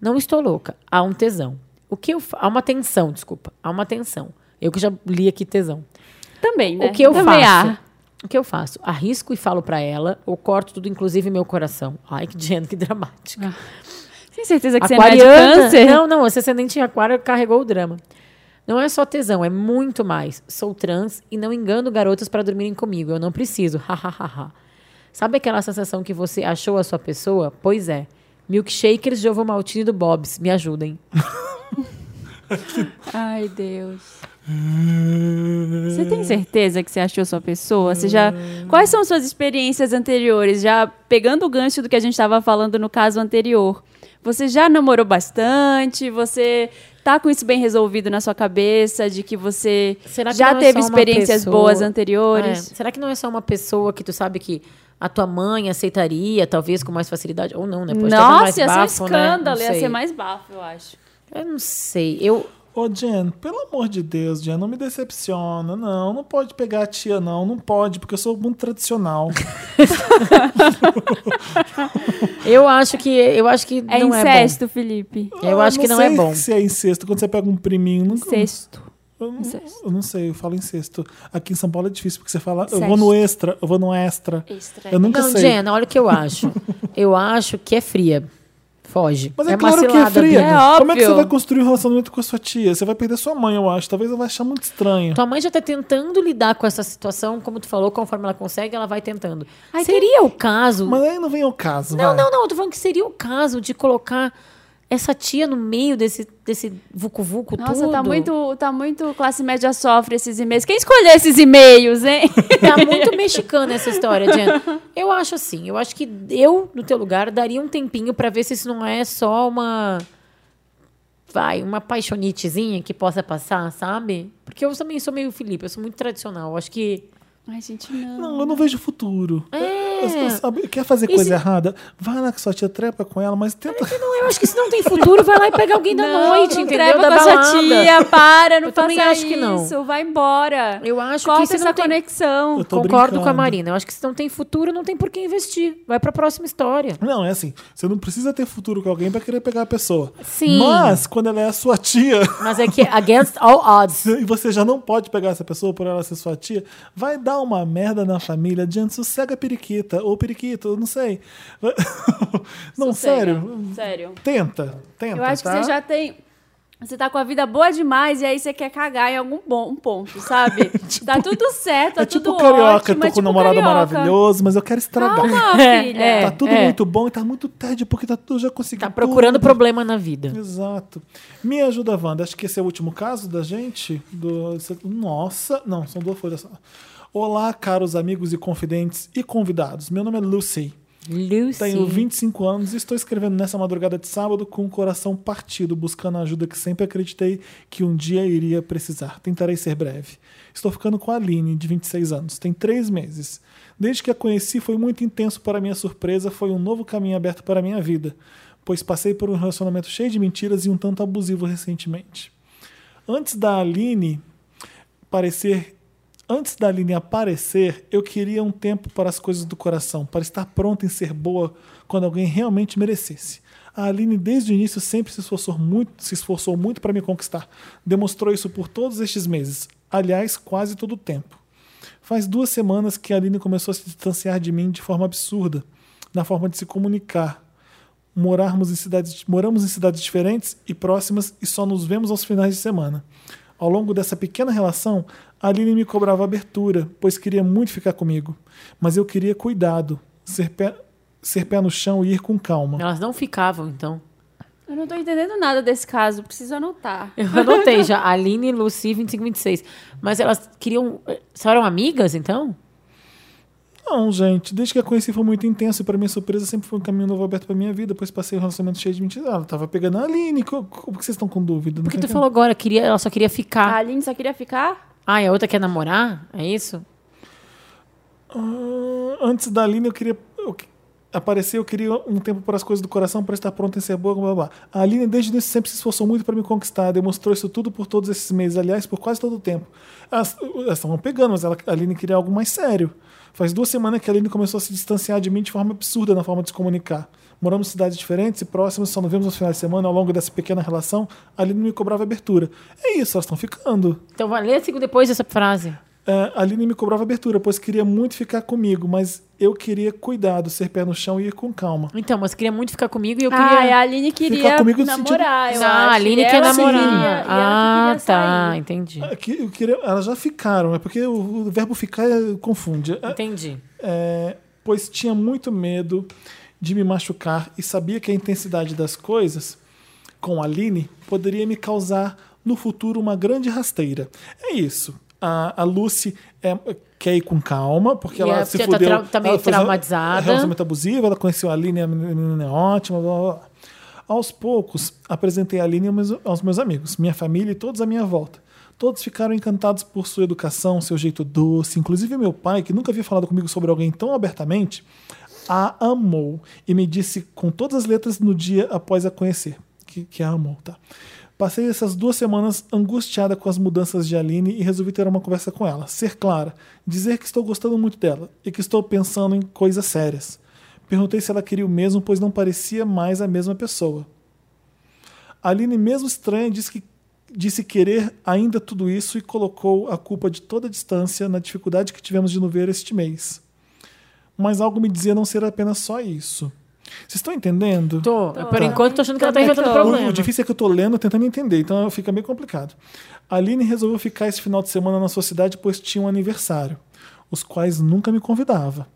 Não estou louca, há um tesão. O que eu fa- há uma tensão, desculpa, há uma tensão. Eu que já li aqui tesão. Também, né? O que eu Também faço? há. O que eu faço? Arrisco e falo pra ela, ou corto tudo, inclusive meu coração. Ai, que gênero, que dramática. Tem certeza que você não é de Aquariana? câncer? Não, não, esse ascendente em aquário carregou o drama. Não é só tesão, é muito mais. Sou trans e não engano garotas para dormirem comigo. Eu não preciso. Hahaha. Sabe aquela sensação que você achou a sua pessoa? Pois é. Milkshakers de ovo maltine do Bob's. Me ajudem. Ai, Deus. Você tem certeza que você achou sua pessoa? Você já... Quais são suas experiências anteriores? Já pegando o gancho do que a gente estava falando no caso anterior. Você já namorou bastante? Você tá com isso bem resolvido na sua cabeça? De que você Será que já não é teve só uma experiências pessoa? boas É, anteriores? Será que não é só uma pessoa que tu sabe que a tua mãe aceitaria, talvez com mais facilidade? Ou não, né? Pode ter mais Nossa, ia ser bafo, um né? Não escândalo. Ia sei. ser mais bafo, eu acho. Eu não sei. Eu, Ô, Jen, pelo amor de Deus, Jen, não me decepciona. Não, não pode pegar a tia, não. Não pode, porque eu sou muito tradicional. eu acho que eu acho que É não incesto, Felipe. é bom. Eu acho que não sei é bom. Se é incesto, quando você pega um priminho. Não, Incesto. Eu, não- Incesto. eu não sei, eu falo incesto. Aqui em São Paulo é difícil, porque você fala. Eu vou Incesto. no extra, eu vou no extra. Extra. Eu nunca Não, sei. Jenna, olha o que eu acho. Eu acho que é fria. Foge. Mas é, uma claro que é cilada, fria. Bia. É Como é que você óbvio. vai construir um relacionamento com a sua tia? Você vai perder sua mãe, eu acho. Talvez ela vai achar muito estranho. Tua mãe já tá tentando lidar com essa situação, como tu falou, conforme ela consegue, ela vai tentando. Ai, seria o caso. Mas aí não vem ao caso. Não, vai. não, não. Eu tô falando que seria o caso de colocar essa tia no meio desse, desse vucu-vucu Nossa, tudo. tá muito, tá muito classe média sofre esses e-mails. Quem escolheu esses e-mails, hein? Tá muito mexicana essa história, Diana. Eu acho assim, eu acho que eu, no teu lugar, daria um tempinho pra ver se isso não é só uma. Vai, uma paixonitezinha que possa passar, sabe? Porque eu também sou meio Felipe, eu sou muito tradicional. Eu acho que. Ai, gente, não. Não, eu não vejo futuro. É. Eu- eu- sabe, quer fazer E coisa se- errada? Vai lá que sua tia trepa com ela, mas tenta. é. Não, eu acho que se não tem futuro, vai lá e pega alguém da noite, não entendeu? treva Da com a balada. sua tia, para, não Eu faça também acho isso. que não. Vai embora. Eu acho Corta que se essa não tem... conexão. Eu tô Concordo com a brincando. Marina. Eu acho que se não tem futuro, não tem por que investir. Vai pra próxima história. Não, é assim. Você não precisa ter futuro com alguém pra querer pegar a pessoa. Sim. Mas, quando ela é a sua tia, Mas é que against all odds. e você já não pode pegar essa pessoa por ela ser sua tia, vai dar uma merda na família. Gente, sossega a periquita. Ou periquito, eu não sei. não, sério. Sério. Tenta, tenta. Eu acho que tá? você já tem. Você tá com a vida boa demais e aí você quer cagar em algum bom um ponto, sabe? tá tudo certo, tá Tipo, É tipo tudo carioca, ótimo. tô é com um tipo namorado carioca. maravilhoso, mas eu quero estragar. Calma, É, filha. é. Tá tudo muito bom e tá muito tarde, porque tá tudo, já consegui. Tá procurando tudo. problema na vida. Exato. Me ajuda, Wanda. Acho que esse é o último caso da gente. Do... é, Nossa, não, são duas folhas só. Olá, caros amigos e confidentes e convidados. Meu nome é Lucy. Lucy. Tenho 25 anos e estou escrevendo nessa madrugada de sábado com o coração partido, buscando a ajuda que sempre acreditei que um dia iria precisar. Tentarei ser breve. Estou ficando com a Aline, de 26 anos. Tem três meses. Desde que a conheci, foi muito intenso para minha surpresa. Foi um novo caminho aberto para minha vida, pois passei por um relacionamento cheio de mentiras e um tanto abusivo recentemente. Antes da Aline parecer. Antes da Aline aparecer, eu queria um tempo para as coisas do coração, para estar pronta em ser boa quando alguém realmente merecesse. A Aline, desde o início, sempre se esforçou muito, se esforçou muito para me conquistar. Demonstrou isso por todos estes meses, aliás, quase todo o tempo. Faz duas semanas que a Aline começou a se distanciar de mim de forma absurda, na forma de se comunicar. Morarmos em cidades, moramos em cidades diferentes e próximas e só nos vemos aos finais de semana. Ao longo dessa pequena relação, a Aline me cobrava abertura, pois queria muito ficar comigo. Mas eu queria cuidado, ser pé, ser pé no chão e ir com calma. Elas não ficavam, então. Eu não tô entendendo nada desse caso, preciso anotar. É. Eu anotei já. Aline, Lucy, 2526. Mas elas queriam. eh, Só eram amigas, então? Não, gente, desde que a conheci foi muito intenso e pra minha surpresa sempre foi um caminho novo aberto pra minha vida, pois passei um relacionamento cheio de mentiras. Ah, ela tava pegando a Aline, co- co- por que vocês estão com dúvida? Não Porque tô tu entendendo. falou agora, queria, ela só queria A ficar. Aline só queria ficar? Ah, e a outra quer namorar? É isso? Ah, antes da Aline, eu queria eu que- aparecer, eu queria um tempo para as coisas do coração, para estar pronta em ser boa, blá, blá, blá. A Aline, desde o início, sempre se esforçou muito para me conquistar, demonstrou isso tudo por todos esses meses, aliás, por quase todo o tempo. Elas elas estavam pegando, mas ela- a Aline queria algo mais sério. Faz duas semanas que a Aline começou a se distanciar de mim de forma absurda na forma de se comunicar. Moramos em cidades diferentes e próximas, só nos vemos nos finais de semana. Ao longo dessa pequena relação, a Aline me cobrava abertura. É isso, elas estão ficando. Então vai ler a segunda depois dessa frase. eh, a Aline me cobrava abertura, pois queria muito ficar comigo, mas eu queria cuidado, ser pé no chão e ir com calma. Então, mas queria muito ficar comigo e eu queria. Ah, e a Aline queria comigo no sentido- namorar, eu Não, a acho. Aline E quer ela namorar. queria- e ela que ah, queria tá, sair. entendi. Ah, que- eu queria- elas já ficaram, é porque o, o verbo ficar eh, confunde. Eh, Entendi. é, pois tinha muito medo de me machucar e sabia que a intensidade das coisas com a Aline poderia me causar no futuro uma grande rasteira. É isso. A, a Lucy é- quer ir com calma, porque E ela é, se já tá fudeu. trau- tá meio ela fez uma- traumatizada. um relacionamento abusivo, ela conheceu a Aline, a menina é ótima, blá, blá, blá. Aos poucos, apresentei a Aline aos meus- aos meus amigos, minha família e todos à minha volta. Todos ficaram encantados por sua educação, seu jeito doce. Inclusive, meu pai, que nunca havia falado comigo sobre alguém tão abertamente, a amou e me disse com todas as letras no dia após a conhecer. Que, que a amou, tá? Passei essas duas semanas angustiada com as mudanças de Aline e resolvi ter uma conversa com ela. Ser clara, dizer que estou gostando muito dela e que estou pensando em coisas sérias. Perguntei se ela queria o mesmo, pois não parecia mais a mesma pessoa. Aline, mesmo estranha, disse, que, disse querer ainda tudo isso e colocou a culpa de toda a distância na dificuldade que tivemos de nos ver este mês. Mas algo me dizia não ser apenas só isso. Vocês estão entendendo? Tô, por Tá. enquanto, tô achando que ela tá Também inventando tô. problema. O difícil é que eu tô lendo tentando entender, então fica meio complicado. A Aline resolveu ficar esse final de semana na sua cidade pois tinha um aniversário, os quais nunca me convidava.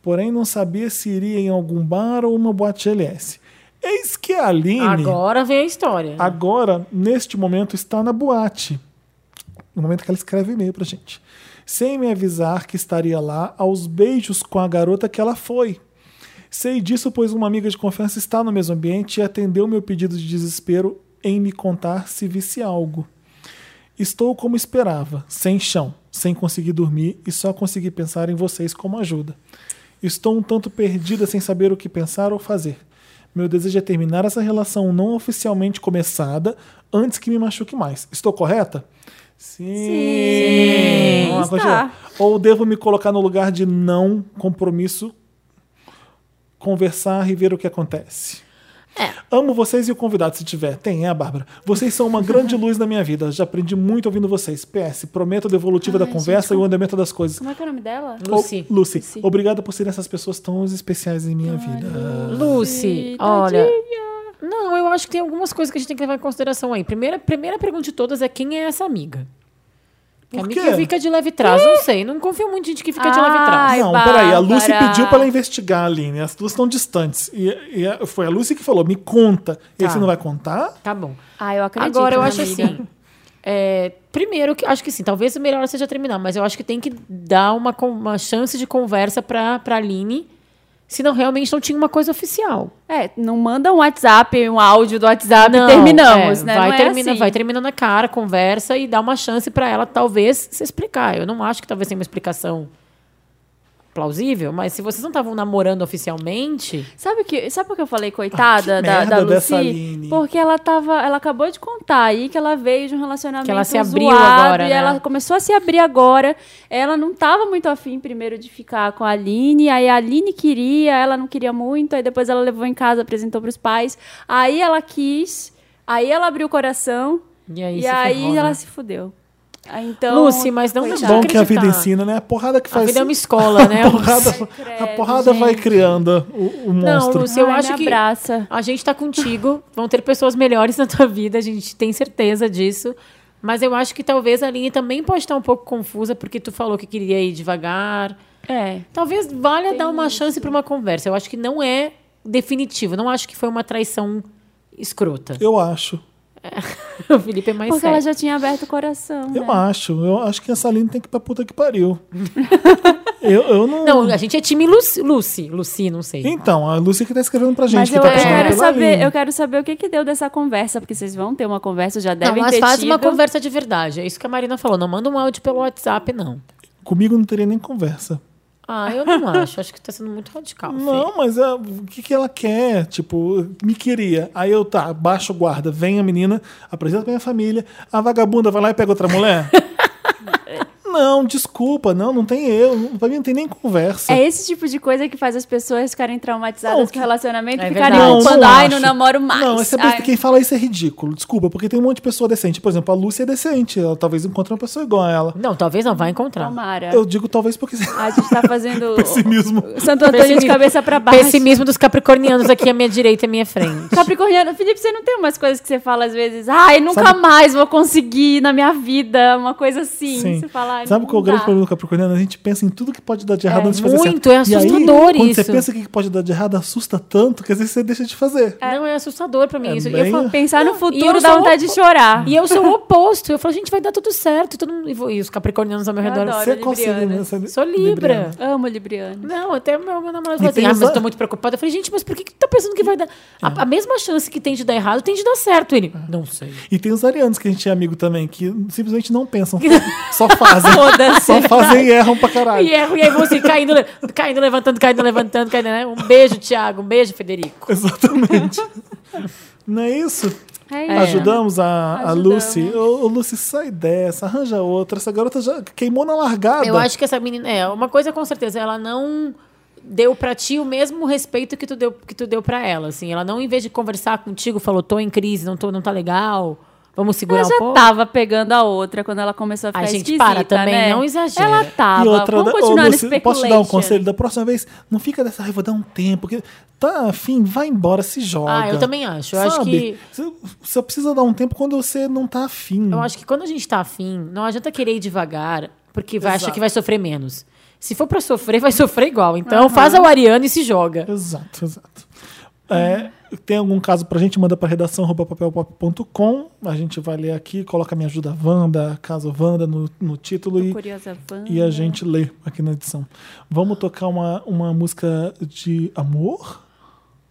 Porém, não sabia se iria em algum bar ou uma boate LS. Eis que a Aline, agora, Agora vem a história. neste momento, está na boate. No momento que ela escreve um e-mail pra gente. Sem me avisar que estaria lá aos beijos com a garota que ela foi. Sei disso, pois uma amiga de confiança está no mesmo ambiente e atendeu meu pedido de desespero em me contar se visse algo. Estou como esperava, sem chão, sem conseguir dormir e só consegui pensar em vocês como ajuda. Estou um tanto perdida sem saber o que pensar ou fazer. Meu desejo é terminar essa relação não oficialmente começada antes que me machuque mais. Estou correta? Sim. Sim, Vamos lá, está. continuar. Ou devo me colocar no lugar de não compromisso conversar e ver o que acontece. É. Amo vocês e o convidado, se tiver. Tem, é a Bárbara. Vocês são uma grande luz na minha vida. Já aprendi muito ouvindo vocês. PS, prometo a devolutiva da conversa e o andamento das coisas. Como é que é o nome dela? Lucy. Ô, Lucy, Lucy. obrigado por serem essas pessoas tão especiais em minha vida. Lucy, Ih, olha. tadinha. Não, eu acho que tem algumas coisas que a gente tem que levar em consideração aí. Primeira, primeira pergunta de todas é quem é essa amiga? Que Por amiga quê? que fica de leve trás, não sei. Não confio muito em gente que fica de leve trás. Ai, Não, peraí. A Lucy Bárbara. pediu pra ela investigar a Aline. As duas estão distantes. E, e a- foi a Lucy que falou: me conta. E aí, Tá. você não vai contar? Tá bom. Ah, eu acredito. Agora, eu na acho amiga. assim. é, primeiro, que, acho que sim, talvez o melhor seja terminar, mas eu acho que tem que dar uma, con- uma chance de conversa pra, pra Aline, senão realmente não tinha uma coisa oficial. É, não manda um WhatsApp, um áudio do WhatsApp Não, e terminamos, é, né? Vai, não é termina, assim. vai terminando a cara, conversa e dá uma chance pra ela, talvez, se explicar. Eu não acho que talvez tenha uma explicação plausível, mas se vocês não estavam namorando oficialmente. Sabe o que, sabe por que eu falei coitada Ah, que da, da merda dessa Lucy? Aline. Porque ela tava, ela acabou de contar aí que ela veio de um relacionamento Que ela se abriu zoado, agora, e né? ela começou a se abrir agora. Ela não tava muito afim primeiro de ficar com a Aline, aí a Aline queria, ela não queria muito, aí depois ela levou em casa, apresentou pros pais. Aí ela quis, aí ela abriu o coração E aí, e se aí ferrou, né? ela se fudeu. Ah, Então, Lucy, mas não É deixa bom que a vida acreditar. ensina, né? A porrada que A faz. vida é uma escola, né? A porrada, credo, a porrada vai gente. criando o, o Não, monstro. Lucy, eu Ai, acho me que abraça. a gente tá contigo. Vão ter pessoas melhores na tua vida, a gente tem certeza disso. Mas eu acho que talvez a Aline também pode estar um pouco confusa, porque tu falou que queria ir devagar. é. Talvez valha dar uma chance para uma conversa. Eu acho que não é definitivo. Não acho que foi uma traição escrota. Eu acho. o Felipe é mais Porque sério. ela já tinha aberto o coração. né? Eu acho. Eu acho que essa Aline tem que ir pra puta que pariu. eu, eu não. Não, a gente é time Lucy. Lucy, Lucy não sei. Então, a Lucy que tá escrevendo pra gente. Mas que eu, tá eu apaixonada quero pela saber, Aline. eu quero saber o que, que deu dessa conversa, porque vocês vão ter uma conversa, já Não, devem mas ter faz tido. uma conversa de verdade. É isso que a Marina falou. Não manda um áudio pelo WhatsApp, não. Comigo não teria nem conversa. Ah, eu não acho. Acho que tá sendo muito radical. Fê. Não, mas ah, o que, que ela quer? Tipo, me queria. Aí eu, tá, baixo o guarda, vem a menina, apresenta pra minha família, a vagabunda vai lá e pega outra mulher. não, desculpa, não, não tem eu. Não, pra mim não tem nem conversa. É esse tipo de coisa que faz as pessoas ficarem traumatizadas Não, com que- o relacionamento e É ficarem verdade. culpando. não Ai, não acho. namoro mais. Não, essa pessoa- Ai. quem fala isso é ridículo. Desculpa, porque tem um monte de pessoa decente. Por exemplo, a Lúcia é decente. Ela talvez encontre uma pessoa igual a ela. Não, talvez não, vai encontrar. Tomara. Eu digo talvez porque A gente tá fazendo pessimismo. Santo Antônio de Pessimismo. cabeça pra baixo. Pessimismo dos capricornianos aqui à minha direita e à minha frente. Capricorniano, Felipe, você não tem umas coisas que você fala às vezes, ai, nunca Sabe- mais vou conseguir na minha vida, uma coisa assim. Sim. Você fala, ai, Sabe não qual é o dá. grande problema do Capricorniano? A gente pensa em tudo que pode dar de errado É, antes de fazer muito, certo. é E aí, assustador quando você isso. pensa que pode dar de errado, assusta tanto que às vezes você deixa de fazer. Não, é assustador pra mim É isso. E bem- eu falo, Pensar no Não, e futuro eu dá sou vontade de chorar. E eu sou o oposto. Eu falo, gente, vai dar tudo certo. Todo mundo... e vou- E os capricornianos ao meu Eu redor. adoro. Você Olha, consegue. Libriana. né, sabe? Sou Libra. Amo Libriano. Não, até meu, meu namorado E falou assim: tem ah, os É. mas eu a- tô muito preocupada. Eu falei, gente, mas por que, que tu tá pensando que vai dar. A, a mesma chance que tem de dar errado tem de dar certo. Ele, não sei. E tem os arianos que a gente é amigo também, que simplesmente não pensam, só fazem. Foda-se. só fazem e erram pra caralho. E é. erro, e aí você caindo, le- caindo, levantando, caindo, levantando, caindo, né? Um beijo, Thiago. Um beijo, Federico. Exatamente. Não é isso? É, Ajudamos a, a Ajudamos. Lucy. Ô, ô, Lucy, sai dessa, arranja outra. Essa garota já queimou na largada. Eu acho que essa menina. É, uma coisa com certeza, ela não deu pra ti o mesmo respeito que tu deu, que tu deu pra ela. Assim, ela não, em vez de conversar contigo, falou: tô em crise, não, tô, não tá legal, vamos segurar Ela já um tá, pouco. tava pegando a outra quando ela começou a ficar Ai, gente, esquisita, para também, né? não exagera. Ela tava. E outra, Vamos da- ô, continuar no Lucy, speculation. posso te dar um conselho? Da próxima vez, não fica dessa, ai, vou dar um tempo. Que, tá, afim, vai embora, se joga. Ah, eu também acho. Eu acho Sabe? que. Você só precisa dar um tempo quando você não tá afim. Eu acho que quando a gente tá afim, não adianta querer ir devagar, porque vai achar Exato. que vai sofrer menos. Se for pra sofrer, vai sofrer igual. Então faz a Ariana e se joga. Exato, exato. É, tem algum caso pra gente, manda pra redação arroba papelpop.com. A gente vai ler aqui, coloca Minha Ajuda Wanda, caso Wanda no, no título e, Curiosa Wanda. e a gente lê aqui na edição. Vamos tocar uma, uma música de amor?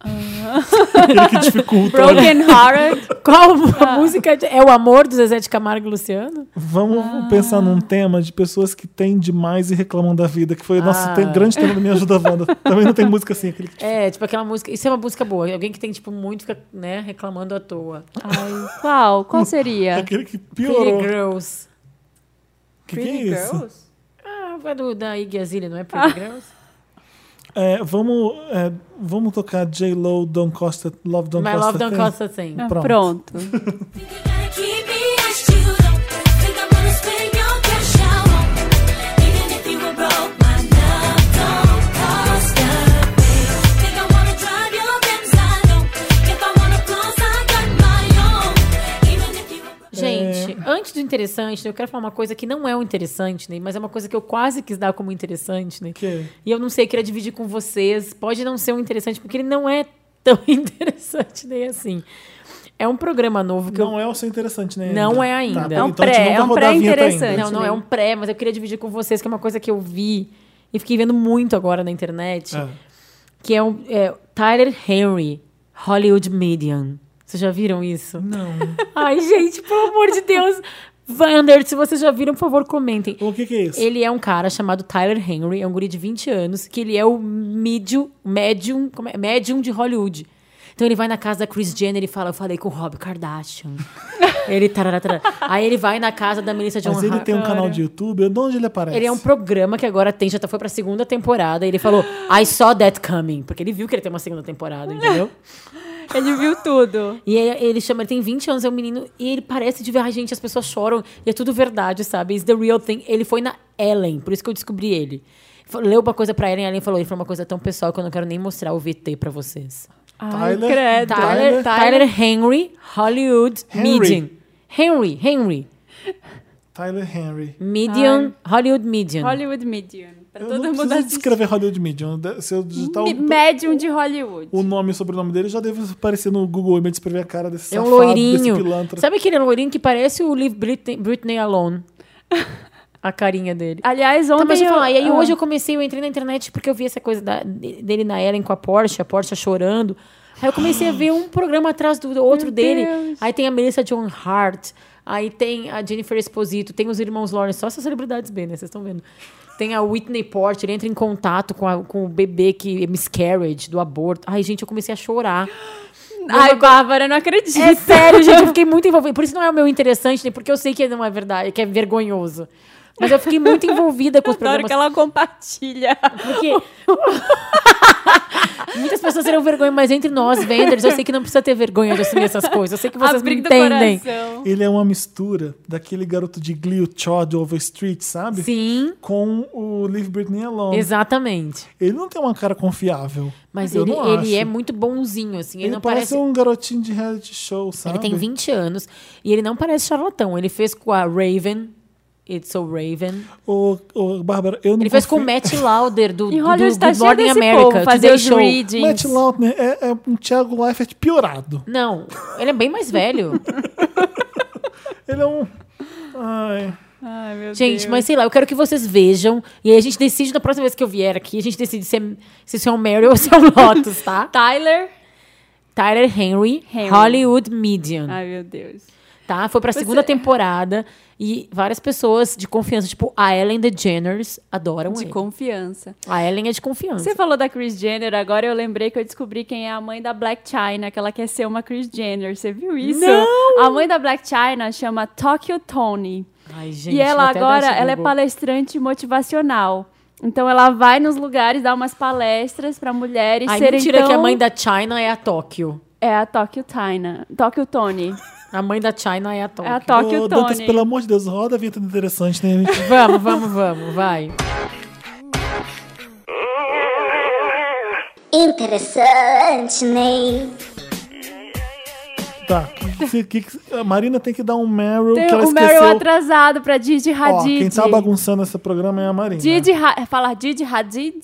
Aquele que dificulta. olha. Broken Heart. Qual a música? de- É o amor do Zezé de Camargo e Luciano? Vamos Ah. pensar num tema de pessoas que têm demais e reclamam da vida, que foi o nosso Ah. te- grande tema da Minha Ajuda Wanda. Também não tem música assim, aquele que É, tipo aquela música. Isso é uma música boa. Alguém que tem, tipo, muito, fica, né, reclamando à toa. Ai, qual? Qual seria? Aquele que piorou. É. Pretty Girls. Que, que é isso? Ah, é do, da Iggy Azalea, não é Pretty Girls? É, vamos, é, vamos tocar J-Lo, Don Costa, Love Don My Costa. É, Love Don't Thing? Cost a Thing. Ah, Pronto. Pronto. Think you're gonna keep me as you don't think I'm gonna spend your cash I won't. Even if you were broke, my love don't cost a thing. Think I wanna drive your Benz, I don't. If I wanna floss, I got my own. Even if you were broke. É. Gente, antes do interessante, né, eu quero falar uma coisa que não é o interessante, né? Mas é uma coisa que eu quase quis dar como interessante, né? Que? E eu não sei, queria dividir com vocês. Pode não ser um interessante, porque ele não é tão interessante nem assim. É um programa novo que eu Não é o seu interessante, né? Não é ainda. Tá, É um então a gente pré- não vai é um rodar a vinheta pré-interessante. ainda. Não, não né? é um pré, mas eu queria dividir com vocês, que é uma coisa que eu vi e fiquei vendo muito agora na internet, É. que é um é, Tyler Henry, Hollywood Median. Vocês já viram isso? Não. Ai, gente, pelo amor de Deus. Vander, se vocês já viram, por favor, comentem. O que, que é isso? Ele é um cara chamado Tyler Henry, é um guri de 20 anos, que ele é o medium, medium, como é? medium de Hollywood. Então ele vai na casa da Kris Jenner e fala, eu falei com o Rob Kardashian. ele tarará, tarará. Aí ele vai na casa da Melissa John Mas ele Ha- tem um canal de YouTube, de onde ele aparece? é Ele é um programa que agora tem, já tá- foi pra segunda temporada. E ele falou, I saw that coming. Porque ele viu que ele tem uma segunda temporada, entendeu? Ele viu tudo. E ele, ele chama, ele tem 20 anos, é um menino, e ele parece de ver, ai, gente, as pessoas choram, e é tudo verdade, sabe? It's the real thing. Ele foi na Ellen, por isso que eu descobri ele. Fa- Leu uma coisa pra Ellen, a Ellen falou, ele foi uma coisa tão pessoal que eu não quero nem mostrar o VT pra vocês. Ai, Tyler- credo. Tyler, Tyler- Tyler Henry, Hollywood, Henry. Median. Henry, Henry. Tyler Henry. Median, Hollywood Median. Hollywood Medium. Pra Eu todo não mundo preciso assistir. escrever Hollywood Medium. De- Se eu digitar o, Mi- Médium de Hollywood. o nome e o sobrenome dele, já deve aparecer no Google Images pra ver a cara desse É um safado, loirinho. desse pilantra. Sabe aquele loirinho que parece o Leave Britney, Britney Alone? A carinha dele. Aliás, ontem. Então, mas deixa eu falar. E aí ah, hoje eu comecei, eu entrei na internet porque eu vi essa coisa da- de- dele na Ellen com a Porsche, a Porsche chorando. Aí eu comecei a ver um programa atrás do do outro Meu dele. Deus. Aí tem a Melissa John Hart, aí tem a Jennifer Esposito, tem os irmãos Lawrence, só essas celebridades B, né? Vocês estão vendo. Tem a Whitney Port, ele entra em contato com, a- com o bebê que é miscarriage, do aborto. Ai, gente, eu comecei a chorar. Ah, Ai, Bárbara, não acredito. É sério, gente, eu fiquei muito envolvida. Por isso não é o meu interessante, né? porque eu sei que não é verdade, que é vergonhoso. Mas eu fiquei muito envolvida com os Adoro programas. que ela compartilha. Porque. Muitas pessoas terão vergonha, mas entre nós, vendors, eu sei que não precisa ter vergonha de assumir essas coisas. Eu sei que vocês As me brigas do entendem. coração. Ele é uma mistura daquele garoto de Glee, o Chod Overstreet, sabe? Sim, Com o Leave Britney Alone. exatamente. Ele não tem uma cara confiável. Mas Eu ele, não acho. ele é muito bonzinho, assim. Ele, Ele não parece parece. um garotinho de reality show, sabe? Ele tem 20 anos e ele não parece charlatão. Ele fez com a Raven. It's so Raven. Ô, ô, Bárbara, eu não Ele fez com o confio- Matt Lauder do, do, Em do Hollywood tá Good cheio Morning desse America. povo fazer Today os Show. readings. Matt Lautner é, é um Thiago Leifert piorado. Não, ele é bem mais velho. Ele é um... Ai... Ai, meu Gente, Deus. mas sei lá, eu quero que vocês vejam. E aí a gente decide, na próxima vez que eu vier aqui, a gente decide se, é, se isso é um Meryl ou se é um Lotus, tá? Tyler. Tyler Henry, Henry. Ah. Hollywood Medium, Ai, meu Deus. tá? Foi pra é. segunda temporada e várias pessoas de confiança, tipo a Ellen DeGeneres, adoram De ele. confiança. A Ellen é de confiança. Você falou da Kris Jenner, agora eu lembrei que eu descobri quem é a mãe da Black China, que ela quer ser uma Kris Jenner. Você viu isso? A mãe da Black China chama Tokyo Tony. Ai, gente, e ela vou até dar agora, esse ela é Google. palestrante motivacional. Então ela vai nos lugares dar umas palestras pra mulheres Ai, serem mentira tão... que a mãe da China é a Tóquio. É a Tokyo China. Tokyo Tony. A mãe da China é a É Tóquio. a Tokyo Ô, Dantas, Tony. pelo amor de Deus, roda a vinheta do interessante, né? gente? Vamos, vamos, vamos, vai. Interessante, Ney. tá. que- que- que- a Marina tem que dar um Meryl Tem que ela o esqueceu. Meryl atrasado pra Didi Ó, Hadid. quem tá bagunçando esse programa é a Marina. Né? Didi Ha- Falar Didi Hadid?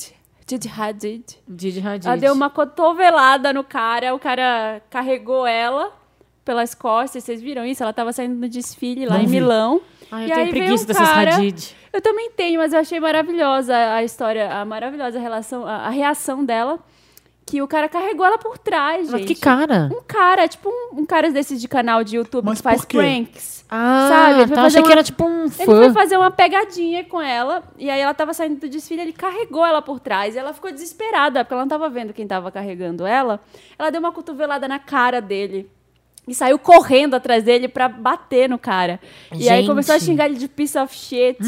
Didi Hadid. Didi Hadid. Ela deu uma cotovelada no cara, o cara carregou ela pelas costas, vocês viram isso? Ela tava saindo no desfile lá Não em vi. Milão. Ai, eu e tenho aí veio preguiça um dessas cara... Hadid. Eu também tenho, mas eu achei maravilhosa a história, a maravilhosa relação, a, a reação dela, que o cara carregou ela por trás, Mas gente. que cara. Um cara, tipo um, um cara desses de canal de YouTube Mas que faz por quê? pranks. Ah, Sabe, ele foi tá, fazer achei que uma- era tipo um fã. Ele foi fazer uma pegadinha com ela, e aí ela tava saindo do desfile, ele carregou ela por trás, e ela ficou desesperada, porque ela não tava vendo quem tava carregando ela. Ela deu uma cotovelada na cara dele. E saiu correndo atrás dele pra bater no cara. E aí Gente. começou a xingar ele de piece of shit.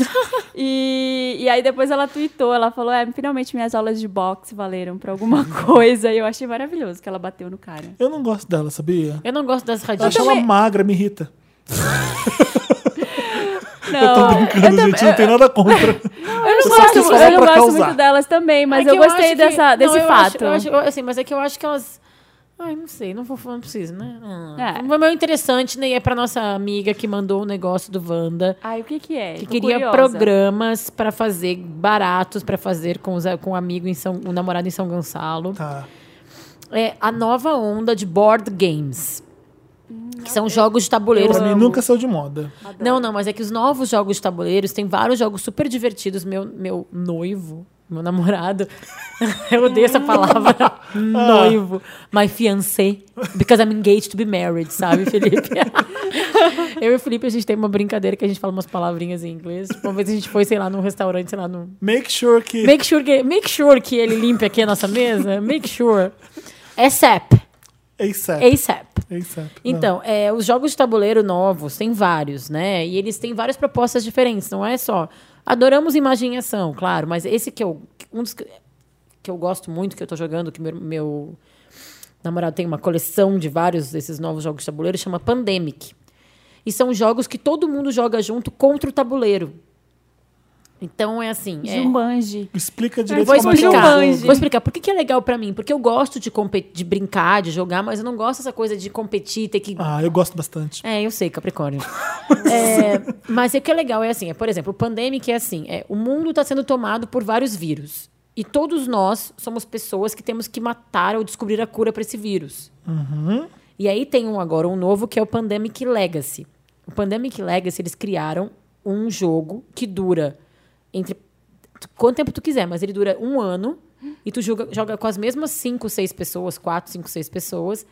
e, e aí depois ela tweetou, ela falou, é, finalmente minhas aulas de boxe valeram pra alguma coisa. E eu achei maravilhoso que ela bateu no cara. Eu não gosto dela, sabia? Eu não gosto das Eu Hadid. acho ela magra, me irrita. Não, Eu tô brincando, gente, não tem nada contra. eu não só quis gosto, falar eu não pra gosto causar. muito delas também, mas É que eu gostei acho que- dessa, não, desse eu fato. acho- eu acho- eu- assim, mas é que eu acho que elas. Ai, não sei, não vou falar, não preciso, né? Ah, É. Não foi meio interessante, né? E é pra nossa amiga que mandou o negócio do Wanda. Ai, o que que é? Que Tô queria curiosa. programas pra fazer baratos pra fazer com, os, com o amigo em São, o namorado em São Gonçalo. Tá. É a nova onda de board games. Que são jogos de tabuleiro. Pra mim nunca saiu de moda. Não, não, mas é que os novos jogos de tabuleiros tem vários jogos super divertidos. Meu, meu noivo, meu namorado. Eu odeio essa palavra. noivo. My fiancé. Because I'm engaged to be married, sabe, Felipe? Eu e o Felipe, a gente tem uma brincadeira que a gente fala umas palavrinhas em inglês. Tipo, uma vez a gente foi, sei lá, num restaurante, sei lá, num. Make sure que. Make sure que, make sure que ele limpe aqui a nossa mesa. Make sure. ASAP. ASAP. ASAP. ASAP. não. Então, é, os jogos de tabuleiro novos tem vários, né? E eles têm várias propostas diferentes, não é só. Adoramos imaginação, claro, mas esse que eu. Um dos que, que eu gosto muito, que eu tô jogando, que meu, meu namorado tem uma coleção de vários desses novos jogos de tabuleiro, chama Pandemic. E são jogos que todo mundo joga junto contra o tabuleiro. Então é assim. é- Jumbanji. Explica direito vou como é que é o explicar. jogo. Vou explicar. Por que, que é legal pra mim? Porque eu gosto de, compe- de brincar, de jogar, mas eu não gosto dessa coisa de competir, ter que. Ah, eu gosto bastante. É, eu sei, Capricórnio. É, mas o que é legal é assim, é, por exemplo, o pandemic é assim, é, o mundo está sendo tomado por vários vírus. E todos nós somos pessoas que temos que matar ou descobrir a cura para esse vírus. E aí tem um agora, um novo, que é o Pandemic Legacy. O Pandemic Legacy, eles criaram um jogo que dura entre tu- quanto tempo tu quiser, mas ele dura um ano e tu joga, joga com as mesmas cinco, seis pessoas, quatro, cinco, seis pessoas.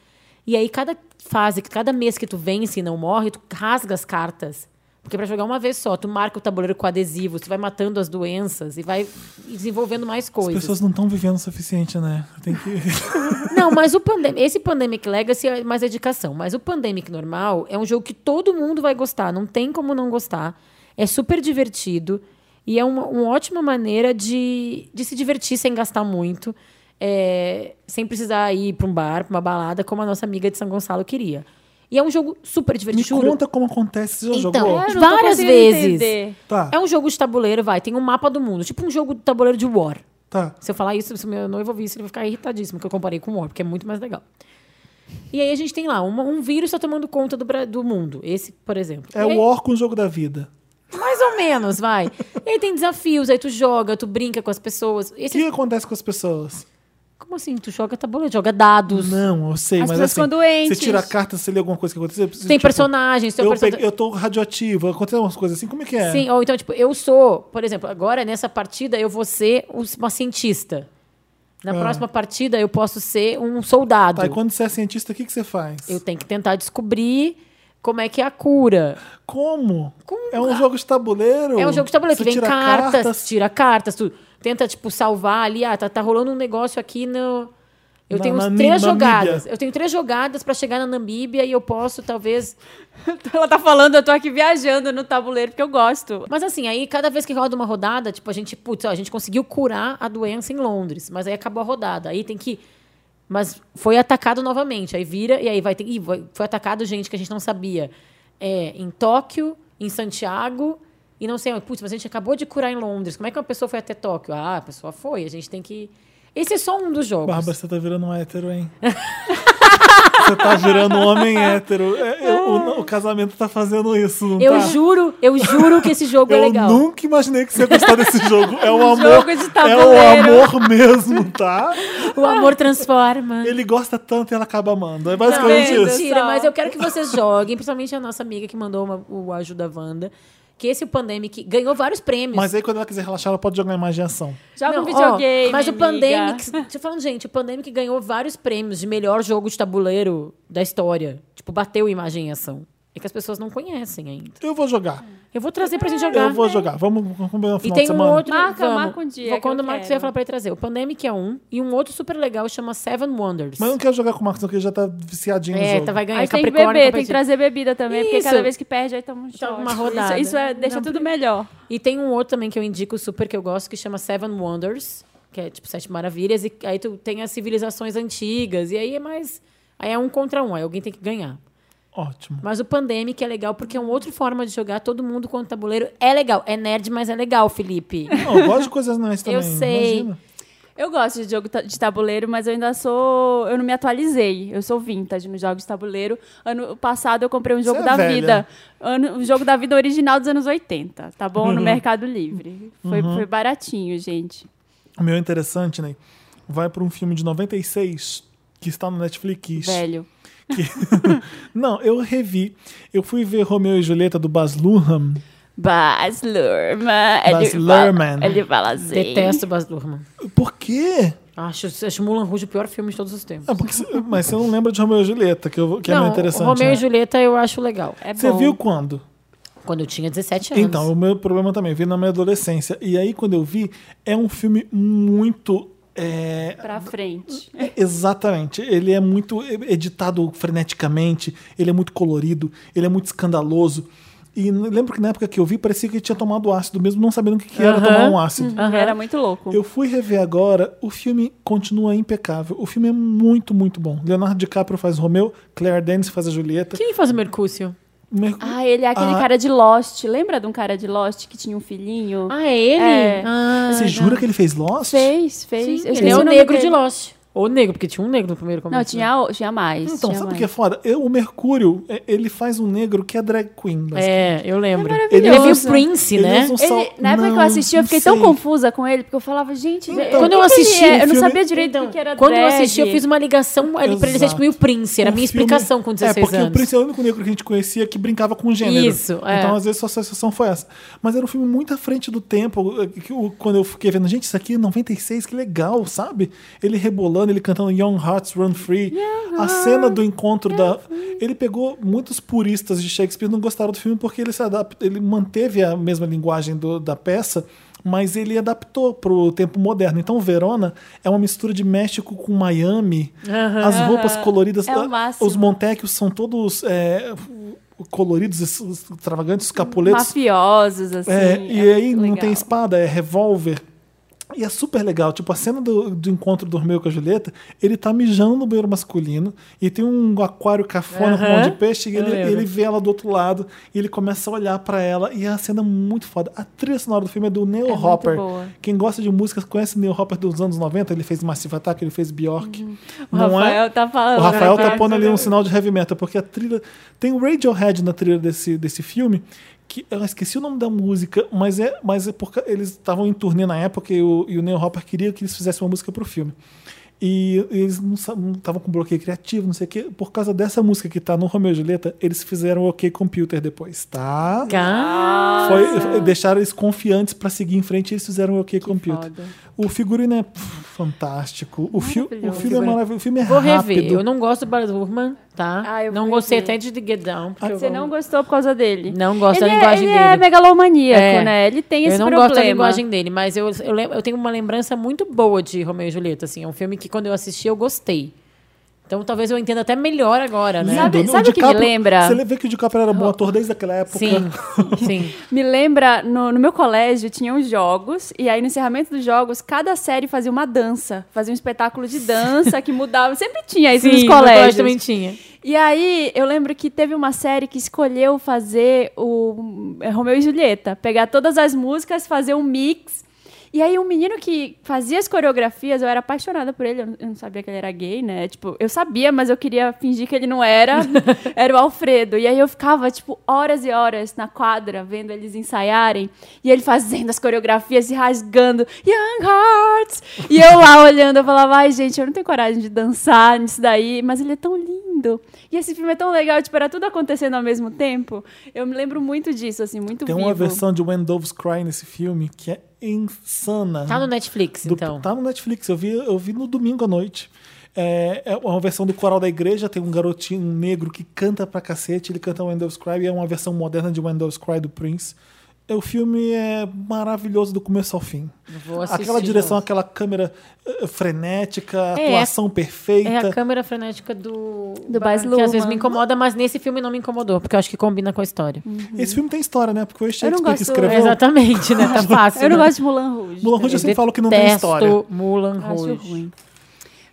E aí cada fase, cada mês que tu vence e não morre, tu rasga as cartas. Porque pra jogar uma vez só, tu marca o tabuleiro com adesivo, tu vai matando as doenças e vai desenvolvendo mais As coisas. pessoas não estão vivendo o suficiente, né? Tem que. Não, mas o pandem esse Pandemic Legacy é mais dedicação. Mas o Pandemic normal é um jogo que todo mundo vai gostar. Não tem como não gostar. É super divertido. E é uma, uma ótima maneira de, de se divertir sem gastar muito. é, sem precisar ir pra um bar, pra uma balada, como a nossa amiga de São Gonçalo queria. E é um jogo super Me divertido. juro. conta como acontece. Você já jogou? Então, É, eu não tô várias conseguindo vezes. entender. Tá. É um jogo de tabuleiro, vai. Tem um mapa do mundo. Tipo um jogo de tabuleiro de War. Tá. Se eu falar isso, se meu noivo ouvir isso, ele vai ficar irritadíssimo, que eu comparei com o War, porque é muito mais legal. E aí a gente tem lá, uma- um vírus tá tomando conta do, Bra- do mundo. Esse, por exemplo. É E aí- o Or com o jogo da vida. Mais ou menos, vai. E aí tem desafios, aí tu joga, tu brinca com as pessoas. O Esse- é, que acontece com as pessoas? Como assim? Tu joga tabuleiro, joga dados. Não, eu As sei, mas pessoas assim, ficam doentes. você tira a carta, você lê alguma coisa que aconteceu. Tu tem personagens, tem tipo, eu, person- peguei- eu tô radioativo, aconteceu umas coisas assim, como é que é? Sim, ou então, tipo, eu sou, por exemplo, agora nessa partida eu vou ser um- uma cientista. Na Ah. próxima partida eu posso ser um soldado. Tá, e quando você é cientista, o que, que você faz? Eu tenho que tentar descobrir como é que é a cura. Como? Com- É um jogo de tabuleiro? É um jogo de tabuleiro, Você que vem tira cartas, tira cartas, tu tenta, tipo, salvar ali, ah, tá, tá rolando um negócio aqui no. Eu Na- tenho na uns Nam- três Namíbia. jogadas. Eu tenho três jogadas pra chegar na Namíbia e eu posso, talvez. Ela tá falando, eu tô aqui viajando no tabuleiro porque eu gosto. Mas assim, aí cada vez que roda uma rodada, tipo, a gente, putz, ó, a gente conseguiu curar a doença em Londres, mas aí acabou a rodada. Aí tem que. Mas foi atacado novamente. Aí vira, e aí vai ter. Ih, vai- foi atacado gente que a gente não sabia. É, em Tóquio, em Santiago, e não sei. onde. Putz, mas a gente acabou de curar em Londres. Como é que uma pessoa foi até Tóquio? Ah, a pessoa foi. A gente tem que. Esse é só um dos jogos. Bárbara, você tá virando um hétero, hein? você tá virando um homem hétero. É, eu- o, o casamento tá fazendo isso, não Ah. eu tá? juro, eu juro que esse jogo é Eu legal. nunca imaginei que você ia gostar desse jogo. É um amor. jogo de é tabuleiro. o amor mesmo, tá? O amor transforma. Ele gosta tanto e ela acaba amando. É Não, assim. basicamente vendo? isso. mentira, Só. mas eu quero que vocês joguem, principalmente a nossa amiga que mandou uma- o Ajuda Wanda, que esse Pandemic ganhou vários prêmios. Mas é- aí quando ela quiser relaxar, ela pode jogar imaginação. Joga Não, um ó, videogame. mas o amiga. Pandemic, deixa eu falando, gente, o Pandemic ganhou vários prêmios de melhor jogo de tabuleiro da história. Tipo, bateu imagem e ação. É que as pessoas não conhecem ainda. Eu vou jogar. Eu vou trazer pra gente jogar. né? Eu vou jogar. Vamos combinar no final E de tem um semana. outro. Marca- vamos. marca um dia Vou que quando eu o Marcos quero. ia falar pra ele trazer. O Pandemic é um, e um outro super legal chama Seven Wonders. Mas eu não quero jogar com o Marcos, não, porque ele já tá viciadinho no é, jogo. tá, vai ganhar Aí tem que Capricórnio. beber, tem que Capricórnio. trazer bebida também, porque Isso. cada vez que perde, aí toma um shot. Toma uma Isso- rodada. Isso, é- deixa Não, tudo melhor. E tem um outro também que eu indico super que eu gosto, que chama Seven Wonders, que é tipo Sete Maravilhas, e aí tu tem as civilizações antigas, e aí é mais. Aí é um contra um, aí alguém tem que ganhar. Ótimo. Mas o Pandemic é legal porque é uma outra forma de jogar todo mundo contra o tabuleiro. É legal, é nerd, mas é legal, Felipe. Não, eu gosto de coisas nice também. Eu sei. imagina. Eu gosto de jogo ta- de tabuleiro, mas eu ainda sou. Eu não me atualizei. Eu sou vintage nos jogos de tabuleiro. Ano passado eu comprei um jogo é da velha. vida. Ano, um jogo da vida original dos anos 80, tá bom? Uhum. No Mercado Livre. Foi, foi baratinho, gente. O meu é interessante, né? Vai pra um filme de 96 que está no Netflix. Velho. Não, eu revi. Eu fui ver Romeu e Julieta do Baz Luhrmann. Baz Luhrmann. Baz ele fala- Luhrmann. Ele fala assim. Detesto Baz Luhrmann. Por quê? Acho, acho Mulan Rouge o pior filme de todos os tempos. Ah, porque cê- mas você não lembra de Romeu e Julieta, que, eu vou- que é não, meio interessante. Romeu né? e Julieta eu acho legal. É Você bom. viu quando? Quando eu tinha 17 anos. Então, o meu problema também, eu vi na minha adolescência. E aí, quando eu vi, é um filme muito. é, Pra frente. Exatamente. Ele é muito editado freneticamente, ele é muito colorido, ele é muito escandaloso. E n- lembro que na época que eu vi, parecia que tinha tomado ácido, mesmo não sabendo o que, que era tomar um ácido. Era muito louco. Eu fui rever agora, o filme continua impecável. O filme é muito, muito bom. Leonardo DiCaprio faz Romeu, Claire Danes faz a Julieta. Quem faz o Mercúcio? Mer- Ah, ele é aquele Ah. cara de Lost. Lembra de um cara de Lost que tinha um filhinho? Ah, é ele? É. Ah, Você jura que ele fez Lost? Fez, fez. Sim, Eu ele esqueci é o nome negro dele. de Lost. Ou negro, porque tinha um negro no primeiro começo. Não, né? tinha, o- tinha mais. Então, tinha sabe o mais. que é foda? Eu- o Mercúrio, é- ele faz um negro que é drag queen. basicamente. É, eu lembro. Ele ele viu usa- o Prince, ele né? usa um Ele- sal- na época que Não, eu assisti, eu fiquei não tão sei. confusa com ele, porque eu falava, gente, Então, ele- Quando o que eu que ele assisti é? o eu não filme- sabia direito o Então, que era quando eu drag. assisti, eu fiz uma ligação ali pra ele ser Exato. tipo meio Prince. Era a O minha Um filme- explicação com 16 É, porque anos. o Prince é o único negro que a gente conhecia que brincava com gênero. Isso, é. Então, às vezes, sua associação foi essa. Mas era um filme muito à frente do tempo. eh, que eu- Quando eu fiquei vendo, gente, isso aqui é 96, que legal, sabe? Ele rebolando, ele cantando Young Hearts Run Free. a cena do encontro da... Ele pegou muitos puristas de Shakespeare não gostaram do filme porque ele se adapta, ele manteve a mesma linguagem do- da peça, mas ele adaptou pro tempo moderno. Então, Verona é uma mistura de México com Miami. As roupas coloridas, É o ah, máximo. os Montecchios são todos é, coloridos, es- extravagantes, os capuletos. Mafiosos, assim. É, e é aí muito não tem legal. espada, é revólver. E é super legal. Tipo, a cena do, do encontro do Romeu com a Julieta, ele tá mijando no banheiro masculino e tem um aquário cafona com um monte de peixe e ele, ele vê ela do outro lado e ele começa a olhar pra ela e é uma cena muito foda. A trilha sonora do filme é do Neil É muito Hopper. boa. Quem gosta de músicas conhece Neil Hopper dos anos 90, ele fez Massive Attack, ele fez Bjork. O Uhum. Rafael tá falando. é O Rafael né? tá pondo ali um sinal de heavy metal, porque a trilha. Tem o Radiohead na trilha desse, desse filme, que eu esqueci o nome da música, mas é, mas é porque eles estavam em turnê na época e o, e o Neil Hopper queria que eles fizessem uma música pro filme. E eles não estavam com bloqueio criativo, não sei o quê. Por causa dessa música que tá no Romeo e Julieta, eles fizeram o OK Computer depois, tá? Foi, foi- deixaram eles confiantes pra seguir em frente e eles fizeram o OK Computer. foda. O figurino é pff, fantástico. O, fio, o Maravilhoso. filme é maravilhoso. O filme é Vou rápido. rever. Eu não gosto do Baz Luhrmann, tá? Ah, eu não vou gostei rever. até de The Get Down. porque eu Ah, Você vou- não gostou por causa dele? Não gosto ele da linguagem é, ele dele. é megalomaníaco, É. né? Ele tem esse eu não problema. gosto da linguagem dele, mas eu, eu, lem- eu tenho uma lembrança muito boa de Romeu e Julieta, assim. É um filme que quando eu assisti eu gostei. Então talvez eu entenda até melhor agora, né? Sabe- né? sabe o que me DiCaprio- lembra? Você vê que o DiCaprio era bom ator desde aquela época. Sim, sim. Me lembra, no, no meu colégio tinham jogos, e aí no encerramento dos jogos, cada série fazia uma dança, fazia um espetáculo de dança que mudava. Sempre tinha isso nos Sim, meu colégios. colégio também tinha. E aí, eu lembro que teve uma série que escolheu fazer o é, Romeu e Julieta, pegar todas as músicas, fazer um mix. E aí, um menino que fazia as coreografias, eu era apaixonada por ele, eu não- eu não sabia que ele era gay, né? Tipo, eu sabia, mas eu queria fingir que ele não era. Era o Alfredo. E aí eu ficava, tipo, horas e horas na quadra, vendo eles ensaiarem, e ele fazendo as coreografias e rasgando Young Hearts! E eu lá olhando, eu falava, ai, gente, eu não tenho coragem de dançar nisso daí, mas ele é tão lindo. E esse filme é tão legal, tipo, era tudo acontecendo ao mesmo tempo. Eu me lembro muito disso, assim, muito Tem vivo. uma versão de When Doves Cry nesse filme que é insana. Tá no Netflix, Do- então. Tá no Netflix, eu vi, eu vi no domingo à noite. É, é uma versão do coral da igreja, tem um garotinho um negro que canta pra cacete, ele canta When Doves Cry, e é uma versão moderna de When Doves Cry do Prince. É, O filme é maravilhoso do começo ao fim. Vou assistir, Aquela direção, nossa. aquela câmera eh, frenética, É, atuação perfeita. É a câmera frenética do... Do Baz Que às vezes Luhrmann. me incomoda, mas nesse filme não me incomodou, porque eu acho que combina com a história. Hum. Esse filme tem história, né? Porque o Eu não Shakespeare que gosto- escreveu. Exatamente, né? Tá fácil. Eu não né? gosto de Mulan Rouge. Mulan Rouge eu sempre falo que não tem Detesto história. Mulan Acho Rouge. ruim.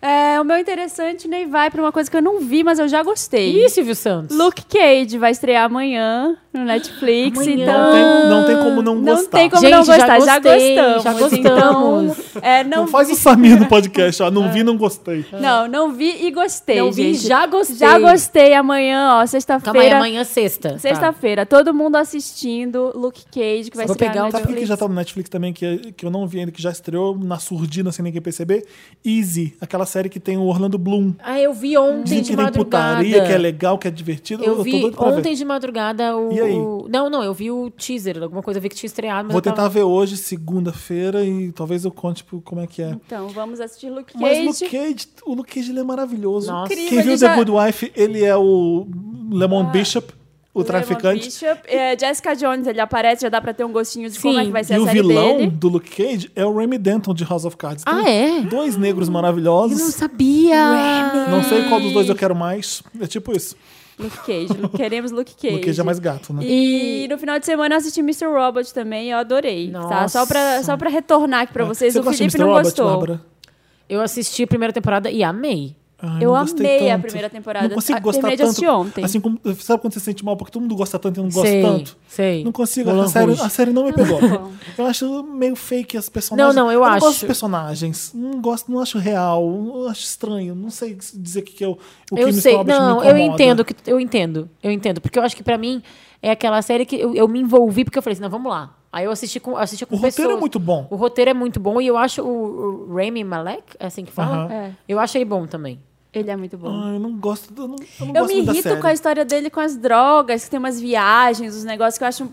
É, o meu interessante nem vai pra uma coisa que eu não vi, mas eu já gostei. Ih, Silvio Santos. Luke Cage vai estrear amanhã no Netflix, Amanhã. Não então tem, não tem como não, não gostar. tem como Gente, não já gostar, já, gostei, gostamos. já Então, é, não, É. Não faz o Samir no podcast, ó. Não vi, não gostei. Não, não vi e gostei. Não vi, gente. já gostei. Já gostei amanhã, ó, Calma aí, sexta-feira. amanhã é sexta. tá. Sexta-feira, todo mundo assistindo Luke Cage, que vai Vou estrear pegar no um Sabe o que Netflix. já tá no Netflix também, que, que eu não vi ainda, que já estreou na surdina sem ninguém perceber? Easy, aquela série que tem o Orlando Bloom. Ah, eu vi ontem Dizem de que tem madrugada. putaria, que é legal, que é divertido. Eu vi tô doido pra ontem ver. de madrugada o, E aí? o- Não, não, eu vi o teaser, alguma coisa eu vi que tinha estreado, mas Vou eu tava- tentar ver hoje, segunda-feira, e talvez eu conte tipo, como é que é. Então, vamos assistir Luke Cage. Mas Luke Cage, o Luke Cage ele é maravilhoso. Nossa. Quem Incrível, viu ele The já- Good Wife, ele é o Lemon Bishop, o Lemon traficante. Bishop. É, Jessica Jones, ele aparece, já dá pra ter um gostinho de como Sim, é que vai ser E a o série vilão dele. do Luke Cage é o Remy Denton de House of Cards. Tem Ah, é? Dois negros maravilhosos. Eu não sabia. Não sei qual dos dois eu quero mais. É tipo isso. Luke Cage, Lu- queremos Luke Cage. Luke Cage é mais gato, né? E no final de semana eu assisti Mr. Robot também, eu adorei. Tá? Só, pra, Nossa. só pra retornar aqui pra vocês, É. Você o gosta de Felipe Mr. não Robot, gostou. Bárbara? Eu assisti a primeira temporada e amei. Ai, Eu não gostei amei a tanto. primeira temporada. Não consigo Ah, gostar terminei de tanto. assistir ontem. Assim como, sabe quando você se sente mal porque todo mundo gosta tanto e eu não gosto Sei, tanto? sei. Não consigo. Mulan A série, Rouge. a série não me pegou. bom. eu acho meio fake as personagens. Não, não, eu Não gosto acho. de personagens. Não gosto, não acho real. Não acho estranho. Não sei dizer o que, que eu. O que eu Mr. sei, Robot me não, eu incomoda. entendo que eu entendo. Eu entendo, porque eu acho que pra mim é aquela série que eu, eu me envolvi porque eu falei assim, não, vamos lá. Aí eu assisti com assisti com O roteiro pessoas. é muito bom. O roteiro é muito bom e eu acho o, o Rami Malek, é assim que fala? Aham. É. Eu achei bom também. Ele é muito bom. Ah, eu não gosto. Eu não, eu não Eu gosto me muito da irrito série. com a história dele com as drogas, que tem umas viagens, os negócios que eu acho.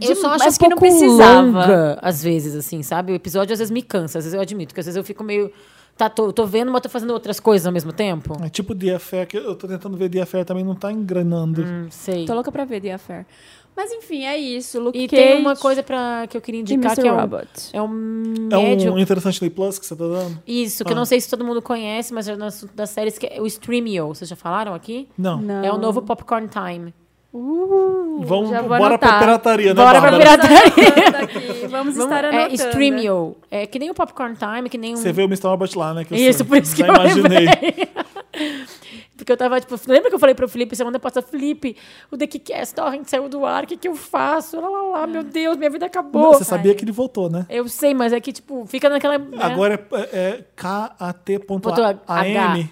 Eu só acho mas um que não pouco precisava. longa, às vezes, assim, sabe? O episódio às vezes me cansa, às vezes eu admito, que às vezes eu fico meio. Tá, tô, tô vendo, mas tô fazendo outras coisas ao mesmo tempo. É tipo The Affair, que eu tô tentando ver The Affair também, não tá engranando. Não sei. Tô louca pra ver The Affair. Mas enfim, é isso. Luke E Cage tem uma coisa pra, que eu queria de indicar Mr. que é um, Robot. é um é um médium. interessante Play Plus que você tá dando? Isso, que eu não sei se todo mundo conhece, um mas é no assunto das séries que é o Streamio. Vocês já falaram aqui? Não. Não. É o novo Popcorn Time. Uh, Vamos, já vou bora pra anotar. pirataria, né, Bora pra Bárbara? pirataria. Anotando aqui, Vamos Vamos, estar é anotando. né? Streamio. É que nem o Popcorn Time, que nem um... Você vê o Mr. Robot lá, né? que eu Isso, sei. por isso que Já eu imaginei. lembrei. Porque eu tava, tipo, lembra que eu falei pro Felipe semana passada, Felipe, o The Kick-Ass Torrent saiu do ar, o que que eu faço? Lá, lá, lá, Ah. meu Deus, minha vida acabou. Não, você sabia que ele voltou, né? Eu sei, mas é que, tipo, fica naquela... né? Agora é, é Botou H. KAT.AM.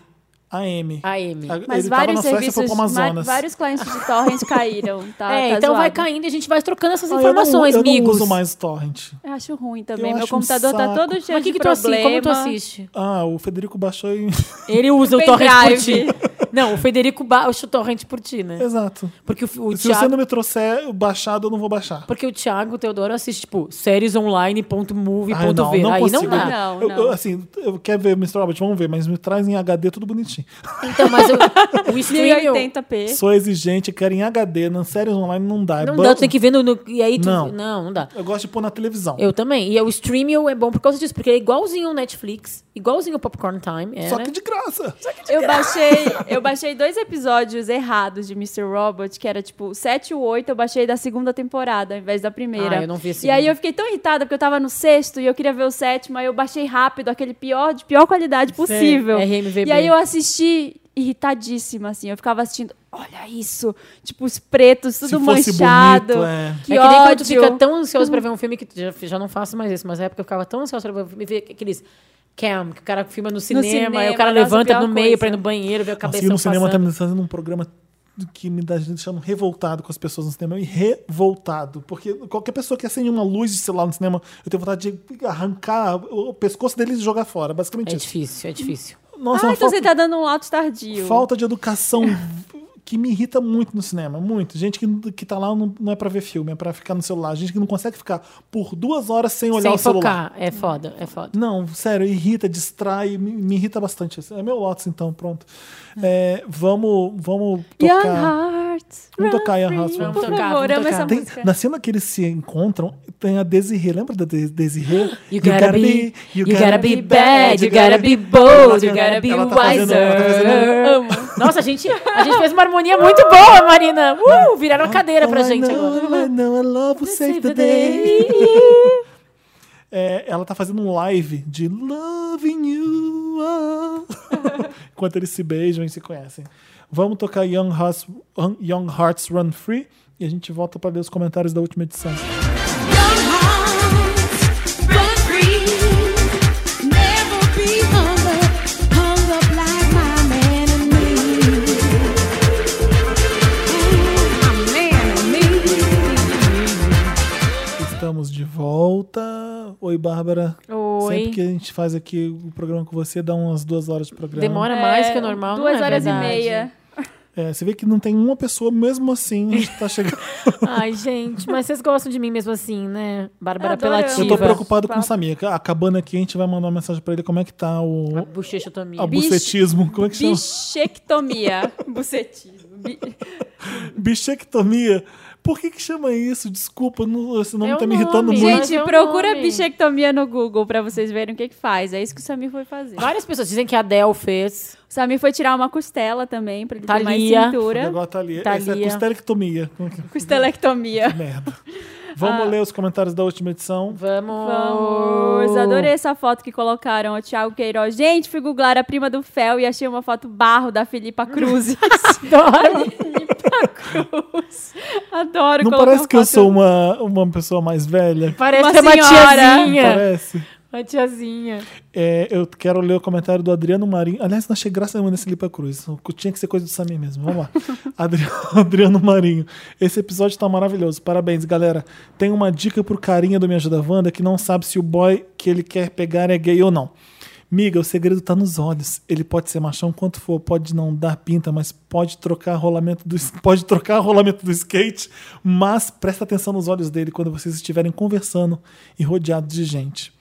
AM. AM. Mas vários ele tava na Suécia e serviços, foi pro Amazonas. va- vários clientes de torrent caíram, tá? é, tá então vai zoado. caindo e a gente vai trocando essas Ah, eu não- informações, eu não, amigos. uso mais o torrent. Eu acho ruim também. Eu Meu acho um computador tá saco. todo cheio Mas o de que, que tu assiste? problema. Como tu assiste? Ah, o Federico baixou e... Ele usa o O torrent por ti. pendrive. Não, o Federico baixa o torrent por ti, né? Exato. Porque o, o Se você Thiago... não me trouxer o baixado, eu não vou baixar. Porque o Thiago Teodoro assiste, tipo, sériesonline.movie.v. Ah, eu não, não Aí não consigo. dá. Não, Eu- não. eu, assim, eu quero ver Mr. Robot, vamos ver, mas me traz em HD tudo bonitinho. Então, mas o, o streaming... 1080p. Sou exigente, quero em HD, nas séries online não dá. é Não bom- dá, tu tem que ver no... no- e aí tu- Não. não, não dá. Eu gosto de pôr na televisão. Eu também. E o Streamio é bom por causa disso, porque ele é igualzinho ao Netflix, igualzinho ao Popcorn Time. é, né? Era. Só que de graça. Assim, Eu baixei, eu baixei dois episódios errados de Mr. Robot, que era tipo 7 e 8, eu baixei da segunda temporada ao invés da primeira. Ah, eu não vi a E segunda. aí eu fiquei tão irritada porque eu tava no sexto e eu queria ver o sétimo, aí eu baixei rápido, aquele pior de pior qualidade possível. RMVB. E aí eu assisti irritadíssima assim, eu ficava assistindo, olha isso, tipo os pretos tudo Se fosse manchado. bonito, é. Que é que nem ódio. Ah, quando Uhum. tu fica tão ansioso pra ver um filme que tu já, já não faço mais isso, mas na época eu ficava tão ansioso pra ver um filme, ver aqueles cam, que o cara filma no cinema, aí o cinema, cara nossa, levanta pior no meio coisa. pra ir no banheiro, ver a cabeça Nossa, e no cinema tá passando. me fazendo um programa que me dá deixando revoltado com as pessoas no cinema. E revoltado. Porque qualquer pessoa que acende uma luz de celular no cinema, eu tenho vontade de arrancar o pescoço deles e jogar fora. Basicamente É isso. difícil, é difícil. Nossa, Ah, uma então falta, você tá dando um lato tardio. falta de educação que me irrita muito no cinema. Muito. Gente que, que tá lá não, não é pra ver filme, é pra ficar no celular. Gente que não consegue ficar por duas horas sem olhar Sem o celular. focar, é foda, é foda. Não, sério, irrita, distrai, me, me irrita bastante. É meu Lotus, então, pronto. É, vamos, vamos Young tocar. Hearts. Vamos run tocar Young Hearts, free. vamos Por tocar, favor, vamos amo essa tocar. Tem- música. na cena que eles se encontram, tem a Desiree. Lembra da Des- Desiree? You gotta be, you gotta be bad, you gotta be bold, you gotta be Ela tá fazendo- ela tá wiser. fazendo- Amo. Nossa, a gente, a gente fez uma harmonia muito boa, Marina. Uh, viraram a cadeira pra Oh, I gente know, agora. I know, I love you, save the day. É, ela tá fazendo um live de Loving You. ah. Enquanto eles se beijam e se conhecem. Vamos tocar Young Hearts, Young Hearts Run Free e a gente volta pra ver os comentários da última edição. Estamos de volta. Oi, Bárbara. Oi. Sempre que a gente faz aqui o programa com você, dá umas duas horas de programa. Demora mais que o normal, não Duas é horas verdade. e meia. É, você vê que não tem uma pessoa, mesmo assim, a gente tá chegando. Ai, gente, mas vocês gostam de mim mesmo assim, né? Bárbara Adoramos. Pelativa. Eu tô Diva. preocupado com o Tá. Papo. Samir. Acabando aqui, a gente vai mandar uma mensagem pra ele como é que tá o Bochechotomia. a Bicho- bucetismo. Como é que chama? Bichectomia. Bucetismo. Bi- Bichectomia. Por que que chama isso? Desculpa, não, esse nome É o tá me irritando nome. muito. Mas é Gente, um procura nome. bichectomia no Google pra vocês verem o que, que faz. É isso que o Samir foi fazer. Várias pessoas dizem que a Adele fez. O Samir foi tirar uma costela também, pra ele ter mais Thalia. O cintura. negócio tá ali. Tá Esse é ali, é. costelectomia. Como é um que- Costelectomia. Merda. Ah. Vamos ler os comentários da última edição. Vamos. Vamos! Adorei essa foto que colocaram, o Thiago Queiroz. Gente, fui googlar a prima do Fel e achei uma foto barro da Filipa Cruz. Adoro. Filipa Cruz. Adoro Não colocar parece que eu foto- sou um uma, uma pessoa mais velha? Parece Uma que é uma senhora. tiazinha. Parece. Uma tiazinha. É, eu quero ler o comentário do Adriano Marinho. Aliás, não achei graça nenhuma nesse Lipa Cruz. Tinha que ser coisa do Samir mesmo. Vamos lá. Adri- Adriano Marinho. Esse episódio tá maravilhoso. Parabéns, galera. Tem uma dica pro carinha do Me Ajuda Wanda que não sabe se o boy que ele quer pegar é gay ou não. Miga, o segredo tá nos olhos. Ele pode ser machão quanto for, pode não dar pinta, mas pode trocar rolamento do pode trocar rolamento do skate, mas presta atenção nos olhos dele quando vocês estiverem conversando e rodeados de gente.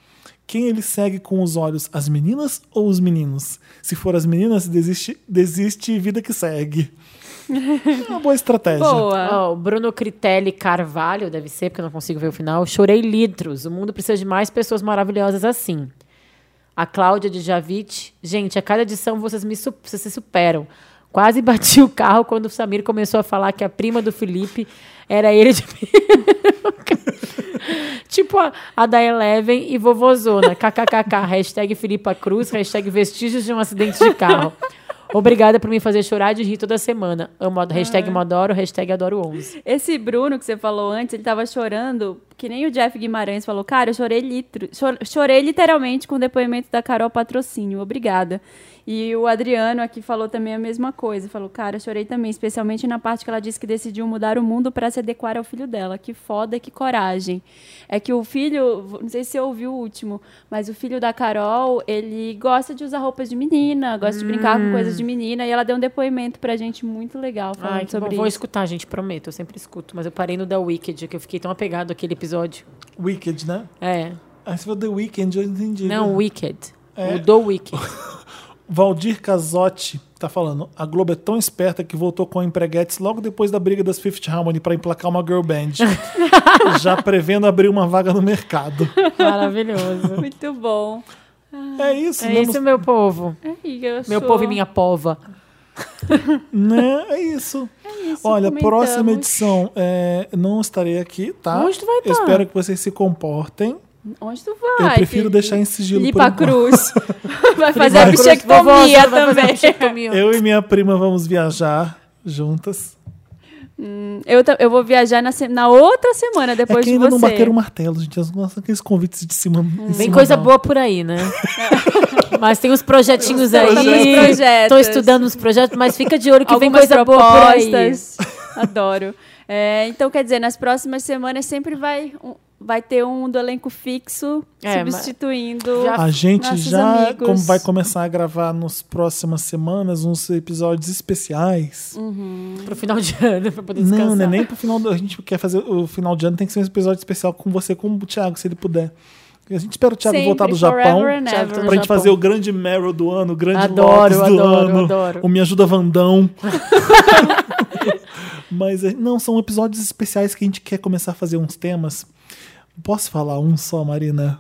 Quem ele segue com os olhos, as meninas ou os meninos? Se for as meninas, desiste, desiste e vida que segue. É uma boa estratégia. Boa. Ó, o Bruno Critelli Carvalho, deve ser, porque eu não consigo ver o final. Chorei litros. O mundo precisa de mais pessoas maravilhosas assim. A Cláudia de Javit. Gente, a cada edição vocês me su- vocês se superam. Quase bati o carro quando o Samir começou a falar que a prima do Felipe era ele de peruca. tipo a, a da Eleven e vovozona. KKKK, hashtag Filipa Cruz, hashtag vestígios de um acidente de carro. Obrigada por me fazer chorar de rir toda semana. Amo, ad- hashtag me adoro, hashtag adoro 11. Esse Bruno que você falou antes, ele tava chorando, que nem o Jeff Guimarães falou, cara, eu chorei, litro, chor- chorei literalmente com o depoimento da Carol Patrocínio, obrigada. E o Adriano aqui falou também a mesma coisa, falou, cara, eu chorei também, especialmente na parte que ela disse que decidiu mudar o mundo pra se adequar ao filho dela. Que foda, que coragem. É que o filho, não sei se você ouviu o último, mas o filho da Carol, ele gosta de usar roupas de menina, gosta de brincar com coisas de menina, e ela deu um depoimento pra gente muito legal falando Hum. Ai, que bom. sobre Vou isso. escutar, gente, prometo. Eu sempre escuto. Mas eu parei no da Wicked, que eu fiquei tão apegado àquele episódio. Wicked, né? É. Ah, você falou The Weeknd, eu entendi. Não, Wicked. É. O do Wicked. Valdir Casotti tá falando. A Globo é tão esperta que voltou com a empreguetes logo depois da briga das Fifth Harmony pra emplacar uma girl band. Já prevendo abrir uma vaga no mercado. Maravilhoso. Muito bom. É isso, É né? isso, meu povo. Aí, eu Meu sou- povo e minha pova. Né? É isso. isso, Olha, próxima comentamos. edição. é, não estarei aqui, tá? Onde tu vai Eu tá? espero que vocês se comportem. Onde tu vai? eu prefiro deixar em sigilo por Lipa enquanto. Cruz. Vai fazer Vai. a Vovosa, bichectomia vai fazer a também. bichectomia. Eu e minha prima vamos viajar juntas. Eu, ta- eu vou viajar na, se- na outra semana É depois de que ainda você. Hum, não bateram o martelo, gente. As- Nossa, aqueles convites de cima. em Vem cima coisa da- boa por aí, né? mas tem uns projetinhos aí. projetos. Tô estudando uns projetos, mas fica de olho que vem Algumas coisa boa por aí. propostas. Adoro. É, então, quer dizer, nas próximas semanas sempre vai, um- vai ter um do elenco fixo É, substituindo. Já- A gente Nossos já amigos. como vai começar a gravar nas próximas semanas uns episódios especiais. Hum, Pro final de ano, pra poder descansar. não, não é nem pro final do, A gente quer fazer o final de ano, tem que ser um episódio especial com você, com o Thiago, se ele puder. A gente espera o Thiago Sempre, voltar do forever Japão. and Pra ever. gente Japão. fazer o grande Meryl do ano, o grande Adoro, Lotus do adoro, ano, adoro. o Me Ajuda Vandão. Mas, é, não, são episódios especiais que a gente quer começar a fazer uns temas. Posso falar um só, Marina?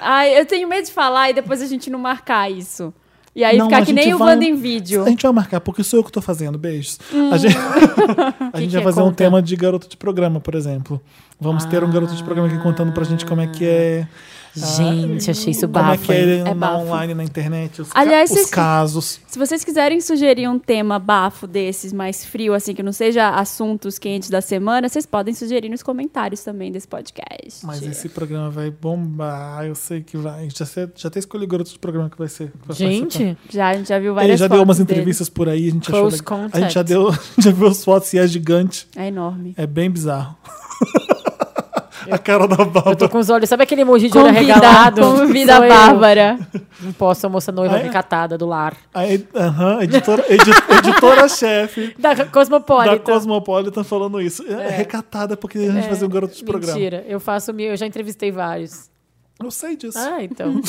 Ai, eu tenho medo de falar e depois a gente não marcar isso. E aí Não, ficar a que gente nem o vai- Wanda em vídeo. A gente vai marcar, porque sou eu que tô fazendo. Beijos. A gente, a gente Hum. que vai é? fazer um Conta. tema de garoto de programa, por exemplo. Vamos ter um Ah. garoto de programa aqui contando pra gente como é que é. Gente, achei isso Como é bafo. que é ele hein? andar bafo. online na internet, os, ca- Aliás, os vocês- casos. Se vocês quiserem sugerir um tema bafo desses, mais frio, assim, que não seja assuntos quentes da semana, vocês podem sugerir nos comentários também desse podcast. Mas esse programa vai bombar, eu sei que vai. Já, sei- já até escolhi o garoto de programa que vai ser. que vai participar. Gente, Já, a gente já viu várias Ele já deu fotos umas dele. entrevistas por aí, a gente achou Close legal. A gente contact. já deu, já viu as fotos e é gigante. É enorme. É bem bizarro. a cara da eu tô Bárbara. com os olhos. Sabe aquele emoji de olho Convida, arregalado? convida a Sou eu. Bárbara. Não posso, a moça noiva Ah, é? recatada do lar. A ed- aham, editora- edi- editora-chefe Da da Cosmopolitan. Cosmopolitan falando isso. É, recatada porque a gente fazia um garoto de programa. É, Mentira, eu faço o meu, eu já entrevistei vários. Eu sei disso. Ah, então.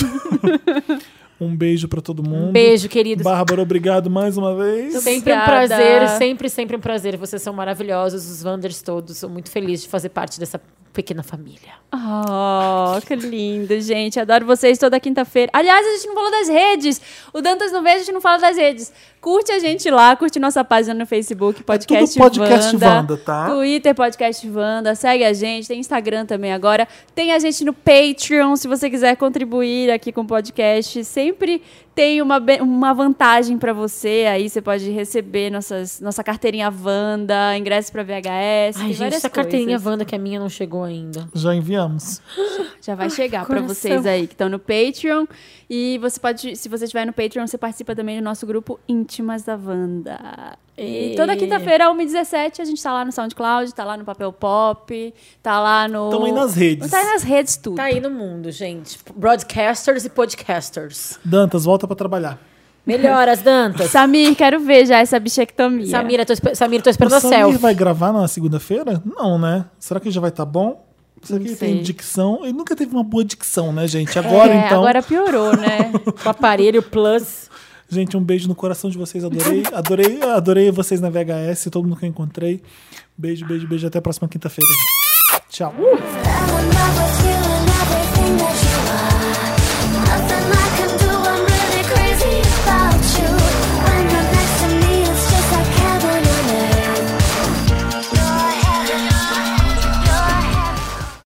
Um beijo pra todo mundo. Beijo, queridos. Bárbara, obrigado mais uma vez. Sempre um Obrigada. prazer, sempre, sempre um prazer. Vocês são maravilhosos, os Wanders todos. Sou muito feliz de fazer parte dessa pequena família. Oh, que lindo, gente. Adoro vocês toda quinta-feira. Aliás, a gente não falou das redes. O Dantas não vê, a gente não fala das redes. Curte a gente lá, curte nossa página no Facebook, Podcast É tudo Podcast Vanda, Vanda, tá? Twitter, Podcast Vanda. Segue a gente. Tem Instagram também agora. Tem a gente no Patreon, se você quiser contribuir aqui com o podcast. Sempre tem uma, be- uma vantagem pra você. Aí você pode receber nossas, nossa carteirinha Vanda, ingressos pra VHS. Ai, tem gente, várias essa carteirinha coisas. Wanda que a minha não chegou ainda. Já enviamos. Já vai chegar pra coração. vocês aí que estão no Patreon. E você pode, se você estiver no Patreon, você participa também do nosso grupo Íntimas da Wanda. E E- toda quinta-feira, 1h17, a gente tá lá no SoundCloud, tá lá no Papel Pop, tá lá no. Tamo aí nas redes. Tá aí nas redes tudo. Tá aí no mundo, gente. Broadcasters e podcasters. Dantas, volta pra trabalhar. Melhoras, Dantas. Samir, quero ver já essa bichectomia. Samira, tô, espe- Samira, tô esperando o a selfie. Samir vai gravar na segunda-feira? Não, né? Será que já vai estar bom? Será que Não ele tem sei. dicção? Ele nunca teve uma boa dicção, né, gente? Agora, é, então. agora piorou, né? Com aparelho plus. Gente, um beijo no coração de vocês. Adorei, adorei, adorei vocês na VHS, todo mundo que eu encontrei. Beijo, beijo, beijo. Uh! Até a próxima quinta-feira. Tchau. I will never feel everything that you are.